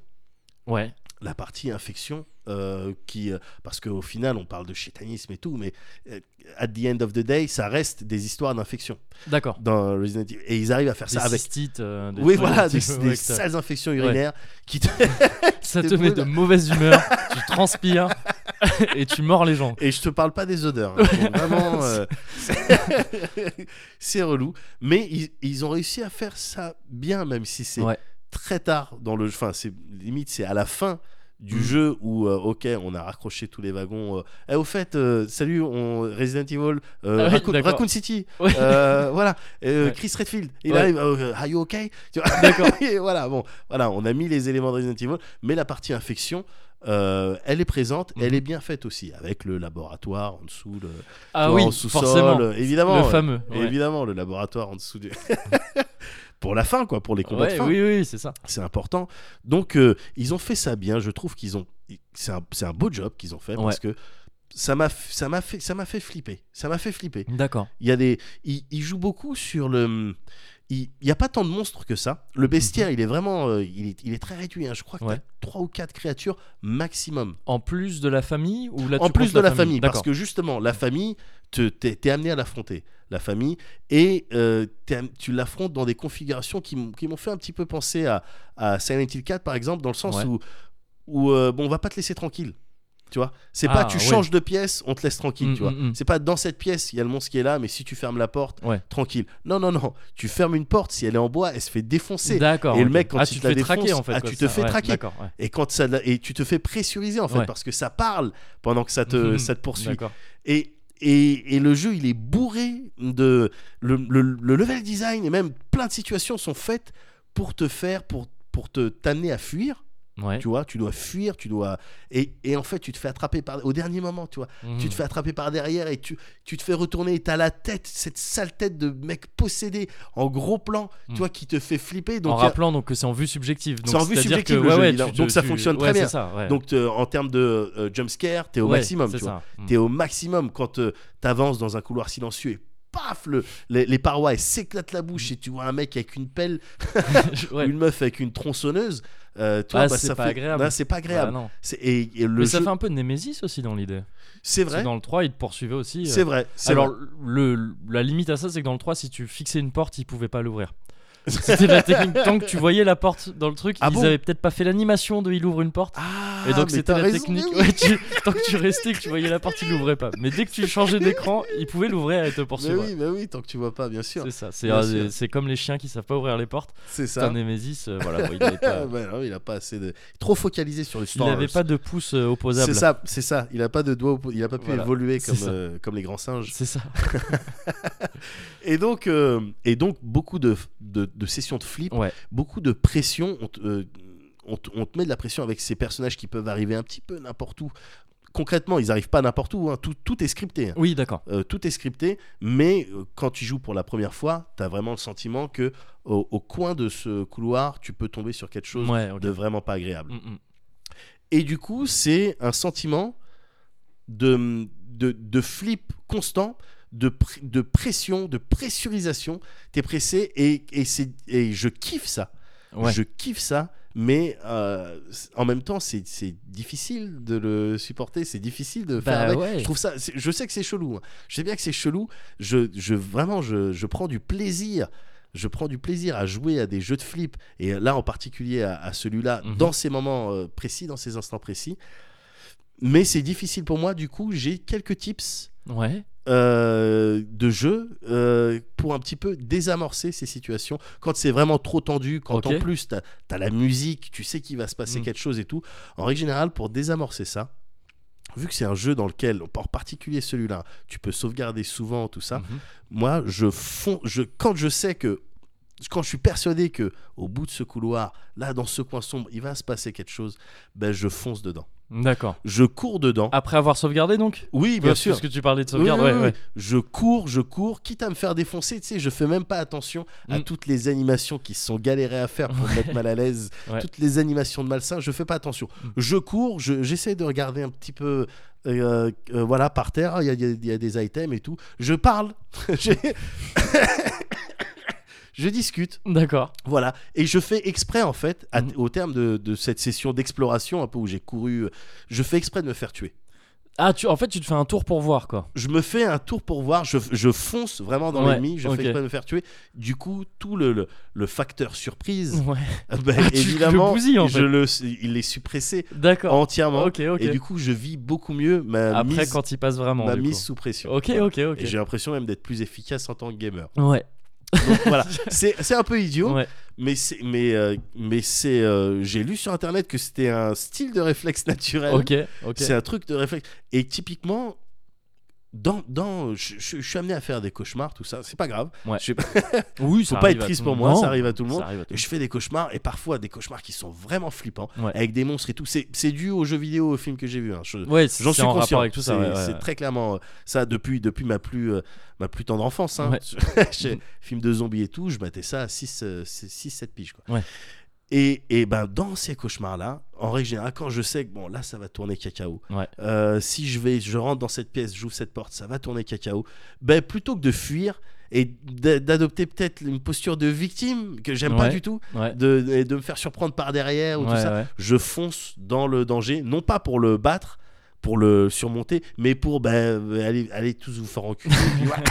S1: Ouais.
S2: La partie infection, euh, qui, euh, parce qu'au final, on parle de chétanisme et tout, mais euh, at the end of the day, ça reste des histoires d'infection
S1: D'accord.
S2: dans Resident Evil. Et ils arrivent à faire
S1: Des
S2: ça avec.
S1: cystites, euh, des
S2: Oui,
S1: trucs
S2: voilà,
S1: un
S2: des,
S1: petit peu,
S2: des
S1: ouais, que ça-
S2: sales infections urinaires qui te-
S1: Ça
S2: des
S1: te met
S2: boules.
S1: de mauvaise humeur, tu transpires et tu mords les gens.
S2: Et je te parle pas des odeurs. hein. Bon, Vraiment, euh, c'est- c'est relou. Mais ils, ils ont réussi à faire ça bien, même si c'est
S1: Ouais.
S2: très tard dans le. Enfin, c'est limite, c'est à la fin du
S1: Mm.
S2: jeu où euh, ok on a raccroché tous les wagons euh, Eh, au fait euh, salut on Resident Evil euh,
S1: Ah oui,
S2: Raccoon,
S1: d'accord.
S2: Raccoon City
S1: Ouais.
S2: euh, voilà Euh,
S1: Ouais.
S2: Chris Redfield il
S1: Ouais.
S2: arrive euh, are you okay Tu vois
S1: D'accord.
S2: Et voilà bon voilà on a mis les éléments de Resident Evil mais la partie infection euh, elle est présente,
S1: Mhm.
S2: elle est bien faite aussi, avec le laboratoire en dessous, le,
S1: Ah
S2: tu vois,
S1: oui,
S2: en sous-sol,
S1: forcément.
S2: euh, évidemment,
S1: Le
S2: ouais.
S1: fameux. ouais.
S2: évidemment, le laboratoire en dessous du. pour la fin, quoi, pour les combats de
S1: Ouais,
S2: fin,
S1: oui, oui, c'est ça.
S2: c'est important. Donc, euh, ils ont fait ça bien, je trouve qu'ils ont, c'est un, c'est un beau job qu'ils ont fait parce que ça m'a, f- ça m'a fait, ça m'a fait flipper, ça m'a fait flipper.
S1: D'accord.
S2: Il y a des, ils, ils jouent beaucoup sur le. Il n'y a pas tant de monstres que ça. Le bestiaire, il est vraiment, euh, il, est, il est très réduit. hein. Je crois que
S1: Mhm. Ouais.
S2: t'as 3 ou 4 créatures maximum
S1: En plus de la famille ou là,
S2: en
S1: tu
S2: plus
S1: comptes
S2: de la famille, parce
S1: D'accord.
S2: que justement, la famille, te- t'es t'es amené à l'affronter, la famille, et euh, t'es am- tu l'affrontes dans des configurations qui m'ont qui m'ont fait un petit peu penser à, à Silent Hill 4, par exemple, dans le sens
S1: Ouais.
S2: où, où euh, bon, on va pas te laisser tranquille. Tu vois, c'est pas
S1: Ah,
S2: tu
S1: ouais.
S2: changes de pièce, on te laisse tranquille,
S1: Mm,
S2: tu vois.
S1: mm, mm.
S2: C'est pas dans cette pièce, il y a le monstre qui est là, mais si tu fermes la porte,
S1: Ouais.
S2: tranquille. Non, non, non, tu fermes une porte, si elle est en bois, elle se fait défoncer.
S1: D'accord.
S2: Et le
S1: ok.
S2: mec, quand
S1: ah,
S2: il
S1: tu
S2: te
S1: te
S2: la
S1: fais traquer
S2: défonce,
S1: en fait.
S2: ah,
S1: quoi,
S2: tu te
S1: ça,
S2: fais
S1: ouais,
S2: traquer.
S1: D'accord. ouais.
S2: Et quand ça, et tu te fais pressuriser en fait,
S1: Ouais.
S2: parce que ça parle pendant que ça te,
S1: Mhm.
S2: ça te poursuit.
S1: D'accord.
S2: Et, et, et le jeu, il est bourré de. Le, le- le level design et même plein de situations sont faites pour te faire, pour, pour te t'amener à fuir.
S1: Ouais.
S2: Tu vois, tu dois fuir, tu dois. Et, et en fait, tu te fais attraper par... au dernier moment, tu vois.
S1: Mhm.
S2: Tu te fais attraper par derrière et tu, tu te fais retourner et t'as la tête, cette sale tête de mec possédé en gros plan,
S1: Mm.
S2: tu vois, qui te fait flipper. Donc,
S1: en
S2: il y a-
S1: rappelant donc que c'est en vue subjective. Donc,
S2: C'est en vue
S1: c'est-à-dire
S2: subjective,
S1: que,
S2: le
S1: ouais,
S2: jeu,
S1: ouais,
S2: évidemment.
S1: tu-
S2: Donc, ça
S1: tu-
S2: fonctionne
S1: ouais,
S2: très bien.
S1: C'est ça, ouais.
S2: donc te- en termes de euh, jump scare, t'es au
S1: Ouais,
S2: maximum,
S1: c'est
S2: tu vois.
S1: ça. Mm.
S2: T'es au maximum quand euh, t'avances dans un couloir silencieux et paf, le, les, les parois elles s'éclatent la bouche et tu vois un mec avec une pelle ou
S1: Ouais.
S2: une meuf avec une tronçonneuse. euh, toi,
S1: Ah,
S2: bah,
S1: c'est
S2: ça
S1: pas
S2: fait-
S1: agréable.
S2: Non, c'est pas
S1: Ah,
S2: agréable.
S1: non.
S2: C'est- et, et le
S1: Mais ça
S2: jeu-
S1: fait un peu Nemesis aussi dans l'idée.
S2: c'est
S1: Parce que
S2: vrai.
S1: Dans le 3, il te poursuivait aussi. euh,
S2: C'est vrai. c'est
S1: Alors,
S2: vrai.
S1: le, la limite à ça, c'est que dans le 3, si tu fixais une porte, ils pouvaient pas l'ouvrir. C'était la technique. Tant que tu voyais la porte dans le truc,
S2: Ah
S1: ils
S2: bon
S1: avaient peut-être pas fait l'animation de il ouvre une porte.
S2: Ah,
S1: Et donc,
S2: mais
S1: c'était
S2: t'as
S1: la
S2: raison,
S1: technique.
S2: mais oui.
S1: Ouais, tu- tant que tu restais, que tu voyais la porte, ils l'ouvraient pas. Mais dès que tu changeais d'écran, ils pouvaient l'ouvrir et te
S2: Mais
S1: poursuivre.
S2: oui, mais oui, tant que tu vois pas, bien sûr.
S1: C'est ça, c'est
S2: Bien
S1: euh,
S2: sûr.
S1: c'est comme les chiens qui savent pas ouvrir les portes.
S2: C'est
S1: C'est un
S2: ça.
S1: Nemesis, euh, voilà, bon, il avait pas,
S2: Ah, ouais, non, il a pas assez de. Trop focalisé sur le
S1: il
S2: Star
S1: avait pas de pouce euh, opposable.
S2: C'est ça, c'est ça. Il a pas de doigt, oppo- il a pas pu
S1: Voilà,
S2: évoluer
S1: c'est
S2: comme,
S1: ça.
S2: euh, comme les grands singes.
S1: C'est ça.
S2: Et donc, euh, et donc beaucoup de, de, de sessions de flip,
S1: Ouais.
S2: beaucoup de pression. On te, euh, on te- on te met de la pression avec ces personnages qui peuvent arriver un petit peu n'importe où. Concrètement, ils arrivent pas n'importe où. hein. Tout, tout est scripté. hein.
S1: Oui, d'accord.
S2: Euh, tout est scripté, mais euh, quand tu joues pour la première fois, tu as vraiment le sentiment que au, au coin de ce couloir, tu peux tomber sur quelque chose
S1: Ouais, ok.
S2: de vraiment pas agréable.
S1: Mm, mm.
S2: Et du coup, c'est un sentiment de, de, de flip constant, de, pr- de pression, de pressurisation. T'es pressé et, et, c'est- et je kiffe ça.
S1: Ouais.
S2: Je kiffe ça. Mais euh, c- en même temps, c'est c'est difficile de le supporter, c'est difficile de faire
S1: Bah
S2: avec.
S1: ouais.
S2: Je trouve ça, c'est- je sais que c'est chelou. hein. Je sais bien que c'est chelou. Je, je vraiment, je, je prends du plaisir. Je prends du plaisir à jouer à des jeux de flip et là en particulier à, à celui-là
S1: Mhm.
S2: dans ces moments euh, précis, dans ces instants précis. Mais c'est difficile pour moi. Du coup, j'ai quelques tips
S1: Ouais.
S2: euh, de jeu euh, pour un petit peu désamorcer ces situations quand c'est vraiment trop tendu, quand
S1: Ok.
S2: en plus t'as as la musique, tu sais qu'il va se passer
S1: Mm.
S2: quelque chose et tout. En règle générale, pour désamorcer ça, vu que c'est un jeu dans lequel, en particulier celui-là, tu peux sauvegarder souvent tout ça,
S1: Mhm.
S2: moi je fond, je quand je sais que quand je suis persuadé que au bout de ce couloir, là dans ce coin sombre, il va se passer quelque chose, ben je fonce dedans.
S1: D'accord.
S2: Je cours dedans.
S1: Après avoir sauvegardé donc
S2: Oui, Ah, bien
S1: Parce que-
S2: sûr.
S1: Parce que tu parlais de
S2: Oui,
S1: sauvegarde,
S2: oui,
S1: ouais,
S2: oui.
S1: ouais.
S2: Je cours, je cours, quitte à me faire défoncer, tu sais, je fais même pas attention à
S1: Mm.
S2: toutes les animations qui se sont galérées à faire pour me mettre mal à l'aise,
S1: Ouais.
S2: toutes les animations de malsain, je fais pas attention.
S1: Mm.
S2: Je cours, je- j'essaie de regarder un petit peu, euh, euh, voilà, par terre, il y a, il y a- il y a des items et tout. Je parle, je... je discute,
S1: D'accord.
S2: voilà, et je fais exprès en fait, à-
S1: Mm.
S2: au terme de, de cette session d'exploration, un peu où j'ai couru, euh, je fais exprès de me faire tuer
S1: Ah, tu, en fait, tu te fais un tour pour voir, quoi.
S2: je me fais un tour pour voir, je, je fonce vraiment dans
S1: Ouais,
S2: l'ennemi, je
S1: ok.
S2: fais pas me faire tuer. Du coup, tout le, le, le facteur surprise,
S1: Ouais.
S2: ben,
S1: Ah, tu le
S2: évidemment,
S1: bousilles, en
S2: je
S1: fait.
S2: le, il est suppressé
S1: D'accord.
S2: entièrement.
S1: Ok, ok.
S2: Et du coup, je vis beaucoup mieux ma
S1: Après,
S2: mise,
S1: quand il passe vraiment.
S2: ma
S1: du
S2: mise
S1: coup.
S2: sous pression.
S1: Ok,
S2: Voilà.
S1: ok, ok.
S2: Et j'ai l'impression même d'être plus efficace en tant que gamer.
S1: Ouais.
S2: Donc voilà, c'est c'est un peu idiot,
S1: Ouais.
S2: mais c'est mais euh, mais c'est euh, j'ai lu sur internet que c'était un style de réflexe naturel.
S1: Ok, ok.
S2: C'est un truc de réflexe. Et typiquement, dans, dans, je, je- je suis amené à faire des cauchemars, tout ça. C'est pas grave.
S1: Ouais.
S2: Je faut
S1: Oui,
S2: pas être triste pour moi.
S1: Non,
S2: ça arrive à tout le monde.
S1: ça arrive à tout
S2: Et je fais des cauchemars et parfois des cauchemars qui sont vraiment flippants,
S1: Ouais.
S2: avec des monstres et tout. C'est c'est dû aux jeux vidéo, aux films que j'ai vus. hein. Je-
S1: le monde. Ouais, c'est
S2: J'en suis
S1: en
S2: conscient.
S1: rapport avec tout ça.
S2: C'est
S1: ouais, ouais,
S2: c'est
S1: ouais.
S2: très clairement euh, ça depuis, depuis ma, plus, euh, ma plus tendre enfance. Hein.
S1: Ouais.
S2: J'ai- film de zombies et tout, je battais ça à euh, 6-7 piges. Quoi.
S1: Ouais.
S2: Et, et ben dans ces cauchemars-là, en règle générale, quand je sais que bon, là ça va tourner cacao,
S1: Ouais.
S2: Euh, si je vais, je rentre dans cette pièce, j'ouvre cette porte, ça va tourner cacao, ben plutôt que de fuir et d'a- d'adopter peut-être une posture de victime que j'aime pas
S1: Ouais.
S2: du tout,
S1: Ouais.
S2: de, et de me faire surprendre par derrière ou tout
S1: Ouais,
S2: ça,
S1: ouais.
S2: je fonce dans le danger, non pas pour le battre, pour le surmonter, mais pour ben, ben, aller, aller tous vous faire enculer. et puis voilà.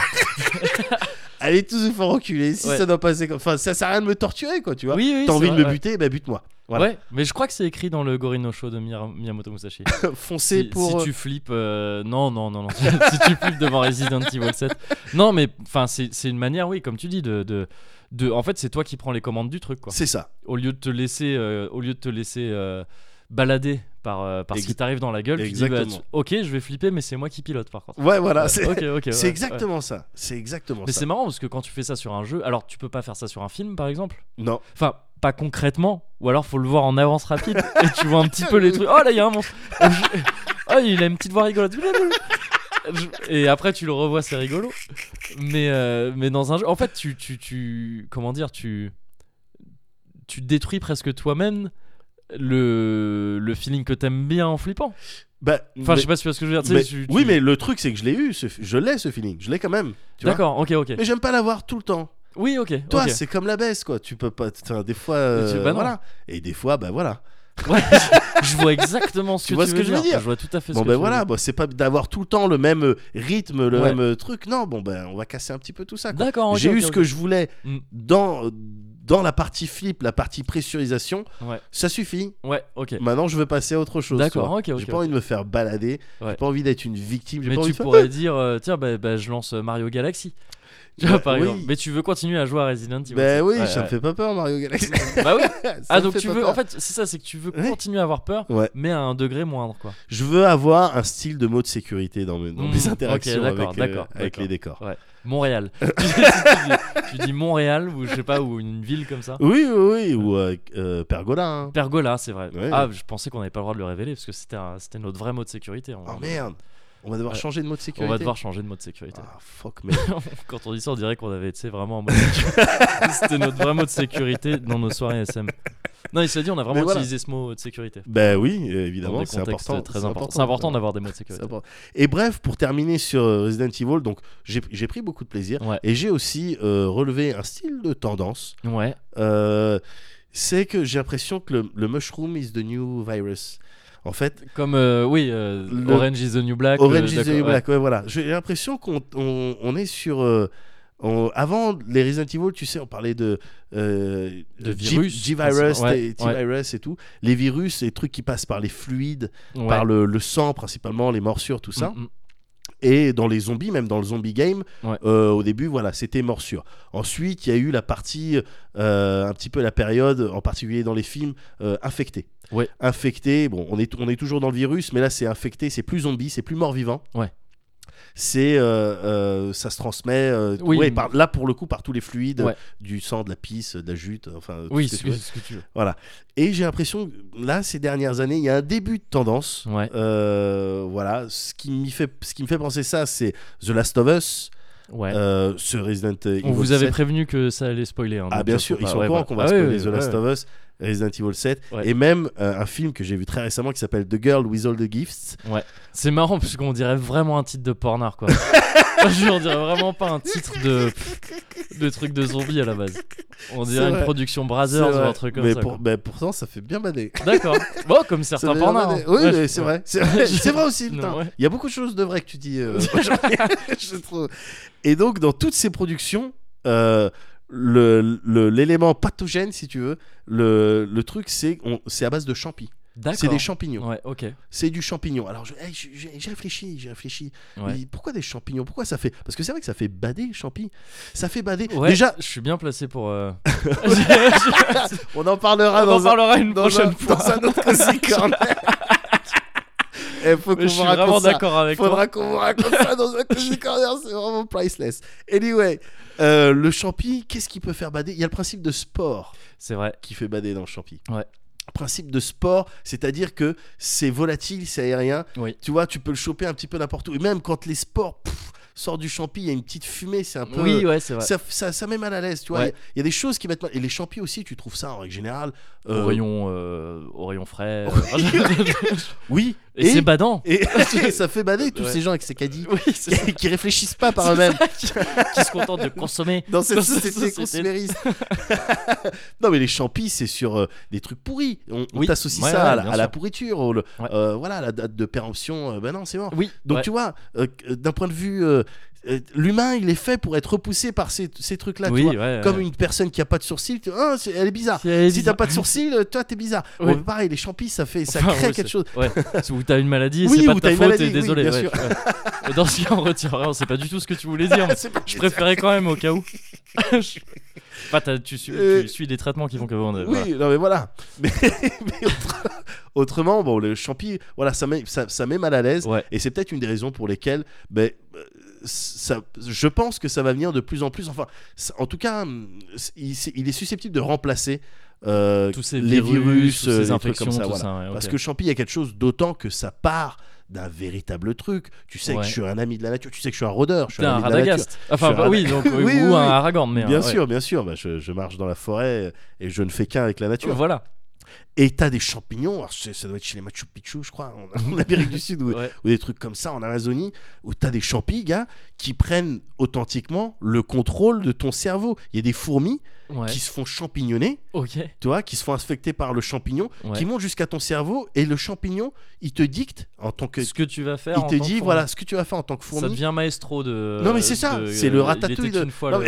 S2: allez tous vous faire enculer si
S1: Ouais.
S2: ça doit passer comme. Enfin, ça sert à rien de me torturer, quoi, tu vois.
S1: Oui, oui.
S2: T'as envie
S1: c'est
S2: de me
S1: vrai, ouais.
S2: buter, ben bute-moi. Voilà.
S1: Ouais, mais je crois que c'est écrit dans le Gorino Show de Mira- Miyamoto Musashi.
S2: Foncez
S1: si,
S2: pour.
S1: si tu flippes euh, non non non non si tu flippes devant Resident Evil 7 non mais enfin c'est c'est une manière oui comme tu dis de, de, de- en fait c'est toi qui prends les commandes du truc quoi
S2: euh, C'est ça.
S1: au lieu de te laisser euh, au lieu de te laisser euh, balader par, euh, par ce
S2: Ex-
S1: qui t'arrive dans la gueule tu dis bah,
S2: Exactement.
S1: tu- ok je vais flipper mais c'est moi qui pilote par contre
S2: Ouais, voilà.
S1: Euh,
S2: c'est
S1: ok ok
S2: c'est
S1: ouais, ouais.
S2: exactement ça. C'est exactement
S1: mais
S2: ça.
S1: c'est marrant parce que quand tu fais ça sur un jeu alors tu peux pas faire ça sur un film par exemple
S2: Non.
S1: enfin pas concrètement, ou alors faut le voir en avance rapide et tu vois un petit peu les trucs. Oh là, il y a un monstre. Je- Oh, il a une petite voix rigolote. Je- Et après, tu le revois, c'est rigolo. Mais, euh, mais dans un jeu, en fait, tu, tu, tu comment dire, tu, tu détruis presque toi-même le, le feeling que t'aimes bien en flippant.
S2: Bah,
S1: Enfin,
S2: mais-
S1: je sais pas si tu vois ce que je veux dire. tu sais,
S2: mais-
S1: tu-
S2: Oui,
S1: tu-
S2: mais le truc, c'est que je l'ai eu, ce- je l'ai ce feeling, je l'ai quand même. tu vois.
S1: D'accord, ok, ok.
S2: Mais j'aime pas l'avoir tout le temps.
S1: Oui, ok.
S2: Toi,
S1: ok.
S2: c'est comme la baisse, quoi. Tu peux pas. enfin, des fois, euh,
S1: tu- bah non.
S2: voilà. Et des fois, bah voilà.
S1: Ouais, je- je vois exactement ce
S2: Tu
S1: que
S2: vois
S1: tu
S2: ce que je veux dire
S1: Je vois tout à fait ce
S2: Bon,
S1: que
S2: ben
S1: tu veux
S2: voilà,
S1: dire.
S2: bah, c'est pas d'avoir tout le temps le même euh, rythme, le
S1: Ouais.
S2: même euh, truc. Non, bon, ben on va casser un petit peu tout ça. quoi.
S1: D'accord, ok,
S2: J'ai
S1: ok,
S2: eu ce
S1: ok.
S2: que je voulais
S1: Mm.
S2: dans, euh, dans la partie flip, la partie pressurisation.
S1: Ouais.
S2: Ça suffit.
S1: Ouais, ok.
S2: Maintenant, je veux passer à autre chose.
S1: D'accord,
S2: tu vois.
S1: ok, ok,
S2: J'ai pas
S1: ok.
S2: envie de me faire balader.
S1: Ouais.
S2: J'ai pas envie d'être une victime. J'ai
S1: Mais
S2: pas envie
S1: tu
S2: de faire-
S1: pourrais dire, euh, tiens, bah, bah, je lance euh, Mario Galaxy. Tu vois,
S2: Ouais,
S1: par
S2: Bah oui.
S1: exemple. Mais tu veux continuer à jouer à Resident Evil.
S2: Ben oui,
S1: Ouais,
S2: ça me
S1: ouais.
S2: fait pas peur, Mario Galaxy.
S1: Bah oui.
S2: Ça
S1: Ah,
S2: me
S1: donc
S2: fait
S1: tu
S2: pas
S1: veux.
S2: peur.
S1: En fait, c'est ça, c'est que tu veux
S2: Ouais.
S1: continuer à avoir peur,
S2: Ouais.
S1: mais à un degré moindre, quoi.
S2: Je veux avoir un style de mot de sécurité dans mes, dans
S1: Mm,
S2: mes
S1: ok,
S2: interactions
S1: d'accord,
S2: avec, euh,
S1: d'accord,
S2: avec
S1: d'accord.
S2: les décors.
S1: Montréal. tu, dis, tu dis Montréal, ou je sais pas, ou une ville comme ça.
S2: Oui, oui, oui, ou euh, euh, Pergola. hein.
S1: Pergola, c'est vrai.
S2: Ouais.
S1: Ah, je pensais qu'on n'avait pas le droit de le révéler parce que c'était un- c'était notre vrai mot de sécurité. On,
S2: Oh merde, on va devoir
S1: Ouais.
S2: changer de mot de
S1: on
S2: sécurité.
S1: va devoir changer de mot de sécurité.
S2: Ah fuck, mais
S1: Quand on dit ça, on dirait qu'on avait, tu sais, vraiment un mot de sécurité. C'était notre vrai mot de sécurité dans nos soirées SM. Non, il s'est dit, on a vraiment
S2: Mais voilà.
S1: utilisé ce mot de sécurité.
S2: ben oui, euh,
S1: Dans
S2: évidemment,
S1: des
S2: c'est
S1: contextes
S2: important.
S1: Très important. C'est important d'avoir des mots de
S2: C'est
S1: sécurité.
S2: important. Et bref, pour terminer sur euh, Resident Evil, donc j'ai j'ai pris beaucoup de plaisir
S1: Ouais.
S2: et j'ai aussi euh, relevé un style de tendance.
S1: Ouais.
S2: Euh, c'est que j'ai l'impression que le, le mushroom is the new virus. En fait,
S1: Comme, euh, oui, euh,
S2: Le-
S1: Orange is the New Black.
S2: Orange
S1: euh,
S2: is the
S1: d'accord,
S2: New
S1: ouais.
S2: Black, ouais, voilà. J'ai l'impression qu'on on, on est sur. euh, on- avant les Resident Evil, tu sais, on parlait de. euh,
S1: De
S2: G-
S1: virus,
S2: G-Virus,
S1: principalement.
S2: et-
S1: Ouais,
S2: T-Virus et tout. Les virus, les trucs qui passent par les fluides,
S1: Ouais.
S2: par le, le sang principalement, les morsures, tout ça.
S1: Mm, mm.
S2: Et dans les zombies, même dans le zombie game,
S1: Ouais.
S2: euh, au début, voilà, c'était morsure. Ensuite, il y a eu la partie, euh, un petit peu la période, en particulier dans les films, euh, infecté.
S1: Ouais.
S2: Infecté, bon, on est, on est toujours dans le virus, mais là, c'est infecté, c'est plus zombie, c'est plus mort-vivant.
S1: Ouais.
S2: C'est, euh, euh, ça se transmet, euh,
S1: Oui.
S2: ouais, par- là, pour le coup, par tous les fluides,
S1: Ouais.
S2: du sang, de la pisse, de la jute, enfin. tout
S1: Oui,
S2: ce que
S1: c'est
S2: tu veux.
S1: ce que tu veux.
S2: Et j'ai l'impression, là, ces dernières années, il y a un début de tendance.
S1: Ouais.
S2: Euh, voilà, ce qui, m'y fait, ce qui me fait penser ça, c'est The Last of Us,
S1: Ouais.
S2: euh, ce Resident Evil.
S1: on vous avait
S2: 7.
S1: prévenu que ça allait spoiler. hein,
S2: Ah,
S1: donc
S2: bien
S1: ça,
S2: sûr,
S1: faut
S2: ils
S1: pas-
S2: sont
S1: ouais,
S2: au
S1: voilà.
S2: courant qu'on va
S1: Ah,
S2: spoiler
S1: oui,
S2: The
S1: oui,
S2: Last
S1: ouais.
S2: of Us, Resident Evil 7,
S1: Ouais.
S2: et même euh, un film que j'ai vu très récemment qui s'appelle The Girl with All the Gifts.
S1: C'est marrant parce qu'on dirait vraiment un titre de pornard quoi. Je jure, on dirait vraiment pas un titre de de truc de zombie à la base. On
S2: C'est
S1: dirait une
S2: vrai.
S1: production
S2: C'est
S1: Brothers ou
S2: vrai.
S1: un truc comme
S2: mais
S1: ça.
S2: pour-
S1: quoi.
S2: mais pourtant, ça fait bien bader.
S1: D'accord. Bon, comme
S2: Ça
S1: certains
S2: fait bien
S1: pornards.
S2: bader.
S1: hein.
S2: Oui,
S1: Ouais,
S2: mais
S1: je-
S2: c'est
S1: ouais.
S2: vrai. C'est vrai,
S1: Je-
S2: c'est vrai aussi.
S1: Non,
S2: putain.
S1: ouais.
S2: Il y a beaucoup de choses de vraies que tu dis euh, aujourd'hui. Je trouve. Et donc, dans toutes ces productions, euh, le- le- l'élément pathogène, si tu veux, le, le truc, c'est on- c'est à base de champi.
S1: D'accord.
S2: C'est des champignons.
S1: Ouais, ok.
S2: C'est du champignon. Alors, je- hey, je- j'ai j'ai réfléchi, j'ai réfléchi.
S1: Ouais.
S2: Mais pourquoi des champignons Pourquoi ça fait Parce que c'est vrai que ça fait bader, champi. Ça fait bader.
S1: Ouais,
S2: Déjà,
S1: je suis bien placé pour. euh,
S2: on en parlera
S1: On
S2: dans
S1: en parlera une
S2: dans
S1: prochaine
S2: un-
S1: fois.
S2: dans un autre Cozy Corner. Eh, faut qu'on
S1: je
S2: vous
S1: suis
S2: raconte
S1: vraiment
S2: ça.
S1: d'accord avec toi.
S2: Faudra qu'on vous raconte ça dans un Cozy Corner, c'est vraiment priceless. Anyway, euh, le champi, qu'est-ce qui peut faire bader Il y a le principe de sport
S1: C'est vrai.
S2: qui fait bader dans le champi.
S1: Ouais.
S2: Principe de sport, c'est-à-dire que c'est volatile, c'est aérien.
S1: Oui.
S2: Tu vois, tu peux le choper un petit peu n'importe où. Et même quand les sports pff, sortent du champi, il y a une petite fumée, Euh, c'est un peu.
S1: Oui, ouais, c'est vrai.
S2: ça, ça, ça met mal à l'aise, tu vois. Il
S1: Ouais.
S2: y a- il y, a des choses qui mettent mal. Et les champis aussi, tu trouves ça en règle générale. euh,
S1: Au rayon, euh, au rayon frais.
S2: Oui.
S1: Et, c'est badant.
S2: et- ça fait bader tous
S1: Ouais.
S2: ces gens avec ces caddies
S1: Oui, c'est ça.
S2: qui, qui réfléchissent pas par eux-mêmes
S1: Qui se contentent de consommer.
S2: dans cette
S1: Dans cette
S2: société
S1: société.
S2: consumériste. non, mais les champis, c'est sur euh, des trucs pourris. On, on
S1: Oui.
S2: t'associe
S1: Ouais,
S2: ça
S1: ouais,
S2: à, la-
S1: bien
S2: à la
S1: sûr.
S2: pourriture, au- le-
S1: Ouais.
S2: euh, voilà, à la date de péremption. euh, ben non, c'est mort.
S1: Oui.
S2: Donc
S1: ouais.
S2: tu vois, euh, euh, d'un point de vue, euh, euh, l'humain, il est fait pour être repoussé par ces, ces trucs-là. tu
S1: oui,
S2: vois.
S1: ouais,
S2: Comme
S1: ouais.
S2: une personne qui a pas de sourcils, tu- Ah, c'est- elle est bizarre.
S1: C'est
S2: Si t'as
S1: bizarre.
S2: pas de sourcils, euh, toi t'es bizarre.
S1: Ouais.
S2: Bon, pareil, les champis, ça fait, ça
S1: Enfin,
S2: crée
S1: ouais, c'est-
S2: quelque chose.
S1: Ouais. Ou t'as une maladie,
S2: Oui,
S1: c'est pas
S2: ou
S1: de ta
S2: t'as une
S1: faute,
S2: maladie,
S1: et
S2: oui,
S1: désolé.
S2: bien
S1: ouais,
S2: sûr.
S1: ouais. Dans ce cas, on retirera, on sait pas du tout ce que tu voulais dire. mais
S2: C'est pas-
S1: Je préférais quand même au cas où. Je- Enfin, t'as- tu, suis,
S2: Euh,
S1: tu suis des traitements qui font que. bon, euh, voilà.
S2: Oui, non mais voilà. Mais, mais autre- autrement, bon, le champi, voilà, ça met, ça, ça met mal à l'aise.
S1: Ouais.
S2: Et c'est peut-être une des raisons pour lesquelles, ben, euh, ça, je pense que ça va venir de plus en plus. Enfin, ça- en tout cas, hum, il, c'est- il est susceptible de remplacer euh,
S1: Tous ces
S2: les virus,
S1: tous
S2: euh, les
S1: ces
S2: trucs
S1: infections,
S2: comme ça,
S1: tout
S2: voilà.
S1: ça. ouais,
S2: Parce
S1: ok.
S2: que Champy, il y a quelque chose, d'autant que ça part d'un véritable truc. Tu sais
S1: Ouais.
S2: que je suis un ami de la nature, tu sais que je suis un rôdeur, je suis
S1: T'es un
S2: ami de la nature.
S1: Radagast. Enfin,
S2: Je suis
S1: bah
S2: un
S1: oui, donc,
S2: Oui,
S1: ou
S2: oui,
S1: un
S2: oui.
S1: Aragorn, mais.
S2: Bien
S1: ouais.
S2: sûr, bien sûr, bah, je, je marche dans la forêt et je ne fais qu'un avec la nature.
S1: Voilà.
S2: Et t'as des champignons, alors c'est- ça doit être chez les Machu Picchu, je crois, en, en Amérique du Sud, ou,
S1: Ouais.
S2: ou des trucs comme ça, en Amazonie, où t'as des champis, gars, qui prennent authentiquement le contrôle de ton cerveau. Il y a des fourmis
S1: Ouais.
S2: qui se font champignonner,
S1: Ok.
S2: tu vois, qui se font infecter par le champignon,
S1: Ouais.
S2: qui montent jusqu'à ton cerveau, et le champignon, il te dicte en tant que.
S1: Ce que tu vas faire.
S2: Il
S1: en
S2: te
S1: tant
S2: dit,
S1: que
S2: voilà, ce que tu vas faire en tant que
S1: fourmi, Ça
S2: fourmi.
S1: devient maestro de.
S2: Non, mais c'est ça,
S1: de-
S2: c'est le
S1: il
S2: ratatouille
S1: était
S2: de-
S1: une fois
S2: Non,
S1: le-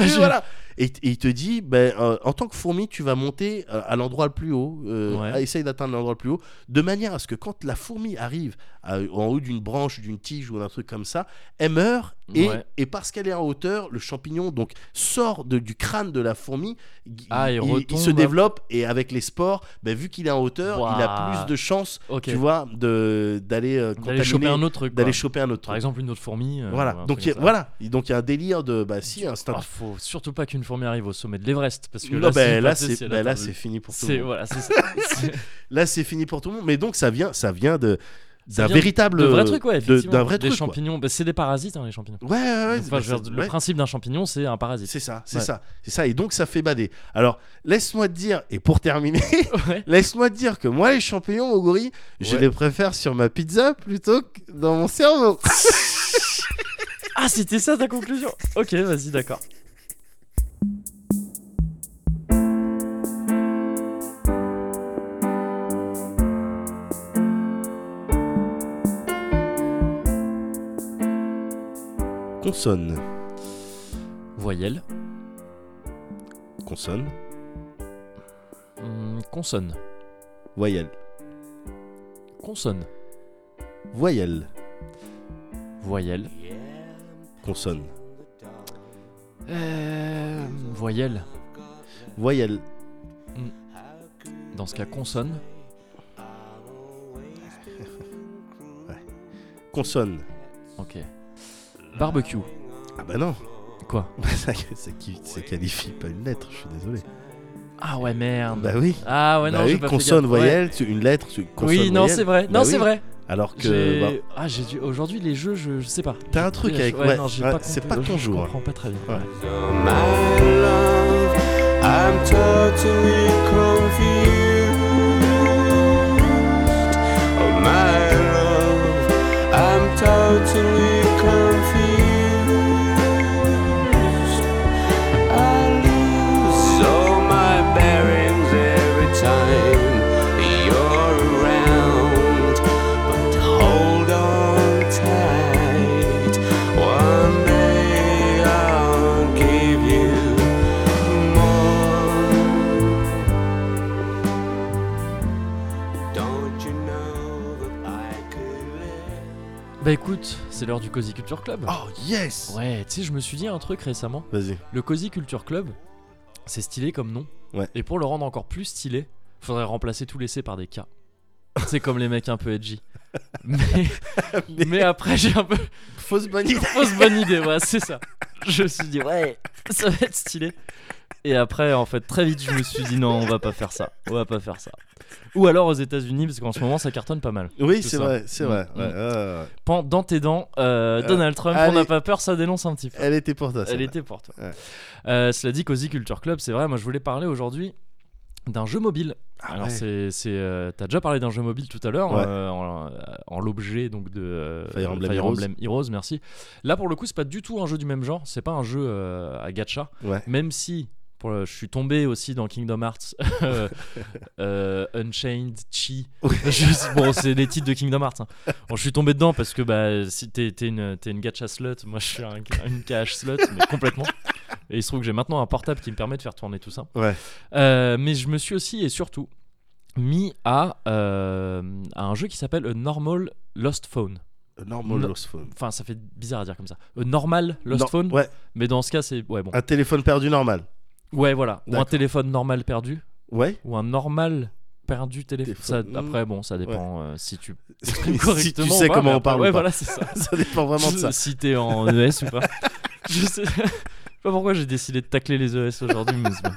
S2: Oui, voilà. Et, et il te dit, ben, euh, en tant que fourmi, tu vas monter euh, à l'endroit le plus haut, euh,
S1: Ouais.
S2: à- essaye d'atteindre l'endroit le plus haut, de manière à ce que quand la fourmi arrive à- en haut d'une branche, d'une tige ou d'un truc comme ça, elle meurt, et,
S1: Ouais.
S2: et parce qu'elle est en hauteur, le champignon donc sort de- du crâne de la fourmi, il,
S1: Ah, il
S2: il-
S1: retombe.
S2: il se développe, et avec les spores, ben, vu qu'il est en hauteur, il a
S1: Ouah.
S2: plus de chances,
S1: Ok.
S2: tu vois, de- d'aller euh,
S1: D'aller choper
S2: contaminer-
S1: un autre truc.
S2: d'aller
S1: quoi.
S2: choper un autre
S1: Par
S2: truc.
S1: exemple, une autre fourmi. euh,
S2: Voilà,
S1: ou un
S2: donc
S1: truc
S2: il y a-
S1: comme ça.
S2: voilà, Et donc il y a un délire de bah si instinct
S1: Ah, faut surtout pas qu'une fourmi arrive au sommet de l'Everest parce que
S2: non,
S1: là,
S2: ben,
S1: si,
S2: là,
S1: tu sais,
S2: c'est
S1: c'est
S2: ben,
S1: la
S2: là,
S1: fin de-
S2: c'est fini pour tout
S1: c'est
S2: le monde.
S1: voilà, c'est ça. C'est-
S2: Là, c'est fini pour tout le monde. Mais donc, ça vient, ça vient de
S1: Ça
S2: d'un
S1: vient
S2: véritable,
S1: de vrai truc ouais,
S2: de-
S1: effectivement.
S2: d'un vrai
S1: des
S2: truc. quoi.
S1: champignons, bah, c'est des parasites hein, les champignons.
S2: Ouais, ouais, ouais.
S1: Enfin,
S2: bah,
S1: je veux dire,
S2: c'est-
S1: le
S2: ouais,
S1: principe d'un champignon, c'est un parasite.
S2: c'est ça, c'est
S1: Ouais.
S2: ça, c'est ça. Et donc, ça fait bader. Alors, laisse-moi te dire, et pour terminer,
S1: Ouais.
S2: laisse-moi te dire que moi, les champignons au gorille, je
S1: Ouais.
S2: les préfère sur ma pizza plutôt que dans mon cerveau.
S1: Ah, c'était ça ta conclusion. OK, vas-y, d'accord.
S2: consonne,
S1: Voyelle,
S2: consonne,
S1: hum, consonne,
S2: voyelle,
S1: consonne,
S2: voyelle,
S1: voyelle,
S2: consonne,
S1: euh, voyelle.
S2: voyelle,
S1: Dans ce cas, consonne,
S2: consonne. Euh.
S1: OK. Barbecue.
S2: Ah bah non,
S1: Quoi
S2: ça, ça qui- ça qualifie pas une lettre. Je suis désolé.
S1: Ah ouais, merde.
S2: Bah oui.
S1: ah ouais, non,
S2: Bah
S1: j'ai
S2: oui,
S1: pas fait
S2: consonne,
S1: gaffe. Ouais.
S2: voyelle, tu- une lettre, tu- consonne,
S1: Oui, non,
S2: voyelle.
S1: c'est vrai.
S2: Bah
S1: Non, c'est
S2: oui.
S1: vrai.
S2: Alors que.
S1: J'ai-
S2: bah,
S1: Ah, j'ai dû... Aujourd'hui, les jeux, je, je sais pas.
S2: T'as un truc avec-
S1: Ouais,
S2: ouais,
S1: non, j'ai
S2: ouais,
S1: pas compris.
S2: c'est pas ton
S1: Je
S2: jour, hein.
S1: comprends pas très bien.
S2: Ouais.
S4: My love, I'm totally confused. Oh, my love, I'm totally confused. I lose all my bearings every time you're around. But hold on tight. One day I'll give you more. Don't you know that I could live?
S1: Bah écoute, c'est l'heure du Cozy Culture Club.
S2: Oh yes
S1: Ouais, tu sais, je me suis dit un truc récemment.
S2: Vas-y.
S1: Le Cozy Culture Club, c'est stylé comme nom.
S2: Ouais.
S1: Et pour le rendre encore plus stylé, faudrait remplacer tous les C par des K. C'est comme les mecs un peu edgy. Mais, mais après, j'ai un peu.
S2: Fausse bonne idée.
S1: Fausse bonne idée, voilà, c'est ça. Je me suis dit, ouais, ça va être stylé. Et après, en fait, très vite, je me suis dit, non, on va pas faire ça. On va pas faire ça. Ou alors aux États-Unis, parce qu'en ce moment, ça cartonne pas mal.
S2: Oui,
S1: Tout
S2: c'est
S1: ça.
S2: vrai, c'est
S1: Mm,
S2: vrai.
S1: mm.
S2: ouais, ouais, ouais, ouais.
S1: Pan dans tes dents, euh, Donald Trump, on n'a
S2: allez.
S1: pas peur, ça dénonce un petit peu.
S2: Elle était pour toi.
S1: Elle
S2: celle-là.
S1: était pour toi.
S2: Ouais.
S1: Euh, cela dit, Cozy Culture Club, c'est vrai, moi je voulais parler aujourd'hui d'un jeu mobile. Alors,
S2: Ah ouais.
S1: c'est. c'est, euh, T'as déjà parlé d'un jeu mobile tout à l'heure,
S2: Ouais.
S1: euh, en, en l'objet donc de euh,
S2: Fire Emblem
S1: Fire
S2: Heroes.
S1: Emblem Heroes, merci. Là, pour le coup, c'est pas du tout un jeu du même genre, c'est pas un jeu euh, à gacha,
S2: Ouais.
S1: même si. Pour, le- je suis tombé aussi dans Kingdom Hearts, euh, Unchained, Chi. Juste- bon, c'est les titres de Kingdom Hearts. hein. Bon, je suis tombé dedans parce que bah, si t'es t'es une, t'es une gacha slut, moi je suis un- une KH slut, mais complètement. Et il se trouve que j'ai maintenant un portable qui me permet de faire tourner tout ça.
S2: Ouais.
S1: Euh, mais je me suis aussi et surtout mis à, euh, à un jeu qui s'appelle A Normal Lost Phone.
S2: A Euh, Normal
S1: No-
S2: lost phone.
S1: Enfin, ça fait bizarre à dire comme ça. A Normal Lost
S2: Non,
S1: Phone,
S2: Ouais,
S1: mais dans ce cas, c'est. Ouais, bon.
S2: un téléphone perdu normal.
S1: Ouais, voilà. Ou un
S2: D'accord.
S1: téléphone normal perdu,
S2: Ouais.
S1: ou un normal perdu téléphone. Ça,
S2: Téléphone.
S1: après, bon, ça dépend euh, si tu
S2: si tu
S1: correctement
S2: sais
S1: ou pas, mais
S2: comment on
S1: après-
S2: parle
S1: Ouais,
S2: ou pas.
S1: voilà, c'est ça.
S2: Ça dépend vraiment de ça.
S1: Si t'es en E ES E ou pas. Je sais, je sais pas pourquoi j'ai décidé de tacler les ES aujourd'hui, mais c'est bon.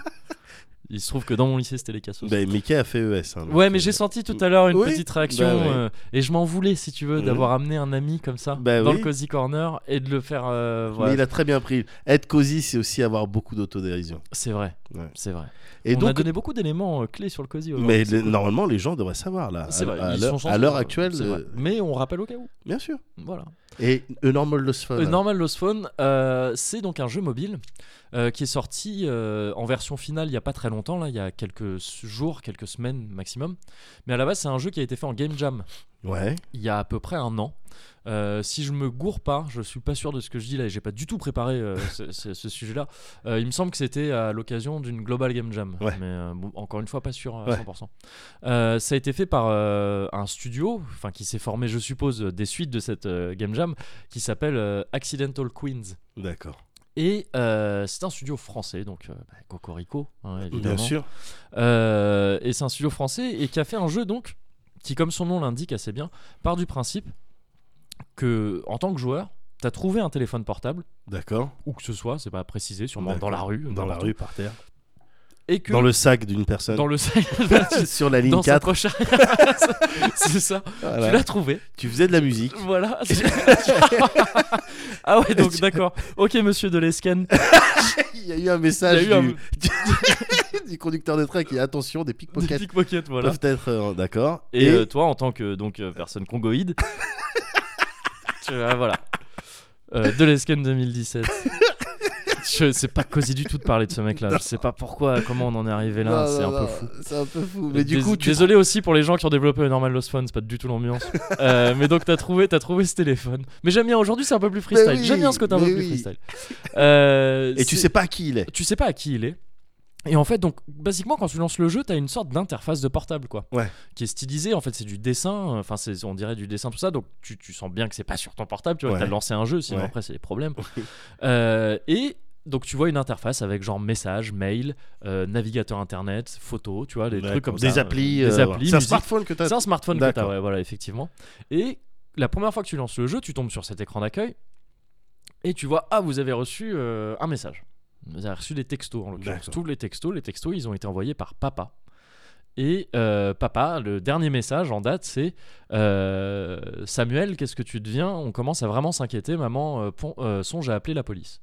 S1: Il se trouve que dans mon lycée, c'était les cassos.
S2: Ben, Mickey a fait ES. hein, donc,
S1: ouais, mais
S2: euh,
S1: j'ai senti tout à l'heure une
S2: oui,
S1: petite réaction
S2: bah ouais.
S1: euh, et je m'en voulais, si tu veux,
S2: Mhm.
S1: d'avoir amené un ami comme ça
S2: Bah
S1: dans
S2: oui.
S1: le cozy corner et de le faire. euh,
S2: Mais
S1: voilà.
S2: il a très bien pris. Être cosy, c'est aussi avoir beaucoup d'autodérision.
S1: C'est vrai,
S2: Ouais.
S1: c'est vrai.
S2: Et
S1: On a
S2: donc,
S1: donné beaucoup d'éléments euh, clés sur le cozy. aujourd'hui.
S2: mais le- normalement, les gens devraient savoir là.
S1: C'est
S2: Ah, à-
S1: vrai,
S2: à
S1: ils
S2: l'heure-
S1: sont chanceux,
S2: à l'heure
S1: euh,
S2: actuelle,
S1: c'est vrai.
S2: euh,
S1: Mais on rappelle au cas où.
S2: bien sûr.
S1: Voilà.
S2: Et Enormous Lost Fun.
S1: Euh, Normal Lost Phone, euh, c'est donc un jeu mobile euh, qui est sorti euh, en version finale il y a pas très longtemps, là, il y a quelques s- jours, quelques semaines maximum. Mais à la base, c'est un jeu qui a été fait en game jam
S2: Ouais.
S1: il y a à peu près un an. Euh, si je me gourre pas, je suis pas sûr de ce que je dis là et j'ai pas du tout préparé euh, ce, ce- ce sujet-là. Euh, il me semble que c'était à l'occasion d'une Global Game Jam,
S2: Ouais.
S1: mais euh, bon, encore une fois pas sûr à
S2: Ouais.
S1: 100%. Euh, ça a été fait par euh, un studio, enfin qui s'est formé, je suppose, euh, des suites de cette euh, Game Jam, qui s'appelle euh, Accidental Queens.
S2: D'accord.
S1: Et euh, c'est un studio français, donc euh, bah, Cocorico, hein, évidemment.
S2: Bien sûr.
S1: Euh, et c'est un studio français et qui a fait un jeu donc qui, comme son nom l'indique assez bien, part du principe que en tant que joueur, t'as trouvé un téléphone portable
S2: D'accord.
S1: ou que ce soit, c'est pas précisé, sûrement dans
S2: D'accord.
S1: la rue,
S2: Dans la
S1: n'importe où.
S2: rue, par terre.
S1: et que
S2: Dans le sac d'une personne.
S1: dans le sac,
S2: Sur la ligne
S1: dans sa
S2: 4.
S1: poche c'est ça.
S2: Voilà.
S1: Tu l'as trouvé.
S2: Tu faisais de la musique.
S1: Voilà. ah ouais, donc d'accord. Ok, monsieur de l'escan.
S2: Il y a eu un message
S1: Il y a eu
S2: du... du conducteur de train qui dit attention, des
S1: Des
S2: pickpockets
S1: pickpockets, voilà.
S2: peuvent être. euh, D'accord.
S1: Et, euh, toi, en tant que donc euh, personne congoïde, tu vois, voilà. Euh, de l'Esken 2017. Je sais pas cosy du tout de parler de ce mec-là. Je sais pas pourquoi, comment on en est arrivé là.
S2: Non,
S1: C'est
S2: non,
S1: un peu
S2: non,
S1: fou.
S2: C'est un peu fou. Mais du
S1: Dés-
S2: coup, tu.
S1: Désolé aussi pour les gens qui ont développé Normal Lost Phone, c'est pas du tout l'ambiance. Euh, mais donc t'as trouvé, t'as trouvé ce téléphone. Mais j'aime bien. Aujourd'hui, c'est un peu plus freestyle.
S2: Mais oui,
S1: j'aime bien ce côté un peu
S2: mais
S1: plus
S2: oui.
S1: freestyle. Euh,
S2: Et tu
S1: c'est-
S2: sais pas qui il est.
S1: tu sais pas à qui il est. Et en fait, donc, basiquement, quand tu lances le jeu, t'as une sorte d'interface de portable, quoi.
S2: Ouais.
S1: Qui est stylisée, en fait, c'est du dessin, euh, enfin, c'est- on dirait du dessin, tout ça, donc tu, tu sens bien que c'est pas sur ton portable, tu vois,
S2: Ouais.
S1: t'as lancé un jeu, sinon
S2: Ouais.
S1: après, c'est des problèmes. Euh, et donc, tu vois une interface avec genre message, mail, euh, navigateur internet, photo, tu vois, des trucs comme ça.
S2: Des
S1: euh,
S2: applis.
S1: des
S2: euh, voilà.
S1: applis,
S2: C'est un
S1: musique.
S2: smartphone que t'as.
S1: C'est un smartphone que t'as,
S2: D'accord.
S1: ouais, voilà, effectivement. Et la première fois que tu lances le jeu, tu tombes sur cet écran d'accueil et tu vois, ah, vous avez reçu euh, un message. Vous avez reçu des textos, en l'occurrence.
S2: D'accord.
S1: Tous les textos, les textos, ils ont été envoyés par papa. Et euh, papa, le dernier message en date, c'est euh, Samuel, qu'est-ce que tu deviens On commence à vraiment s'inquiéter, maman. euh, pon- euh, songe à appeler la police.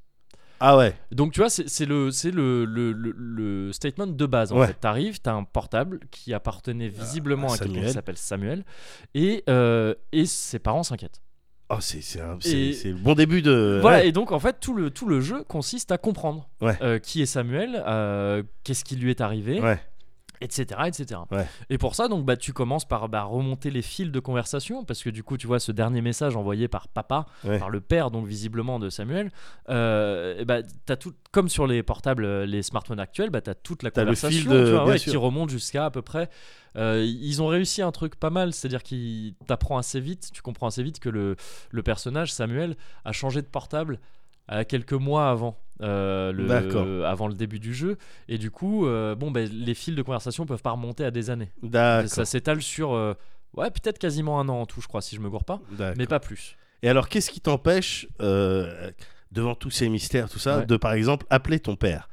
S2: Ah ouais.
S1: Donc tu vois, c'est c'est le, c'est le, le, le- le statement de base. En
S2: Ouais.
S1: fait, t'arrives, t'as un portable qui appartenait visiblement à, quelqu'un qui
S2: Samuel.
S1: s'appelle Samuel, et, euh, et ses parents s'inquiètent.
S2: Oh, c'est c'est un-
S1: Et-
S2: c'est- c'est le bon début de.
S1: voilà,
S2: ouais.
S1: et donc en fait, tout le, tout le jeu consiste à comprendre
S2: Ouais.
S1: euh, qui est Samuel, euh, qu'est-ce qui lui est arrivé,
S2: Ouais.
S1: etc. etc.
S2: Ouais.
S1: Et pour ça, donc, bah, tu commences par bah, remonter les fils de conversation, parce que du coup, tu vois ce dernier message envoyé par papa,
S2: Ouais.
S1: par le père, donc visiblement de Samuel, euh, et bah, t'as tout, comme sur les portables, euh, les smartphones actuels, bah, tu as toute la
S2: T'as le fil
S1: conversation
S2: de-
S1: tu vois,
S2: bien
S1: ouais,
S2: sûr.
S1: qui remonte jusqu'à à peu près. euh, ils ont réussi un truc pas mal, c'est-à-dire qu'ils t'apprends assez vite, tu comprends assez vite que le, le personnage, Samuel, a changé de portable à quelques mois avant. euh, le,
S2: D'accord.
S1: avant le début du jeu et du coup euh, bon ben les fils de conversation peuvent pas remonter à des années ça
S2: D'accord.
S1: s'étale sur euh, ouais peut-être quasiment un an en tout je crois si je me gourre pas mais
S2: D'accord.
S1: pas plus
S2: Et alors, qu'est-ce qui t'empêche, euh, devant tous ces mystères, tout ça,
S1: Ouais.
S2: de par exemple appeler ton père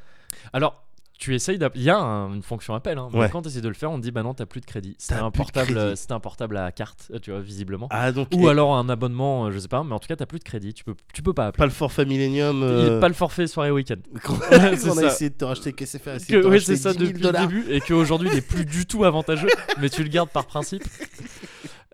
S1: Alors, tu essayes d'appeler. Il y a un- une fonction appel. Hein, mais
S2: Ouais.
S1: quand tu essaies de le faire, on te dit bah non, t'as plus de crédit. C'était
S2: T'as
S1: un
S2: plus de
S1: portable,
S2: crédit.
S1: euh, c'était un portable à carte, euh, tu vois, visiblement.
S2: Ah, donc.
S1: Ou
S2: et-
S1: alors un abonnement, euh, je sais pas, mais en tout cas, t'as plus de crédit. Tu peux, tu peux pas appeler.
S2: Pas le forfait Millennium.
S1: Il
S2: euh,
S1: est pas le forfait soirée week-end.
S2: qu'on
S1: c'est
S2: qu'on a
S1: ça.
S2: essayé de te racheter, qu'est-ce que c'est faire essayer de
S1: Que,
S2: te
S1: oui,
S2: racheter
S1: c'est ça
S2: 10 000
S1: depuis le
S2: dollars.
S1: début et qu'aujourd'hui il est plus du tout avantageux, mais tu le gardes par principe.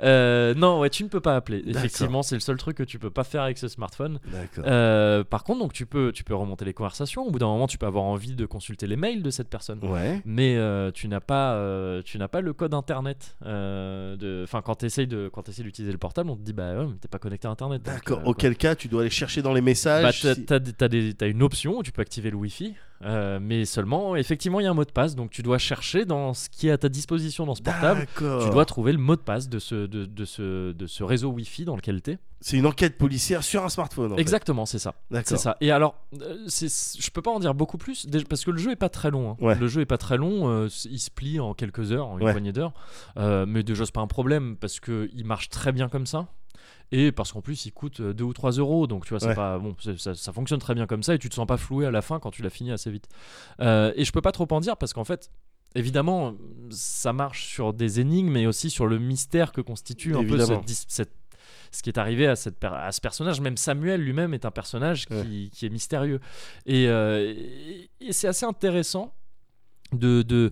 S1: Euh, non, ouais, tu ne peux pas appeler.
S2: D'accord.
S1: Effectivement, c'est le seul truc que tu peux pas faire avec ce smartphone.
S2: D'accord.
S1: Euh, par contre, donc tu peux, tu peux remonter les conversations. Au bout d'un moment, tu peux avoir envie de consulter les mails de cette personne.
S2: Ouais.
S1: mais euh, tu n'as pas euh, tu n'as pas le code internet euh, de enfin quand tu essayes de quand t'essayes d'utiliser le portable on te dit bah ouais, mais t'es pas connecté à internet donc,
S2: D'accord. Ah,
S1: euh, quoi.
S2: Auquel cas, tu dois aller chercher dans les
S1: bah,
S2: messages.
S1: t'as,
S2: si-
S1: t'as des- t'as des- t'as une option où tu peux activer le Wi-Fi, euh, mais seulement, effectivement, il y a un mot de passe, donc tu dois chercher dans ce qui est à ta disposition dans ce portable.
S2: D'accord.
S1: Tu dois trouver le mot de passe de ce, de, de ce, de ce réseau Wi-Fi dans lequel t'es.
S2: C'est une enquête policière sur un smartphone. en fait.
S1: Exactement, c'est ça. C'est
S2: D'accord.
S1: ça. Et alors, euh, c'est- c'est- je peux pas en dire beaucoup plus déjà- parce que le jeu est pas très long. hein.
S2: Ouais.
S1: Le jeu est pas très long. euh, c- il se plie en quelques heures, en une
S2: Ouais.
S1: poignée d'heures. Euh, mais déjà, c'est pas un problème parce que il marche très bien comme ça. Et parce qu'en plus, il coûte 2 ou 3 euros. Donc, tu vois, c'est
S2: Ouais.
S1: pas, bon, c'est- ça, ça fonctionne très bien comme ça et tu te sens pas floué à la fin quand tu l'as fini assez vite. Euh, et je peux pas trop en dire parce qu'en fait, évidemment, ça marche sur des énigmes mais aussi sur le mystère que constitue un peu
S2: Évidemment.
S1: cette, dis- cette- ce qui est arrivé à, cette per- à ce personnage. Même Samuel lui-même est un personnage qui, qui est mystérieux. Et, euh, et- et c'est assez intéressant de. de-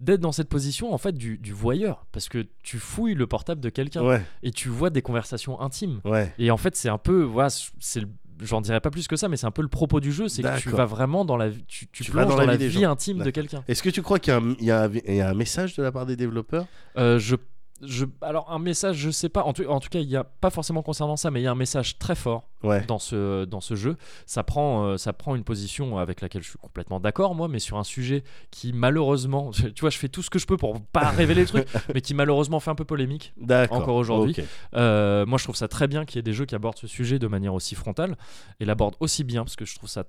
S1: d'être dans cette position en fait du, du voyeur parce que tu fouilles le portable de quelqu'un
S2: Ouais,
S1: et tu vois des conversations intimes
S2: ouais.
S1: et en fait, c'est un peu, voilà, c'est le- j'en dirais pas plus que ça, mais c'est un peu le propos du jeu, c'est que tu
S2: D'accord.
S1: vas vraiment dans la, vie- tu, tu,
S2: Tu vas
S1: plonges dans,
S2: dans la
S1: la
S2: vie des
S1: vie,
S2: gens.
S1: intime de
S2: D'accord.
S1: quelqu'un.
S2: Est-ce que tu crois qu'il y a un- il y, a un- il y a un message de la part des développeurs
S1: Euh, je, je, alors un message, je sais pas. En tout, en tout cas, il y a pas forcément concernant ça, mais il y a un message très fort
S2: Ouais.
S1: dans ce dans ce jeu. Ça prend, euh, ça prend une position avec laquelle je suis complètement d'accord moi, mais sur un sujet qui malheureusement, tu vois, je fais tout ce que je peux pour pas révéler le truc, mais qui malheureusement fait un peu polémique.
S2: D'accord.
S1: Encore aujourd'hui.
S2: Ok.
S1: Euh, moi, je trouve ça très bien qu'il y ait des jeux qui abordent ce sujet de manière aussi frontale et l'abordent aussi bien parce que je trouve ça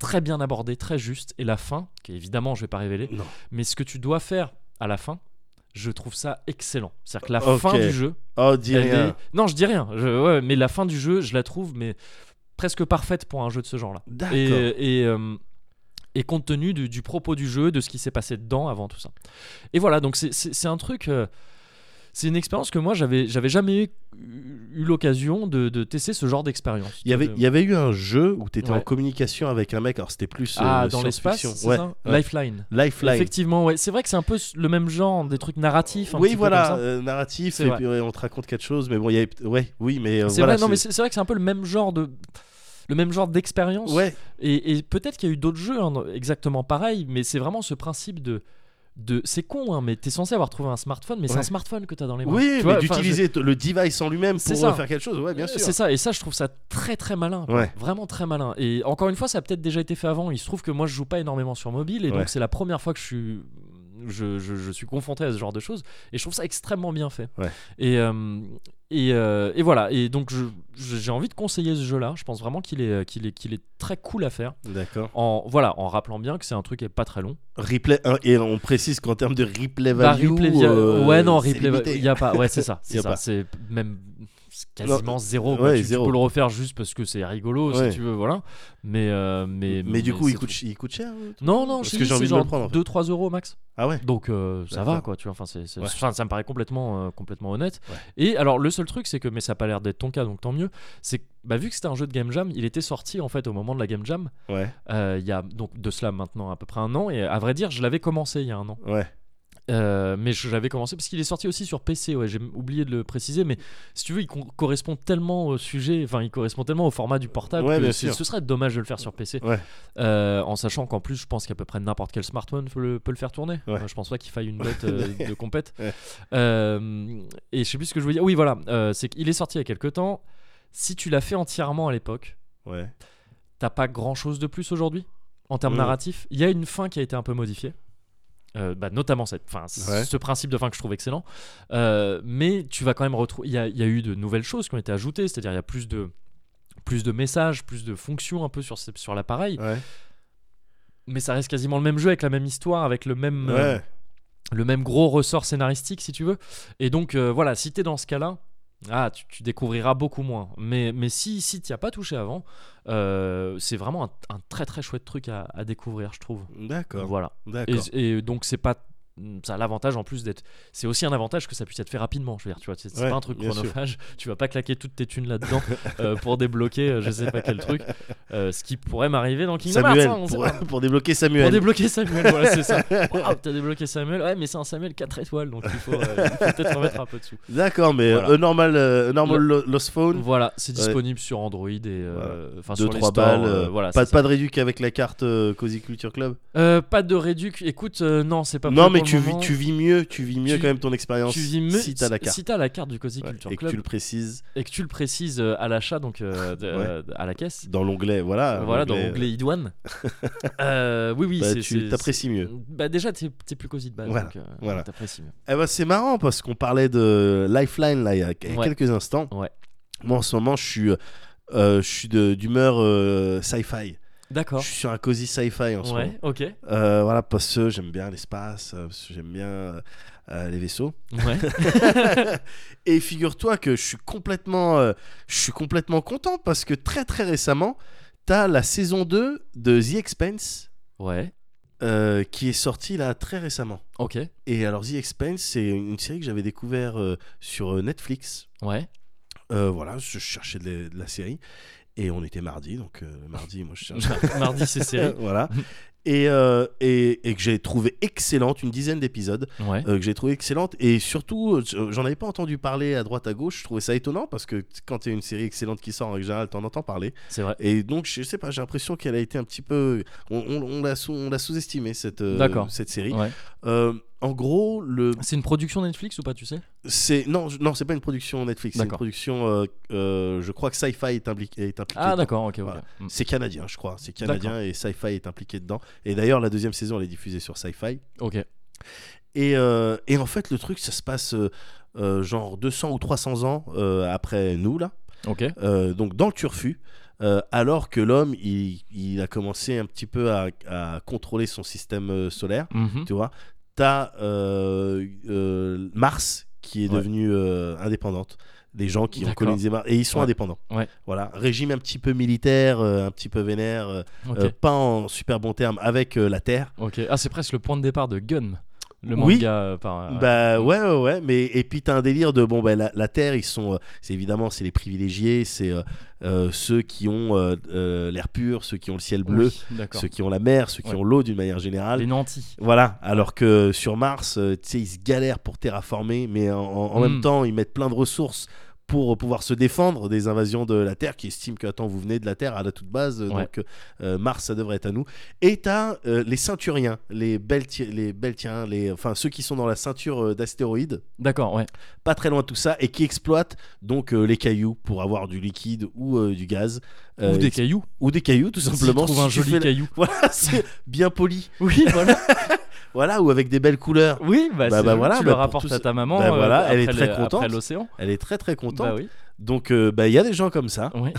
S1: très bien abordé, très juste. Et la fin, qui évidemment je vais pas révéler,
S2: Non.
S1: mais ce que tu dois faire à la fin, je trouve ça excellent. C'est-à-dire que la
S2: Ok.
S1: fin du jeu,
S2: Oh, dis
S1: elle
S2: rien.
S1: est- non, je dis rien, je- ouais, mais la fin du jeu, je la trouve mais presque parfaite pour un jeu de ce genre-là.
S2: D'accord.
S1: Et, et, euh, et compte tenu du, du propos du jeu, de ce qui s'est passé dedans avant tout ça. Et voilà, donc c'est- c'est c'est un truc. euh, c'est une expérience que moi, j'avais j'avais jamais eu eu l'occasion de, de tester ce genre d'expérience.
S2: Il y, avait,
S1: De-
S2: il y avait eu un jeu où tu étais en
S1: euh, Ouais.
S2: communication avec un mec, alors c'était plus euh,
S1: ah, dans l'espace,
S2: science-fiction.
S1: c'est
S2: Ouais,
S1: ça
S2: ouais.
S1: Lifeline.
S2: Lifeline.
S1: Effectivement, ouais. C'est vrai que c'est un peu le même genre, des trucs narratifs. un petit
S2: Oui,
S1: peu
S2: voilà,
S1: comme ça.
S2: euh, narratif,
S1: C'est
S2: et
S1: vrai.
S2: puis ouais, on te raconte quelque chose, mais bon, il y avait. Ouais, oui, mais. euh,
S1: C'est
S2: voilà,
S1: vrai, non, mais c'est c'est vrai que c'est un peu le même genre de. Le même genre d'expérience.
S2: Ouais,
S1: Et, et peut-être qu'il y a eu d'autres jeux hein, exactement pareils, mais c'est vraiment ce principe de. de c'est con, hein, mais t'es censé avoir trouvé un smartphone, mais c'est
S2: Ouais.
S1: un smartphone que t'as dans les Euh, mains.
S2: oui,
S1: Tu vois,
S2: mais
S1: enfin,
S2: d'utiliser t- le device en lui-même
S1: C'est
S2: pour
S1: ça.
S2: euh, faire quelque chose, ouais,
S1: je-
S2: bien sûr.
S1: C'est ça, et ça, je trouve ça très très malin. quoi.
S2: Ouais.
S1: Vraiment très malin. Et encore une fois, ça a peut-être déjà été fait avant. Il se trouve que moi, je joue pas énormément sur mobile, et
S2: Ouais.
S1: donc c'est la première fois que je suis. Je, je- je suis confronté à ce genre de choses et je trouve ça extrêmement bien fait.
S2: Ouais.
S1: Et, euh, et, euh, et voilà. Et donc je- je- j'ai envie de conseiller ce jeu-là. Je pense vraiment qu'il est, euh, qu'il est, qu'il est très cool à faire.
S2: D'accord.
S1: En, voilà, en rappelant bien que c'est un truc qui est pas très long.
S2: Replay, hein, et on précise qu'en termes de replay
S1: Bah,
S2: value.
S1: replay via-
S2: euh,
S1: ouais non
S2: c'est
S1: replay
S2: limité.
S1: il y a pas ouais c'est ça
S2: Y
S1: c'est
S2: a
S1: ça
S2: pas.
S1: c'est même c'est quasiment
S2: Non,
S1: zéro,
S2: ouais,
S1: quoi. Tu- tu,
S2: zéro.
S1: peux le refaire juste parce que c'est rigolo
S2: Ouais.
S1: si tu veux voilà mais euh, mais
S2: Mais, du coup,
S1: c'est
S2: il coûte,
S1: tout.
S2: ch- il coûte cher. euh, tout
S1: non non
S2: parce
S1: chez
S2: que
S1: nous,
S2: j'ai envie
S1: c'est
S2: de le
S1: genre
S2: prendre, en fait.
S1: 2 3 euros max
S2: Ah ouais
S1: donc euh, ça va
S2: D'accord.
S1: quoi tu vois enfin c'est, c'est-
S2: Ouais.
S1: enfin, ça me paraît complètement euh, complètement honnête
S2: Ouais.
S1: et alors le seul truc c'est que mais ça a pas l'air d'être ton cas donc tant mieux c'est que, bah vu que c'était un jeu de game jam il était sorti en fait au moment de la game jam
S2: Ouais,
S1: euh, il y a donc de cela maintenant à peu près un an et à vrai dire je l'avais commencé il y a un an
S2: ouais.
S1: euh, mais je- j'avais commencé parce qu'il est sorti aussi sur PC. Ouais, j'ai oublié de le préciser, mais si tu veux, il co- correspond tellement au sujet, enfin, il correspond tellement au format du portable
S2: Ouais,
S1: que
S2: bien
S1: c'est-
S2: sûr.
S1: ce serait dommage de le faire sur PC.
S2: Ouais.
S1: Euh, en sachant qu'en plus, je pense qu'à peu près n'importe quel smartphone peut le, peut le faire tourner.
S2: Ouais.
S1: Euh, je pense pas qu'il faille une botte euh, de compète.
S2: Ouais.
S1: Euh, et je sais plus ce que je voulais dire. Oui, voilà, euh, c'est qu'il est sorti il y a quelques temps. Si tu l'as fait entièrement à l'époque,
S2: Ouais.
S1: t'as pas grand chose de plus aujourd'hui en termes
S2: Mm.
S1: narratifs. Il y a une fin qui a été un peu modifiée. Euh, bah, notamment cette fin, c-
S2: Ouais.
S1: ce principe de fin que je trouve excellent. Euh, mais tu vas quand même retrouver. Il y, a- il y a eu de nouvelles choses qui ont été ajoutées, c'est-à-dire il y a plus de plus de messages, plus de fonctions un peu sur, ce- sur l'appareil.
S2: Ouais.
S1: Mais ça reste quasiment le même jeu avec la même histoire, avec le même euh,
S2: Ouais.
S1: le même gros ressort scénaristique si tu veux. Et donc euh, voilà, si t'es dans ce cas-là, ah, tu, tu découvriras beaucoup moins. Mais, mais si, si t'y as pas touché avant, euh, c'est vraiment un, un très très chouette truc à, à découvrir, je trouve.
S2: D'accord.
S1: Voilà. Et,
S2: D'accord.
S1: et donc c'est pas mm, ça a l'avantage en plus d'être c'est aussi un avantage que ça puisse être fait rapidement je veux dire tu vois c'est c'est
S2: Ouais,
S1: pas un truc
S2: bien sûr.
S1: chronophage tu vas pas claquer toutes tes thunes là dedans pour débloquer euh, je sais pas quel truc Euh, ce qui pourrait m'arriver dans Kingdom Hearts
S2: Samuel,
S1: hein, on sait
S2: pour,
S1: pas.
S2: pour débloquer
S1: Pour
S2: Samuel.
S1: débloquer Samuel, voilà, c'est ça. Waouh, t'as débloqué Samuel. Ouais, mais c'est un Samuel 4 étoiles, donc il faut, euh, il faut peut-être en mettre un peu dessous.
S2: D'accord, mais euh,
S1: Voilà.
S2: a normal, euh, a normal lo- Lost Phone.
S1: Voilà, c'est
S2: Ouais.
S1: disponible sur Android et. euh, Enfin,
S2: deux
S1: sur les
S2: trois
S1: stores,
S2: balles
S1: euh,
S2: euh,
S1: voilà,
S2: pas,
S1: c'est
S2: pas de réduc avec la carte euh, Cozy Culture Club
S1: ça. Euh, pas de réduc. Écoute, euh, non, c'est pas
S2: non
S1: pour
S2: mais
S1: le
S2: tu vis,
S1: moment.
S2: tu vis mieux tu vis mieux
S1: Tu-
S2: quand même ton expérience
S1: Tu vis mieux
S2: si t'as la carte
S1: si t'as la carte du Cozy
S2: Ouais,
S1: Culture
S2: et que
S1: Club
S2: tu le Ah, précises
S1: et que tu le précises euh, à l'achat, donc euh, de- euh, à la caisse. Euh,
S2: dans l'onglet voilà
S1: voilà, dans
S2: l'onglet,
S1: l'onglet e-douane. Euh, oui, oui,
S2: Ah, bah,
S1: c'est.
S2: tu
S1: c'est-
S2: t'apprécies mieux
S1: Bah, déjà, t'es t'es plus cosy de base.
S2: Voilà,
S1: donc, euh,
S2: voilà.
S1: T'apprécies mieux.
S2: Eh ben, c'est marrant parce qu'on parlait de Lifeline là, il y a il y a
S1: Ouais.
S2: quelques instants.
S1: Ouais.
S2: Moi en ce moment je suis, euh, je suis de- d'humeur euh, sci-fi.
S1: D'accord.
S2: Je suis sur un cosy sci-fi en ce moment.
S1: Ouais, ok.
S2: Euh, voilà, parce que j'aime bien l'espace, euh, parce que j'aime bien euh, euh, les vaisseaux.
S1: Ouais.
S2: Et figure-toi que je suis complètement, euh, je suis complètement content parce que très très récemment, t'as la saison 2 de The Expense
S1: ouais,
S2: euh, qui est sortie là très récemment.
S1: ok.
S2: Et alors The Expense, c'est une série que j'avais découvert euh, sur euh, Netflix.
S1: Ouais,
S2: Euh, voilà, je cherchais de la, de la série et on était mardi, donc euh, le mardi, moi je cherche.
S1: mardi c'est série.
S2: voilà. Et, euh, et, et que j'ai trouvé excellente, une dizaine d'épisodes,
S1: Ouais,
S2: euh, que j'ai trouvé excellente. Et surtout, euh, j'en avais pas entendu parler à droite à gauche, je trouvais ça étonnant parce que quand il y a une série excellente qui sort, en règle générale, t'en entends parler.
S1: c'est vrai.
S2: Et donc, je sais pas, j'ai l'impression qu'elle a été un petit peu. On, on, on l'a sous- on l'a sous-estimée, cette, euh,
S1: D'accord.
S2: cette série.
S1: Ouais.
S2: Euh, en gros, le,
S1: C'est une production Netflix ou pas, tu sais
S2: c'est non, je- non, c'est pas une production Netflix, c'est une
S1: D'accord.
S2: production. euh, euh, je crois que Sci-Fi est, impliqué- est impliqué.
S1: Ah
S2: dedans.
S1: d'accord, ok, ok.
S2: Voilà.
S1: Mm.
S2: C'est canadien, je crois. C'est canadien et Sci-Fi est impliqué dedans. Et d'ailleurs, la deuxième saison, elle est diffusée sur Sci-Fi.
S1: Ok,
S2: Et, euh, et en fait, le truc, ça se passe euh, euh, genre 200 ou 300 ans euh, après nous, là.
S1: ok.
S2: Euh, donc dans le turfu. euh, alors que l'homme, il, il a commencé un petit peu à, à contrôler son système euh, solaire,
S1: Mhm.
S2: tu vois. T'as euh, euh, Mars qui est
S1: Ouais.
S2: devenue euh, indépendante. Des gens qui ont
S1: D'accord.
S2: colonisé Mars et ils sont
S1: Ouais.
S2: indépendants.
S1: Ouais.
S2: Voilà, régime un petit peu militaire, euh, un petit peu vénère, euh,
S1: Ok.
S2: euh, pas en super bon terme avec euh, la Terre.
S1: ok. Ah c'est presque le point de départ de Gun, le manga
S2: Oui.
S1: euh, par. ouais.
S2: Bah ouais, ouais, ouais, mais et puis t'as un délire de bon, bah la, la Terre, ils sont, euh, c'est évidemment, c'est les privilégiés, c'est euh, euh, ceux qui ont euh, euh, l'air pur, ceux qui ont le ciel
S1: Oui,
S2: bleu,
S1: D'accord.
S2: ceux qui ont la mer, ceux qui
S1: Ouais.
S2: ont l'eau d'une manière générale.
S1: Les nantis.
S2: Voilà, alors que sur Mars, euh, tu sais, ils se galèrent pour terraformer, mais en, en- en
S1: Mm.
S2: même temps, ils mettent plein de ressources pour pouvoir se défendre des invasions de la Terre, qui estiment que, attends, vous venez de la Terre à la toute base, euh,
S1: Ouais.
S2: donc euh, Mars, ça devrait être à nous. Et t'as euh, les ceinturiens, les, Belti- les Beltiens, les, enfin ceux qui sont dans la ceinture euh, d'astéroïdes,
S1: D'accord, ouais.
S2: pas très loin de tout ça, et qui exploitent donc euh, les cailloux pour avoir du liquide ou euh, du gaz. euh,
S1: ou des
S2: et-
S1: cailloux.
S2: ou des cailloux, tout simplement.
S1: Trouve
S2: si
S1: un
S2: tu
S1: joli
S2: fais la-
S1: caillou.
S2: Voilà, c'est bien poli.
S1: Oui, voilà.
S2: Voilà, ou avec des belles couleurs.
S1: Oui, bah,
S2: Bah,
S1: c'est-
S2: bah, voilà,
S1: tu
S2: bah,
S1: le
S2: pour
S1: rapportes
S2: tous-
S1: à ta maman.
S2: Bah,
S1: euh,
S2: voilà, elle est
S1: après
S2: très
S1: le- Après
S2: contente.
S1: l'océan.
S2: Elle est très très contente.
S1: Bah oui.
S2: Donc, euh, bah, il y a des gens comme ça
S1: oui.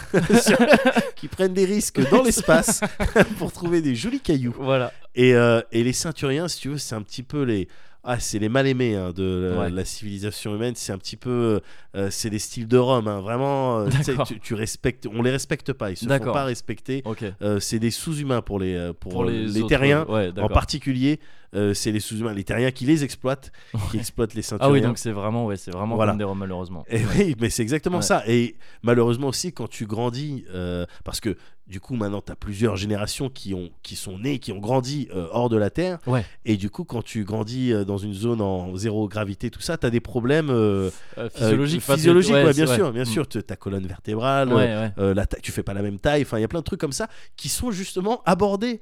S2: qui prennent des risques dans l'espace pour trouver des jolis cailloux.
S1: Voilà.
S2: Et, euh, et les ceinturiens, si tu veux, c'est un petit peu les. Ah, c'est les mal-aimés hein, de la,
S1: Ouais.
S2: la civilisation humaine. C'est un petit peu. euh, c'est les styles de Rome. hein. Vraiment, euh, tu sais,
S1: D'accord.
S2: tu, tu respectes. On les respecte pas. Ils se font
S1: D'accord.
S2: pas respecter.
S1: Ok.
S2: Euh, c'est des sous-humains pour les, euh, pour, euh, les,
S1: autres-
S2: terriens.
S1: ouais,
S2: En
S1: d'accord.
S2: particulier, euh, c'est les sous-humains, les terriens qui les exploitent, qui exploitent les ceinturiens.
S1: Ah oui, donc c'est vraiment, ouais, c'est vraiment
S2: Voilà.
S1: comme des Roms, malheureusement.
S2: Et oui, mais c'est exactement
S1: Ouais.
S2: ça. Et malheureusement aussi, quand tu grandis, euh, parce que du coup, maintenant, tu as plusieurs générations qui, ont, qui sont nées, qui ont grandi euh, hors de la Terre.
S1: Ouais.
S2: Et du coup, quand tu grandis euh, dans une zone en zéro gravité, tout ça, tu as des problèmes euh,
S1: Euh,
S2: euh,
S1: physiologique, pas de-
S2: physiologiques,
S1: ouais,
S2: ouais, bien
S1: c'est-
S2: sûr.
S1: ouais.
S2: Bien
S1: Mm.
S2: sûr, T- ta colonne vertébrale,
S1: Ouais, ouais.
S2: euh, la taille- tu fais pas la même taille. Enfin, il y a plein de trucs comme ça qui sont justement abordés.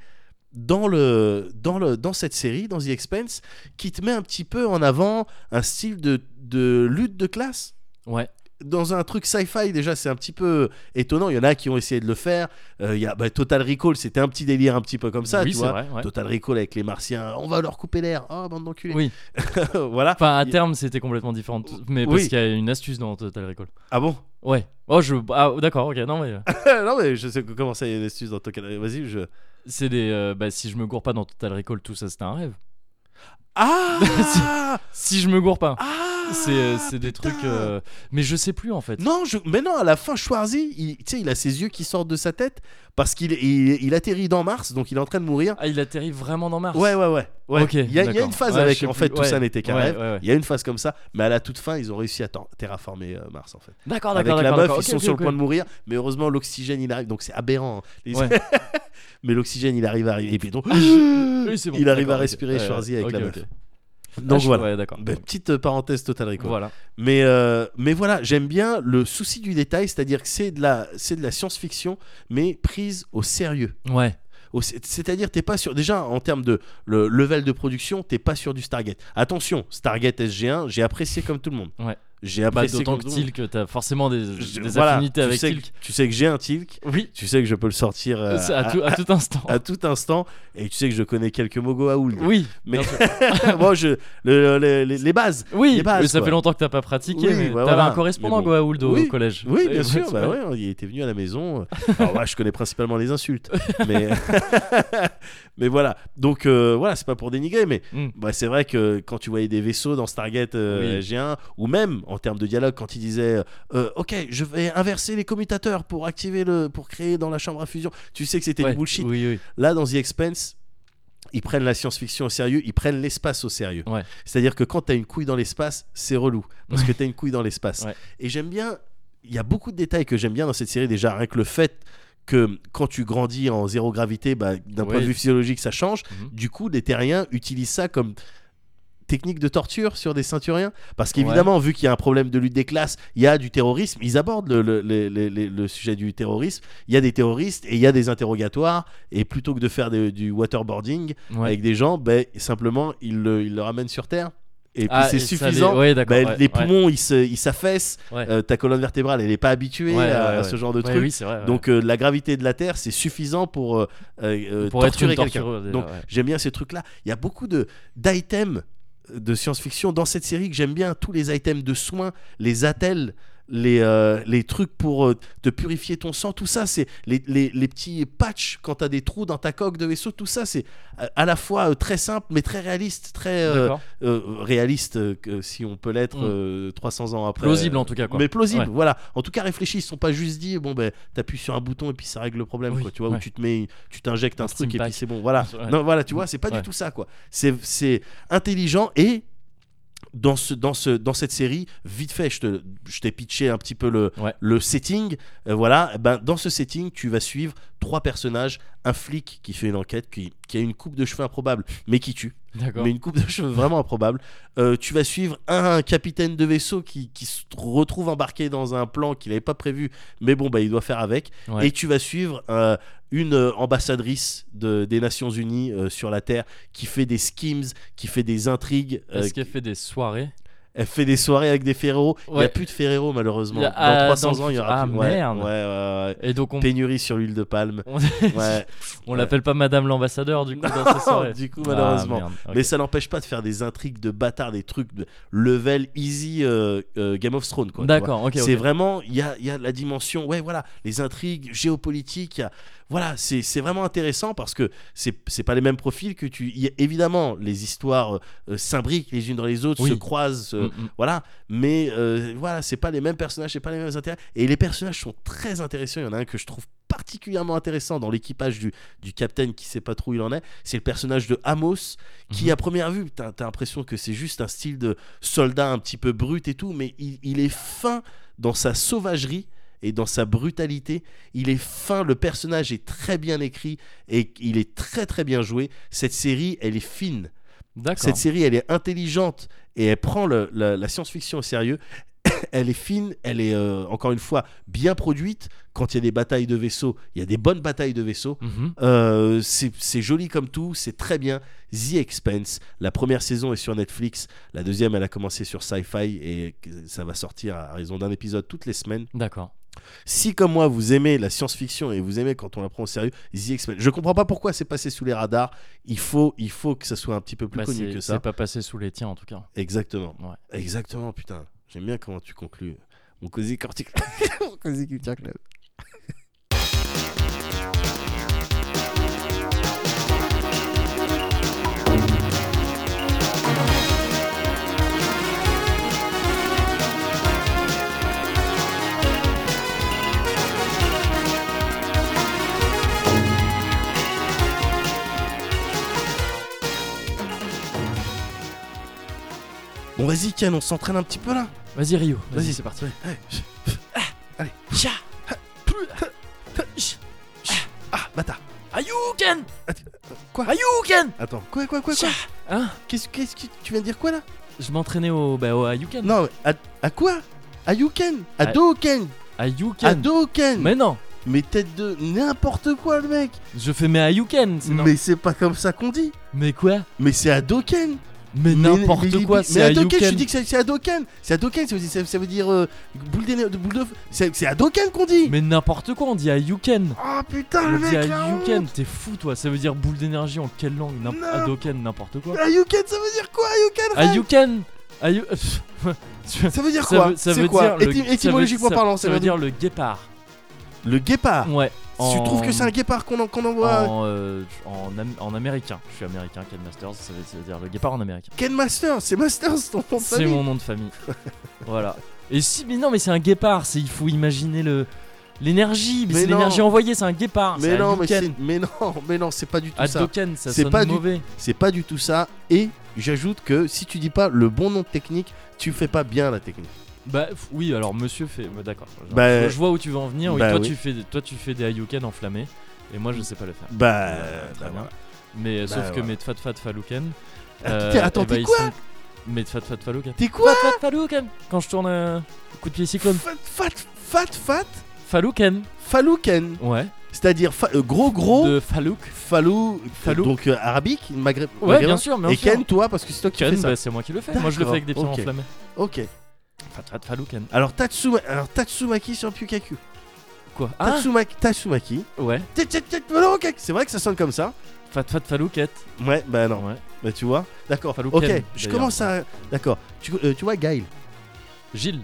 S2: Dans, le, dans, le, dans cette série, dans The Expense, qui te met un petit peu en avant un style de, de lutte de classe
S1: Ouais.
S2: dans un truc sci-fi déjà c'est un petit peu étonnant il y en a qui ont essayé de le faire Euh, il y a bah, Total Recall c'était un petit délire un petit peu comme ça
S1: oui,
S2: tu
S1: c'est
S2: vois
S1: vrai. ouais.
S2: Total Recall avec les martiens on va leur couper l'air oh bande d'enculés
S1: Oui.
S2: voilà
S1: Enfin, à
S2: Il-
S1: terme, c'était complètement différent. t- Mais
S2: Oui.
S1: parce qu'il y a une astuce dans Total Recall.
S2: ah bon
S1: Ouais. Oh, je. Ah, d'accord, ok. Non, mais.
S2: non mais je sais que- comment ça il y a une astuce dans Total Recall vas-y je
S1: C'est des. euh, bah, si je me gourre pas dans Total Recall, tout ça, c'était un rêve.
S2: ah
S1: Si je me gourre pas.
S2: ah
S1: C'est euh, c'est des
S2: putain.
S1: trucs. euh, Mais je sais plus, en fait.
S2: non je... mais non à la fin Schwarzy il... tu sais il a ses yeux qui sortent de sa tête parce qu'il il... il atterrit dans Mars donc il est en train de mourir
S1: Ah, il atterrit vraiment dans Mars.
S2: ouais ouais ouais, ouais.
S1: Ok,
S2: il, y a... il y a
S1: d'accord.
S2: une phase
S1: Ouais,
S2: avec
S1: je sais
S2: en fait
S1: plus.
S2: tout
S1: Ouais.
S2: ça n'était qu'un
S1: Ouais,
S2: rêve
S1: ouais, ouais.
S2: Il y a une phase comme ça, mais à la toute fin, ils ont réussi à ter- terraformer euh, Mars en fait.
S1: Ah, D'accord,
S2: Avec
S1: d'accord,
S2: la
S1: d'accord.
S2: meuf,
S1: d'accord.
S2: ils
S1: Ok,
S2: sont
S1: ok,
S2: sur le
S1: ok.
S2: point de mourir, mais heureusement l'oxygène il arrive, donc c'est aberrant. hein. Les-
S1: Ouais.
S2: mais l'oxygène il arrive à arriver, et puis donc
S1: Oui, c'est bon,
S2: il arrive à
S1: d'accord, ok.
S2: respirer
S1: Ouais, ouais.
S2: Schwarzy avec
S1: Ok,
S2: la
S1: ok.
S2: meuf.
S1: Ah,
S2: Donc
S1: je-
S2: voilà.
S1: ouais, d'accord.
S2: Ben, petite euh, parenthèse Total Recall.
S1: Voilà.
S2: Mais, euh, mais voilà, j'aime bien le souci du détail, c'est-à-dire que c'est de la, c'est de la science-fiction, mais prise au sérieux.
S1: Ouais.
S2: Au- c'est- C'est-à-dire, t'es pas sûr. Déjà, en termes de le level de production, t'es pas sûr du Stargate. Attention, Stargate SG1, j'ai apprécié comme tout le monde.
S1: Ouais.
S2: J'ai
S1: Bah,
S2: apprécié.
S1: D'autant que
S2: Gundam.
S1: Tilk, t'as forcément des,
S2: Je-
S1: des
S2: voilà,
S1: affinités
S2: tu
S1: avec
S2: sais que-
S1: Tilk.
S2: Tu sais que j'ai un Tilk.
S1: Oui,
S2: Tu sais que je peux le sortir euh,
S1: c'est à, tout, à tout instant.
S2: à tout instant. Et tu sais que je connais quelques mots Goa'uld.
S1: Oui,
S2: Mais
S1: bien sûr.
S2: moi, je, le- le- les, les bases.
S1: oui,
S2: Les bases,
S1: mais ça
S2: quoi.
S1: fait longtemps que t'as pas pratiqué.
S2: Oui,
S1: mais
S2: voilà,
S1: T'avais un
S2: voilà.
S1: correspondant
S2: Mais bon.
S1: Goa'uld au
S2: Oui,
S1: collège.
S2: Oui,
S1: Et
S2: bien
S1: ouais,
S2: sûr.
S1: c'est
S2: bah
S1: vrai.
S2: ouais, il était venu à la maison. Euh, Alors, moi, je connais principalement les insultes. Mais, mais voilà. Donc, euh, voilà, c'est pas pour dénigrer, mais
S1: Mm.
S2: bah, c'est vrai que quand tu voyais des vaisseaux dans Stargate euh,
S1: Oui.
S2: G1, ou même en termes de dialogue, quand ils disaient euh, Ok, je vais inverser les commutateurs pour activer le. pour créer dans la chambre à fusion, tu sais que c'était
S1: Ouais,
S2: du bullshit.
S1: Oui, oui.
S2: Là, dans The Expense, ils prennent la science-fiction au sérieux, ils prennent l'espace au sérieux.
S1: Ouais.
S2: C'est-à-dire que quand t'as une couille dans l'espace, c'est relou. Parce que t'as une couille dans l'espace.
S1: Ouais.
S2: Et j'aime bien. Il y a beaucoup de détails que j'aime bien dans cette série, déjà, rien que le fait que quand tu grandis en zéro gravité, bah, d'un
S1: Oui.
S2: point de vue physiologique, ça change.
S1: Mhm.
S2: Du coup, les terriens utilisent ça comme technique de torture sur des ceinturiens parce qu'évidemment vu qu'il y a un problème de lutte des classes il y a du terrorisme ils abordent le, le- le- le- le- le sujet du terrorisme il y a des terroristes et il y a des interrogatoires et plutôt que de faire des- du waterboarding
S1: Ouais.
S2: avec des gens ben, simplement ils le, ils le ramènent sur terre et puis
S1: Ah,
S2: c'est
S1: et ça,
S2: suffisant
S1: les- ouais, d'accord,
S2: Ben,
S1: ouais,
S2: les
S1: ouais.
S2: poumons ils se- ils s'affaissent
S1: Ouais.
S2: Euh, ta colonne vertébrale elle n'est pas habituée
S1: Ouais,
S2: à,
S1: ouais,
S2: à
S1: ouais.
S2: ce genre de
S1: Ouais,
S2: truc
S1: oui, c'est vrai. ouais.
S2: donc euh, la gravité de la Terre, c'est suffisant pour, euh, euh,
S1: Pour être
S2: torturer
S1: une
S2: quelqu'un.
S1: tortureuse, déjà,
S2: Donc
S1: ouais.
S2: j'aime bien ces trucs-là. Il y a beaucoup de d'items de science-fiction dans cette série que j'aime bien. Tous les items de soins, les attelles, les, euh, les trucs pour euh, te purifier ton sang, tout ça, c'est les, les- les petits patchs quand t'as des trous dans ta coque de vaisseau, tout ça, c'est euh, à la fois euh, très simple mais très réaliste, très euh,
S1: D'accord.
S2: euh, réaliste euh, que si on peut l'être
S1: Mm.
S2: euh, 300 ans après.
S1: plausible en tout cas quoi.
S2: Mais plausible,
S1: Ouais.
S2: voilà. En tout cas, réfléchis, ils se sont pas juste dit bon ben t'appuies sur un bouton et puis ça règle le problème
S1: Oui,
S2: quoi, tu vois,
S1: ouais.
S2: ou tu te mets, tu t'injectes un
S1: Un
S2: truc
S1: steam
S2: et puis
S1: pack.
S2: c'est bon, voilà.
S1: Ouais.
S2: Non, voilà, tu vois, c'est pas
S1: Ouais.
S2: du tout ça quoi. C'est c'est intelligent et dans, ce, dans, ce, dans cette série, vite fait, je, te, je t'ai pitché un petit peu le,
S1: Ouais.
S2: le setting. euh, voilà, eh ben, dans ce setting, tu vas suivre trois personnages. Un flic qui fait une enquête, qui, qui a une coupe de cheveux improbable, mais qui tue
S1: D'accord.
S2: mais une coupe de cheveux vraiment improbable. Euh, tu vas suivre un capitaine de vaisseau qui, qui se retrouve embarqué dans un plan qu'il n'avait pas prévu, mais bon, bah, il doit faire avec.
S1: Ouais.
S2: Et tu vas suivre euh, une euh, ambassadrice de- des Nations Unies euh, sur la Terre qui fait des schemes, qui fait des intrigues. euh,
S1: Est-ce qu'elle fait des soirées
S2: elle fait des soirées avec des Ferrero. Il n'y
S1: Ouais.
S2: a plus de Ferrero, malheureusement.
S1: Il y a-
S2: dans
S1: ah,
S2: 300
S1: dans le
S2: ans, il y aura
S1: fut-
S2: plus.
S1: Ah,
S2: Ouais,
S1: merde.
S2: ouais, ouais, ouais.
S1: Et donc on,
S2: Pénurie sur l'huile de palme.
S1: on,
S2: Ouais.
S1: on l'appelle pas Madame l'ambassadeur du coup dans ces soirées.
S2: du coup,
S1: Ah,
S2: malheureusement.
S1: merde, ok.
S2: Mais ça n'empêche pas de faire des intrigues de bâtard, des trucs de level easy euh, euh, Game of Thrones. quoi, tu vois.
S1: D'accord, ok. ok.
S2: C'est vraiment, il y a, il y a la dimension, ouais, voilà, les intrigues géopolitiques, il y a- voilà, c'est c'est vraiment intéressant parce que c'est c'est pas les mêmes profils que tu. il y a- évidemment, les histoires euh, s'imbriquent les unes dans les autres,
S1: Oui.
S2: se croisent,
S1: Mm,
S2: se-
S1: mm.
S2: voilà, mais euh, voilà, c'est pas les mêmes personnages, c'est pas les mêmes intérêts. Et les personnages sont très intéressants. Il y en a un que je trouve particulièrement intéressant dans l'équipage du, du capitaine qui sait pas trop où il en est. C'est le personnage de Amos, qui
S1: Mhm.
S2: à première vue, t'as as, l'impression que c'est juste un style de soldat un petit peu brut et tout, mais il, il est fin dans sa sauvagerie. Et dans sa brutalité, il est fin, le personnage est très bien écrit et il est très très bien joué. Cette série, elle est fine.
S1: D'accord.
S2: Cette série, elle est intelligente et elle prend le- la, la science-fiction au sérieux. elle est fine, elle est euh, encore une fois bien produite. Quand il y a des batailles de vaisseaux, il y a des bonnes batailles de vaisseaux.
S1: Mhm.
S2: Euh, c'est c'est joli comme tout, c'est très bien. The Expense, la première saison est sur Netflix, la deuxième elle a commencé sur Sci-Fi et ça va sortir à raison d'un épisode toutes les semaines.
S1: D'accord.
S2: Si comme moi vous aimez la science-fiction et vous aimez quand on la prend au sérieux, The Expense, je comprends pas pourquoi c'est passé sous les radars. Il faut, il faut que ça soit un petit peu plus
S1: Bah,
S2: connu
S1: c'est
S2: que
S1: c'est
S2: ça.
S1: pas passé sous les tiens en tout cas.
S2: Exactement.
S1: Ouais.
S2: Exactement, putain. J'aime bien comment tu conclus. euh, Mon cosy cortic. Mon cosy culture club. Bon, vas-y, Ken, on s'entraîne un petit peu là.
S1: Vas-y Rio, vas-y,
S2: Vas-y.
S1: c'est parti.
S2: Ah, bâtard.
S7: Ayuken
S2: Quoi
S7: Ayuken
S2: Attends, quoi, quoi, quoi, quoi
S1: Hein
S2: Qu'est-ce qu'est-ce que tu viens de dire quoi là
S1: Je m'entraînais au bah, au Ayuken.
S2: Non, à, à quoi À Yuken À
S1: À-
S2: Doken À
S1: Ayuken.
S2: Doken mais...
S1: Mais non,
S2: tête de n'importe quoi le mec
S1: je fais mes Ayuken, c'est non.
S2: Mais c'est pas comme ça qu'on dit
S1: Mais quoi
S2: Mais c'est à Doken Mais
S1: N'importe
S2: mais- mais-
S1: quoi,
S2: mais
S1: c'est
S2: à
S1: à
S2: Dokken,
S1: Yuken.
S2: je te dis que c'est c'est à Dokken. C'est à Dokken, ça veut dire, ça- ça veut dire, euh, boule d'éner- de boule de feu. C'est c'est à Dokken qu'on dit.
S1: Mais n'importe quoi, on dit à Yuken.
S2: Ah putain,
S1: On
S2: le
S1: dit
S2: mec,
S1: à
S2: la honte.
S1: Yuken, t'es fou toi, ça veut dire boule d'énergie en quelle langue N'im-
S2: Non.
S1: Hadoken, n'importe quoi.
S2: Ah, Yuken, ça veut dire quoi, Yuken
S1: À
S2: Ren
S1: Yuken À Yu- Tu-
S2: Ça veut dire
S1: Ça
S2: quoi
S1: veut, ça
S2: C'est
S1: veut
S2: quoi
S1: dire le-
S2: Étym-
S1: ça veut-
S2: Étymologiquement
S1: ça-
S2: parlant,
S1: ça veut dire le guépard.
S2: le guépard.
S1: Ouais.
S2: Tu
S1: en-
S2: trouves que c'est un guépard qu'on en- qu'on envoie
S1: en, euh, en, am- en américain. Je suis américain, Ken Masters, ça veut, ça veut dire le guépard en américain.
S2: Ken Master, c'est Master, c'est ton nom de
S1: C'est
S2: famille.
S1: mon nom de famille. voilà. Et si, mais non, mais c'est un guépard, c'est il faut imaginer le l'énergie, mais,
S2: Mais
S1: c'est
S2: non.
S1: l'énergie envoyée, c'est un guépard.
S2: Mais
S1: c'est
S2: non,
S1: un
S2: mais,
S1: Yuken.
S2: c'est- mais non, mais non, c'est pas du tout
S1: À
S2: ça.
S1: Dokken, ça
S2: C'est
S1: sonne
S2: pas du-
S1: mauvais.
S2: C'est pas du tout ça. Et j'ajoute que si tu dis pas le bon nom de technique, tu fais pas bien la technique.
S1: Bah f- oui, alors monsieur fait. bah, D'accord. Je-
S2: Bah,
S1: je, vois où tu veux en venir. Oui,
S2: bah
S1: toi,
S2: oui.
S1: Tu fais, toi, tu fais des Hayuken enflammés. Et moi, je sais pas le faire.
S2: Bah,
S1: Euh, très bien.
S2: bah, voilà.
S1: Mais euh,
S2: Bah,
S1: sauf que
S2: voilà.
S1: mes Fat Fat Falouken.
S2: Ah, putain, attends,
S1: eh ben,
S2: t'es
S1: ils
S2: quoi
S1: sont- Mes Fat Fat Falouken.
S2: T'es quoi
S1: Fat Falouken Quand je tourne euh, coup de pied cyclone.
S2: Fat, fat, fat, fat,
S1: Falouken
S2: falouken.
S1: Ouais.
S2: C'est-à-dire fa- euh, gros, gros,
S1: De Falouk.
S2: falou,
S1: Falou.
S2: donc euh, arabique, maghré-
S1: Ouais,
S2: maghrébin.
S1: bien sûr, bien
S2: Et
S1: sûr.
S2: Ken, toi, parce que c'est toi qui fais
S1: Ken,
S2: ça.
S1: bah, c'est moi qui le fais. Moi, je le fais avec des pieds
S2: D'accord, ok.
S1: enflammés.
S2: Ok.
S1: Fat Fat Falouken.
S2: Alors, Tatsuma... Alors Tatsumaki sur Pukaku.
S1: Quoi Ah
S2: Tatsumaki. Tatsumaki.
S1: Ouais.
S2: Tit, tit, tit, voilà, ok. C'est vrai que ça sonne comme ça.
S1: Fat Fat Falouket.
S2: Ouais, bah non.
S1: Ouais.
S2: Bah tu vois. D'accord.
S1: Fallouken,
S2: Ok.
S1: d'ailleurs.
S2: Je commence à. D'accord. Tu, euh, tu vois, Gail.
S1: Gilles.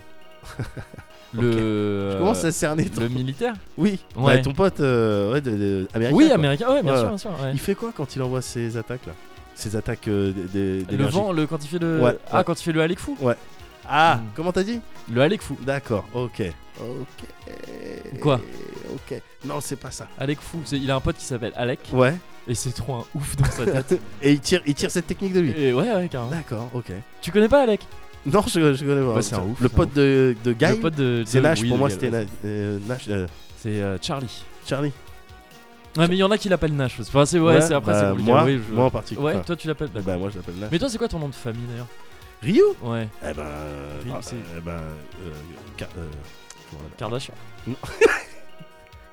S1: Le. euh,
S2: Je commence à cerner ton.
S1: Le militaire
S2: Oui.
S1: Ouais.
S2: Bah, ton pote euh, ouais, de, de- américain.
S1: Oui,
S2: quoi.
S1: américain. Ouais, bien
S2: Ouais.
S1: sûr, bien sûr. ouais.
S2: Il fait quoi quand il envoie ses attaques là Ses attaques euh, d- d-
S1: Le
S2: d'énergie.
S1: vent, le quand il fait le.
S2: Ouais,
S1: ah,
S2: ouais.
S1: quand il fait le Alec fou.
S2: Ah.
S1: Mm.
S2: Comment t'as dit
S1: Le Alec fou.
S2: D'accord. Ok. Ok.
S1: Quoi
S2: Ok. Non, c'est pas ça.
S1: Alec fou. c'est- Il a un pote qui s'appelle Alec.
S2: Ouais.
S1: Et c'est trop un ouf dans sa tête.
S2: Et il tire, il tire cette technique de lui.
S1: et ouais, ouais, carrément.
S2: D'accord. Ok.
S1: Tu connais pas Alec
S2: Hein. Non, je, je connais pas.
S1: Bah, c'est un ouf,
S2: le
S1: c'est un
S2: pote de, de Guy.
S1: Le pote de.
S2: C'est
S1: de-
S2: Nash.
S1: oui,
S2: Pour
S1: le
S2: moi,
S1: gars,
S2: c'était
S1: ouais.
S2: Na- euh, Nash. euh,
S1: C'est euh, Charlie.
S2: Charlie.
S1: Ouais, mais il y en a qui l'appellent Nash. aussi. Enfin, c'est ouais, c'est après,
S2: bah,
S1: c'est compliqué.
S2: moi,
S1: oui, je-
S2: moi en particulier.
S1: Ouais,
S2: Enfin,
S1: toi tu l'appelles. d'accord.
S2: bah, moi je l'appelle Nash.
S1: Mais toi, c'est quoi ton nom de famille d'ailleurs
S2: Ryu
S1: Ouais,
S2: Eh ben. euh,
S1: Ryu,
S2: ah,
S1: c'est-
S2: eh ben. euh, Car- euh, comment on l'appelle
S1: Kardashian.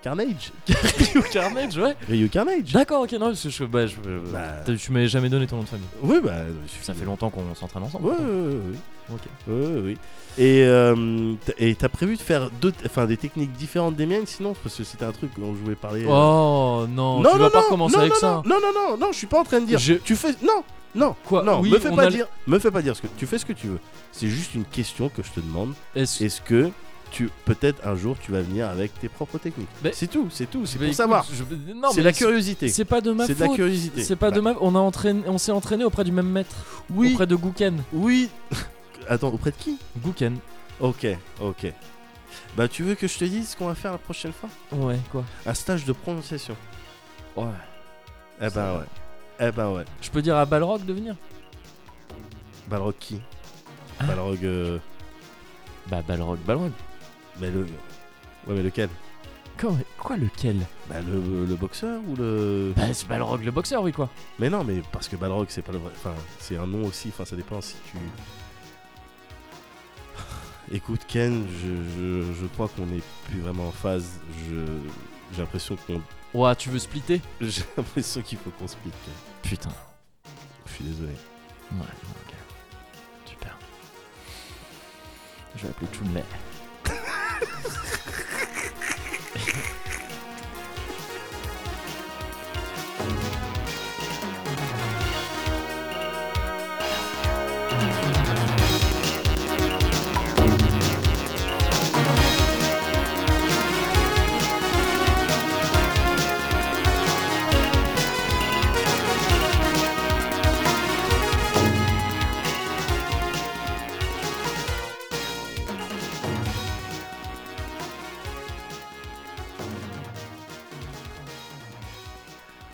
S2: Carnage.
S1: Ou Carnage, ouais.
S2: Ryu Carnage.
S1: D'accord, ok, non, parce que je. Bah, je euh,
S2: Bah.
S1: t'as- tu m'avais jamais donné ton nom de famille.
S2: Oui, bah. je suis-
S1: Ça fait longtemps qu'on s'entraîne ensemble.
S2: Ouais, ouais, ouais, ouais.
S1: Ok.
S2: Ouais, ouais, ouais. Et euh, t'as- et t'as prévu de faire d'autres, enfin des techniques différentes des miennes, sinon parce que c'était un truc dont je voulais parler. euh,
S1: Oh non,
S2: non,
S1: tu
S2: non,
S1: vas pas
S2: non,
S1: commencer
S2: non,
S1: avec
S2: non,
S1: ça.
S2: non, non, non, non, non, je suis pas en train de dire.
S1: Je-
S2: Tu fais, non, non,
S1: Quoi
S2: non,
S1: Bah Oui,
S2: me fais
S1: on
S2: pas
S1: a-
S2: dire, me fais pas dire ce que tu fais ce que tu veux. C'est juste une question que je te demande.
S1: Est-ce-
S2: Est-ce que tu, peut-être un jour, tu vas venir avec tes propres techniques
S1: Mais-
S2: C'est tout, c'est tout, c'est
S1: Bah,
S2: pour
S1: écoute,
S2: savoir.
S1: je- Non,
S2: C'est
S1: mais
S2: de la curiosité.
S1: C'est pas de ma
S2: C'est de la
S1: faute.
S2: curiosité. Bah
S1: C'est pas de ma. On a entraîné, on s'est entraîné auprès du même maître,
S2: Oui,
S1: auprès de Gouken.
S2: oui. Attends, auprès de qui
S1: Gouken.
S2: Ok, ok. Bah, tu veux que je te dise ce qu'on va faire la prochaine fois
S1: Ouais, quoi.
S2: Un stage de prononciation.
S1: Ouais. Ça
S2: Eh ben
S1: va.
S2: ouais. Eh ben ouais.
S1: Je peux dire à Balrog de venir
S2: Balrog qui
S1: Hein
S2: Balrog. euh,
S1: Bah Balrog, Balrog.
S2: Mais le. Ouais, mais lequel
S1: Quoi, quoi lequel
S2: Bah, le, le boxeur ou le.
S1: Bah c'est Balrog le boxeur, oui quoi.
S2: Mais non, mais parce que Balrog, c'est pas le vrai. Enfin, c'est un nom aussi. Enfin, ça dépend si tu. Écoute, Ken, je, je, je crois qu'on n'est plus vraiment en phase. Je, j'ai l'impression qu'on.
S1: Ouah, tu veux splitter
S2: J'ai l'impression qu'il faut qu'on se pique.
S1: Putain.
S2: Je suis désolé.
S1: Ouais, ok. Super. Je vais appeler Chunley.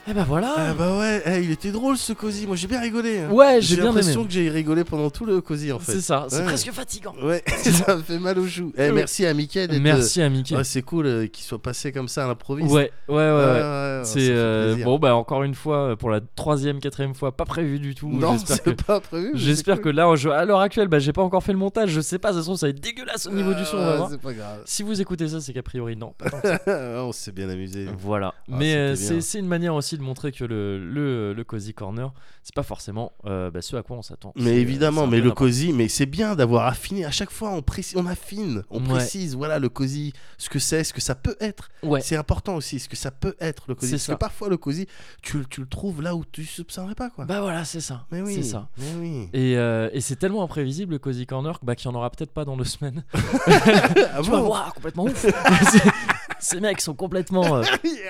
S1: Eh bah voilà
S2: Ah bah ouais, eh, il était drôle ce cosy. Moi j'ai bien rigolé. hein.
S1: Ouais, j'ai bien
S2: l'impression
S1: aimé.
S2: que j'ai rigolé pendant tout le cosy en
S1: C'est
S2: fait.
S1: ça, c'est
S2: Ouais.
S1: presque fatigant.
S2: Ouais, ça me fait mal aux joues. Eh,
S1: Oui.
S2: merci à Mickey d'être.
S1: Merci à Mickey.
S2: Ouais, c'est cool euh, qu'il soit passé comme ça à l'improviste.
S1: Ouais, ouais, ouais, ouais.
S2: ouais, Ah, ça
S1: C'est
S2: fait
S1: euh,
S2: plaisir.
S1: bon bah encore une fois pour la troisième, quatrième fois, pas prévu du tout.
S2: Non,
S1: J'espère
S2: c'est
S1: que
S2: pas prévu. mais
S1: J'espère
S2: c'est
S1: que là, je- à l'heure actuelle, bah, j'ai pas encore fait le montage. Je sais pas, ça se trouve, ça va être dégueulasse au
S2: cool.
S1: niveau du son. on va
S2: Ouais,
S1: voir.
S2: Ah, euh, c'est pas grave.
S1: Si vous écoutez ça, c'est qu'a priori, non.
S2: on s'est bien amusé.
S1: Voilà.
S2: Ah,
S1: Mais euh,
S2: c'était bien.
S1: c'est c'est une manière aussi de montrer que le, le, le Cozy Corner, c'est pas forcément euh, bah, ce à quoi on s'attend. C'est, euh,
S2: Mais
S1: c'est
S2: évidemment,
S1: un
S2: mais
S1: peu
S2: le
S1: n'importe
S2: cosy, mais c'est bien d'avoir affiné. À chaque fois, on, précise, on affine, on
S1: Ouais.
S2: précise, voilà, le cosy, ce que c'est, ce que ça peut être.
S1: Ouais.
S2: C'est important aussi, ce que ça peut être, le cosy.
S1: C'est
S2: Parce
S1: ça.
S2: que parfois, le cosy, tu, tu le trouves là où tu ne soupçonnerais pas, quoi.
S1: Bah voilà, c'est ça.
S2: mais oui,
S1: C'est ça.
S2: mais oui.
S1: Et, euh, et c'est tellement imprévisible le Cozy Corner que, bah, qu'il y en aura peut-être pas dans deux semaines.
S2: Ah
S1: Tu
S2: bon
S1: vas voir, complètement ouf. Ces- Ces mecs sont complètement euh,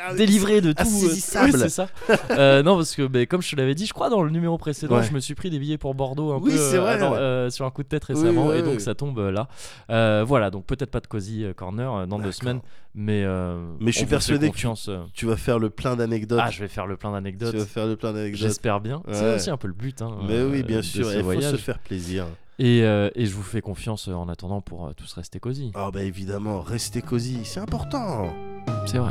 S2: ah
S1: délivrés de tout. euh,
S2: Insaisissables.
S1: ouais, c'est ça. Euh, non, parce que ben, comme je te l'avais dit, je crois dans le numéro précédent,
S2: Ouais.
S1: je me suis pris des billets pour Bordeaux un
S2: Oui,
S1: peu
S2: c'est
S1: euh,
S2: vrai,
S1: avant,
S2: ouais.
S1: euh, sur un coup de tête
S2: Oui,
S1: récemment,
S2: oui,
S1: et donc
S2: oui.
S1: ça tombe euh, là. Euh, voilà, donc peut-être pas de Cozy euh, Corner euh, dans deux
S2: D'accord.
S1: semaines, mais euh,
S2: Mais je suis
S1: on vous fait
S2: persuadé que tu-
S1: confiance. euh.
S2: Tu vas faire le plein d'anecdotes.
S1: Ah, je vais faire le plein
S2: tu vas
S1: d'anecdotes.
S2: faire le plein d'anecdotes.
S1: J'espère bien. C'est
S2: Ouais.
S1: aussi un peu le but. hein,
S2: Mais
S1: euh,
S2: oui, bien
S1: de
S2: sûr,
S1: ce
S2: il faut se
S1: voyage.
S2: faire plaisir.
S1: Et, euh, et je vous fais confiance euh, en attendant pour euh, tous rester cosy.
S2: Ah bah évidemment, restez cosy, c'est important.
S1: C'est vrai.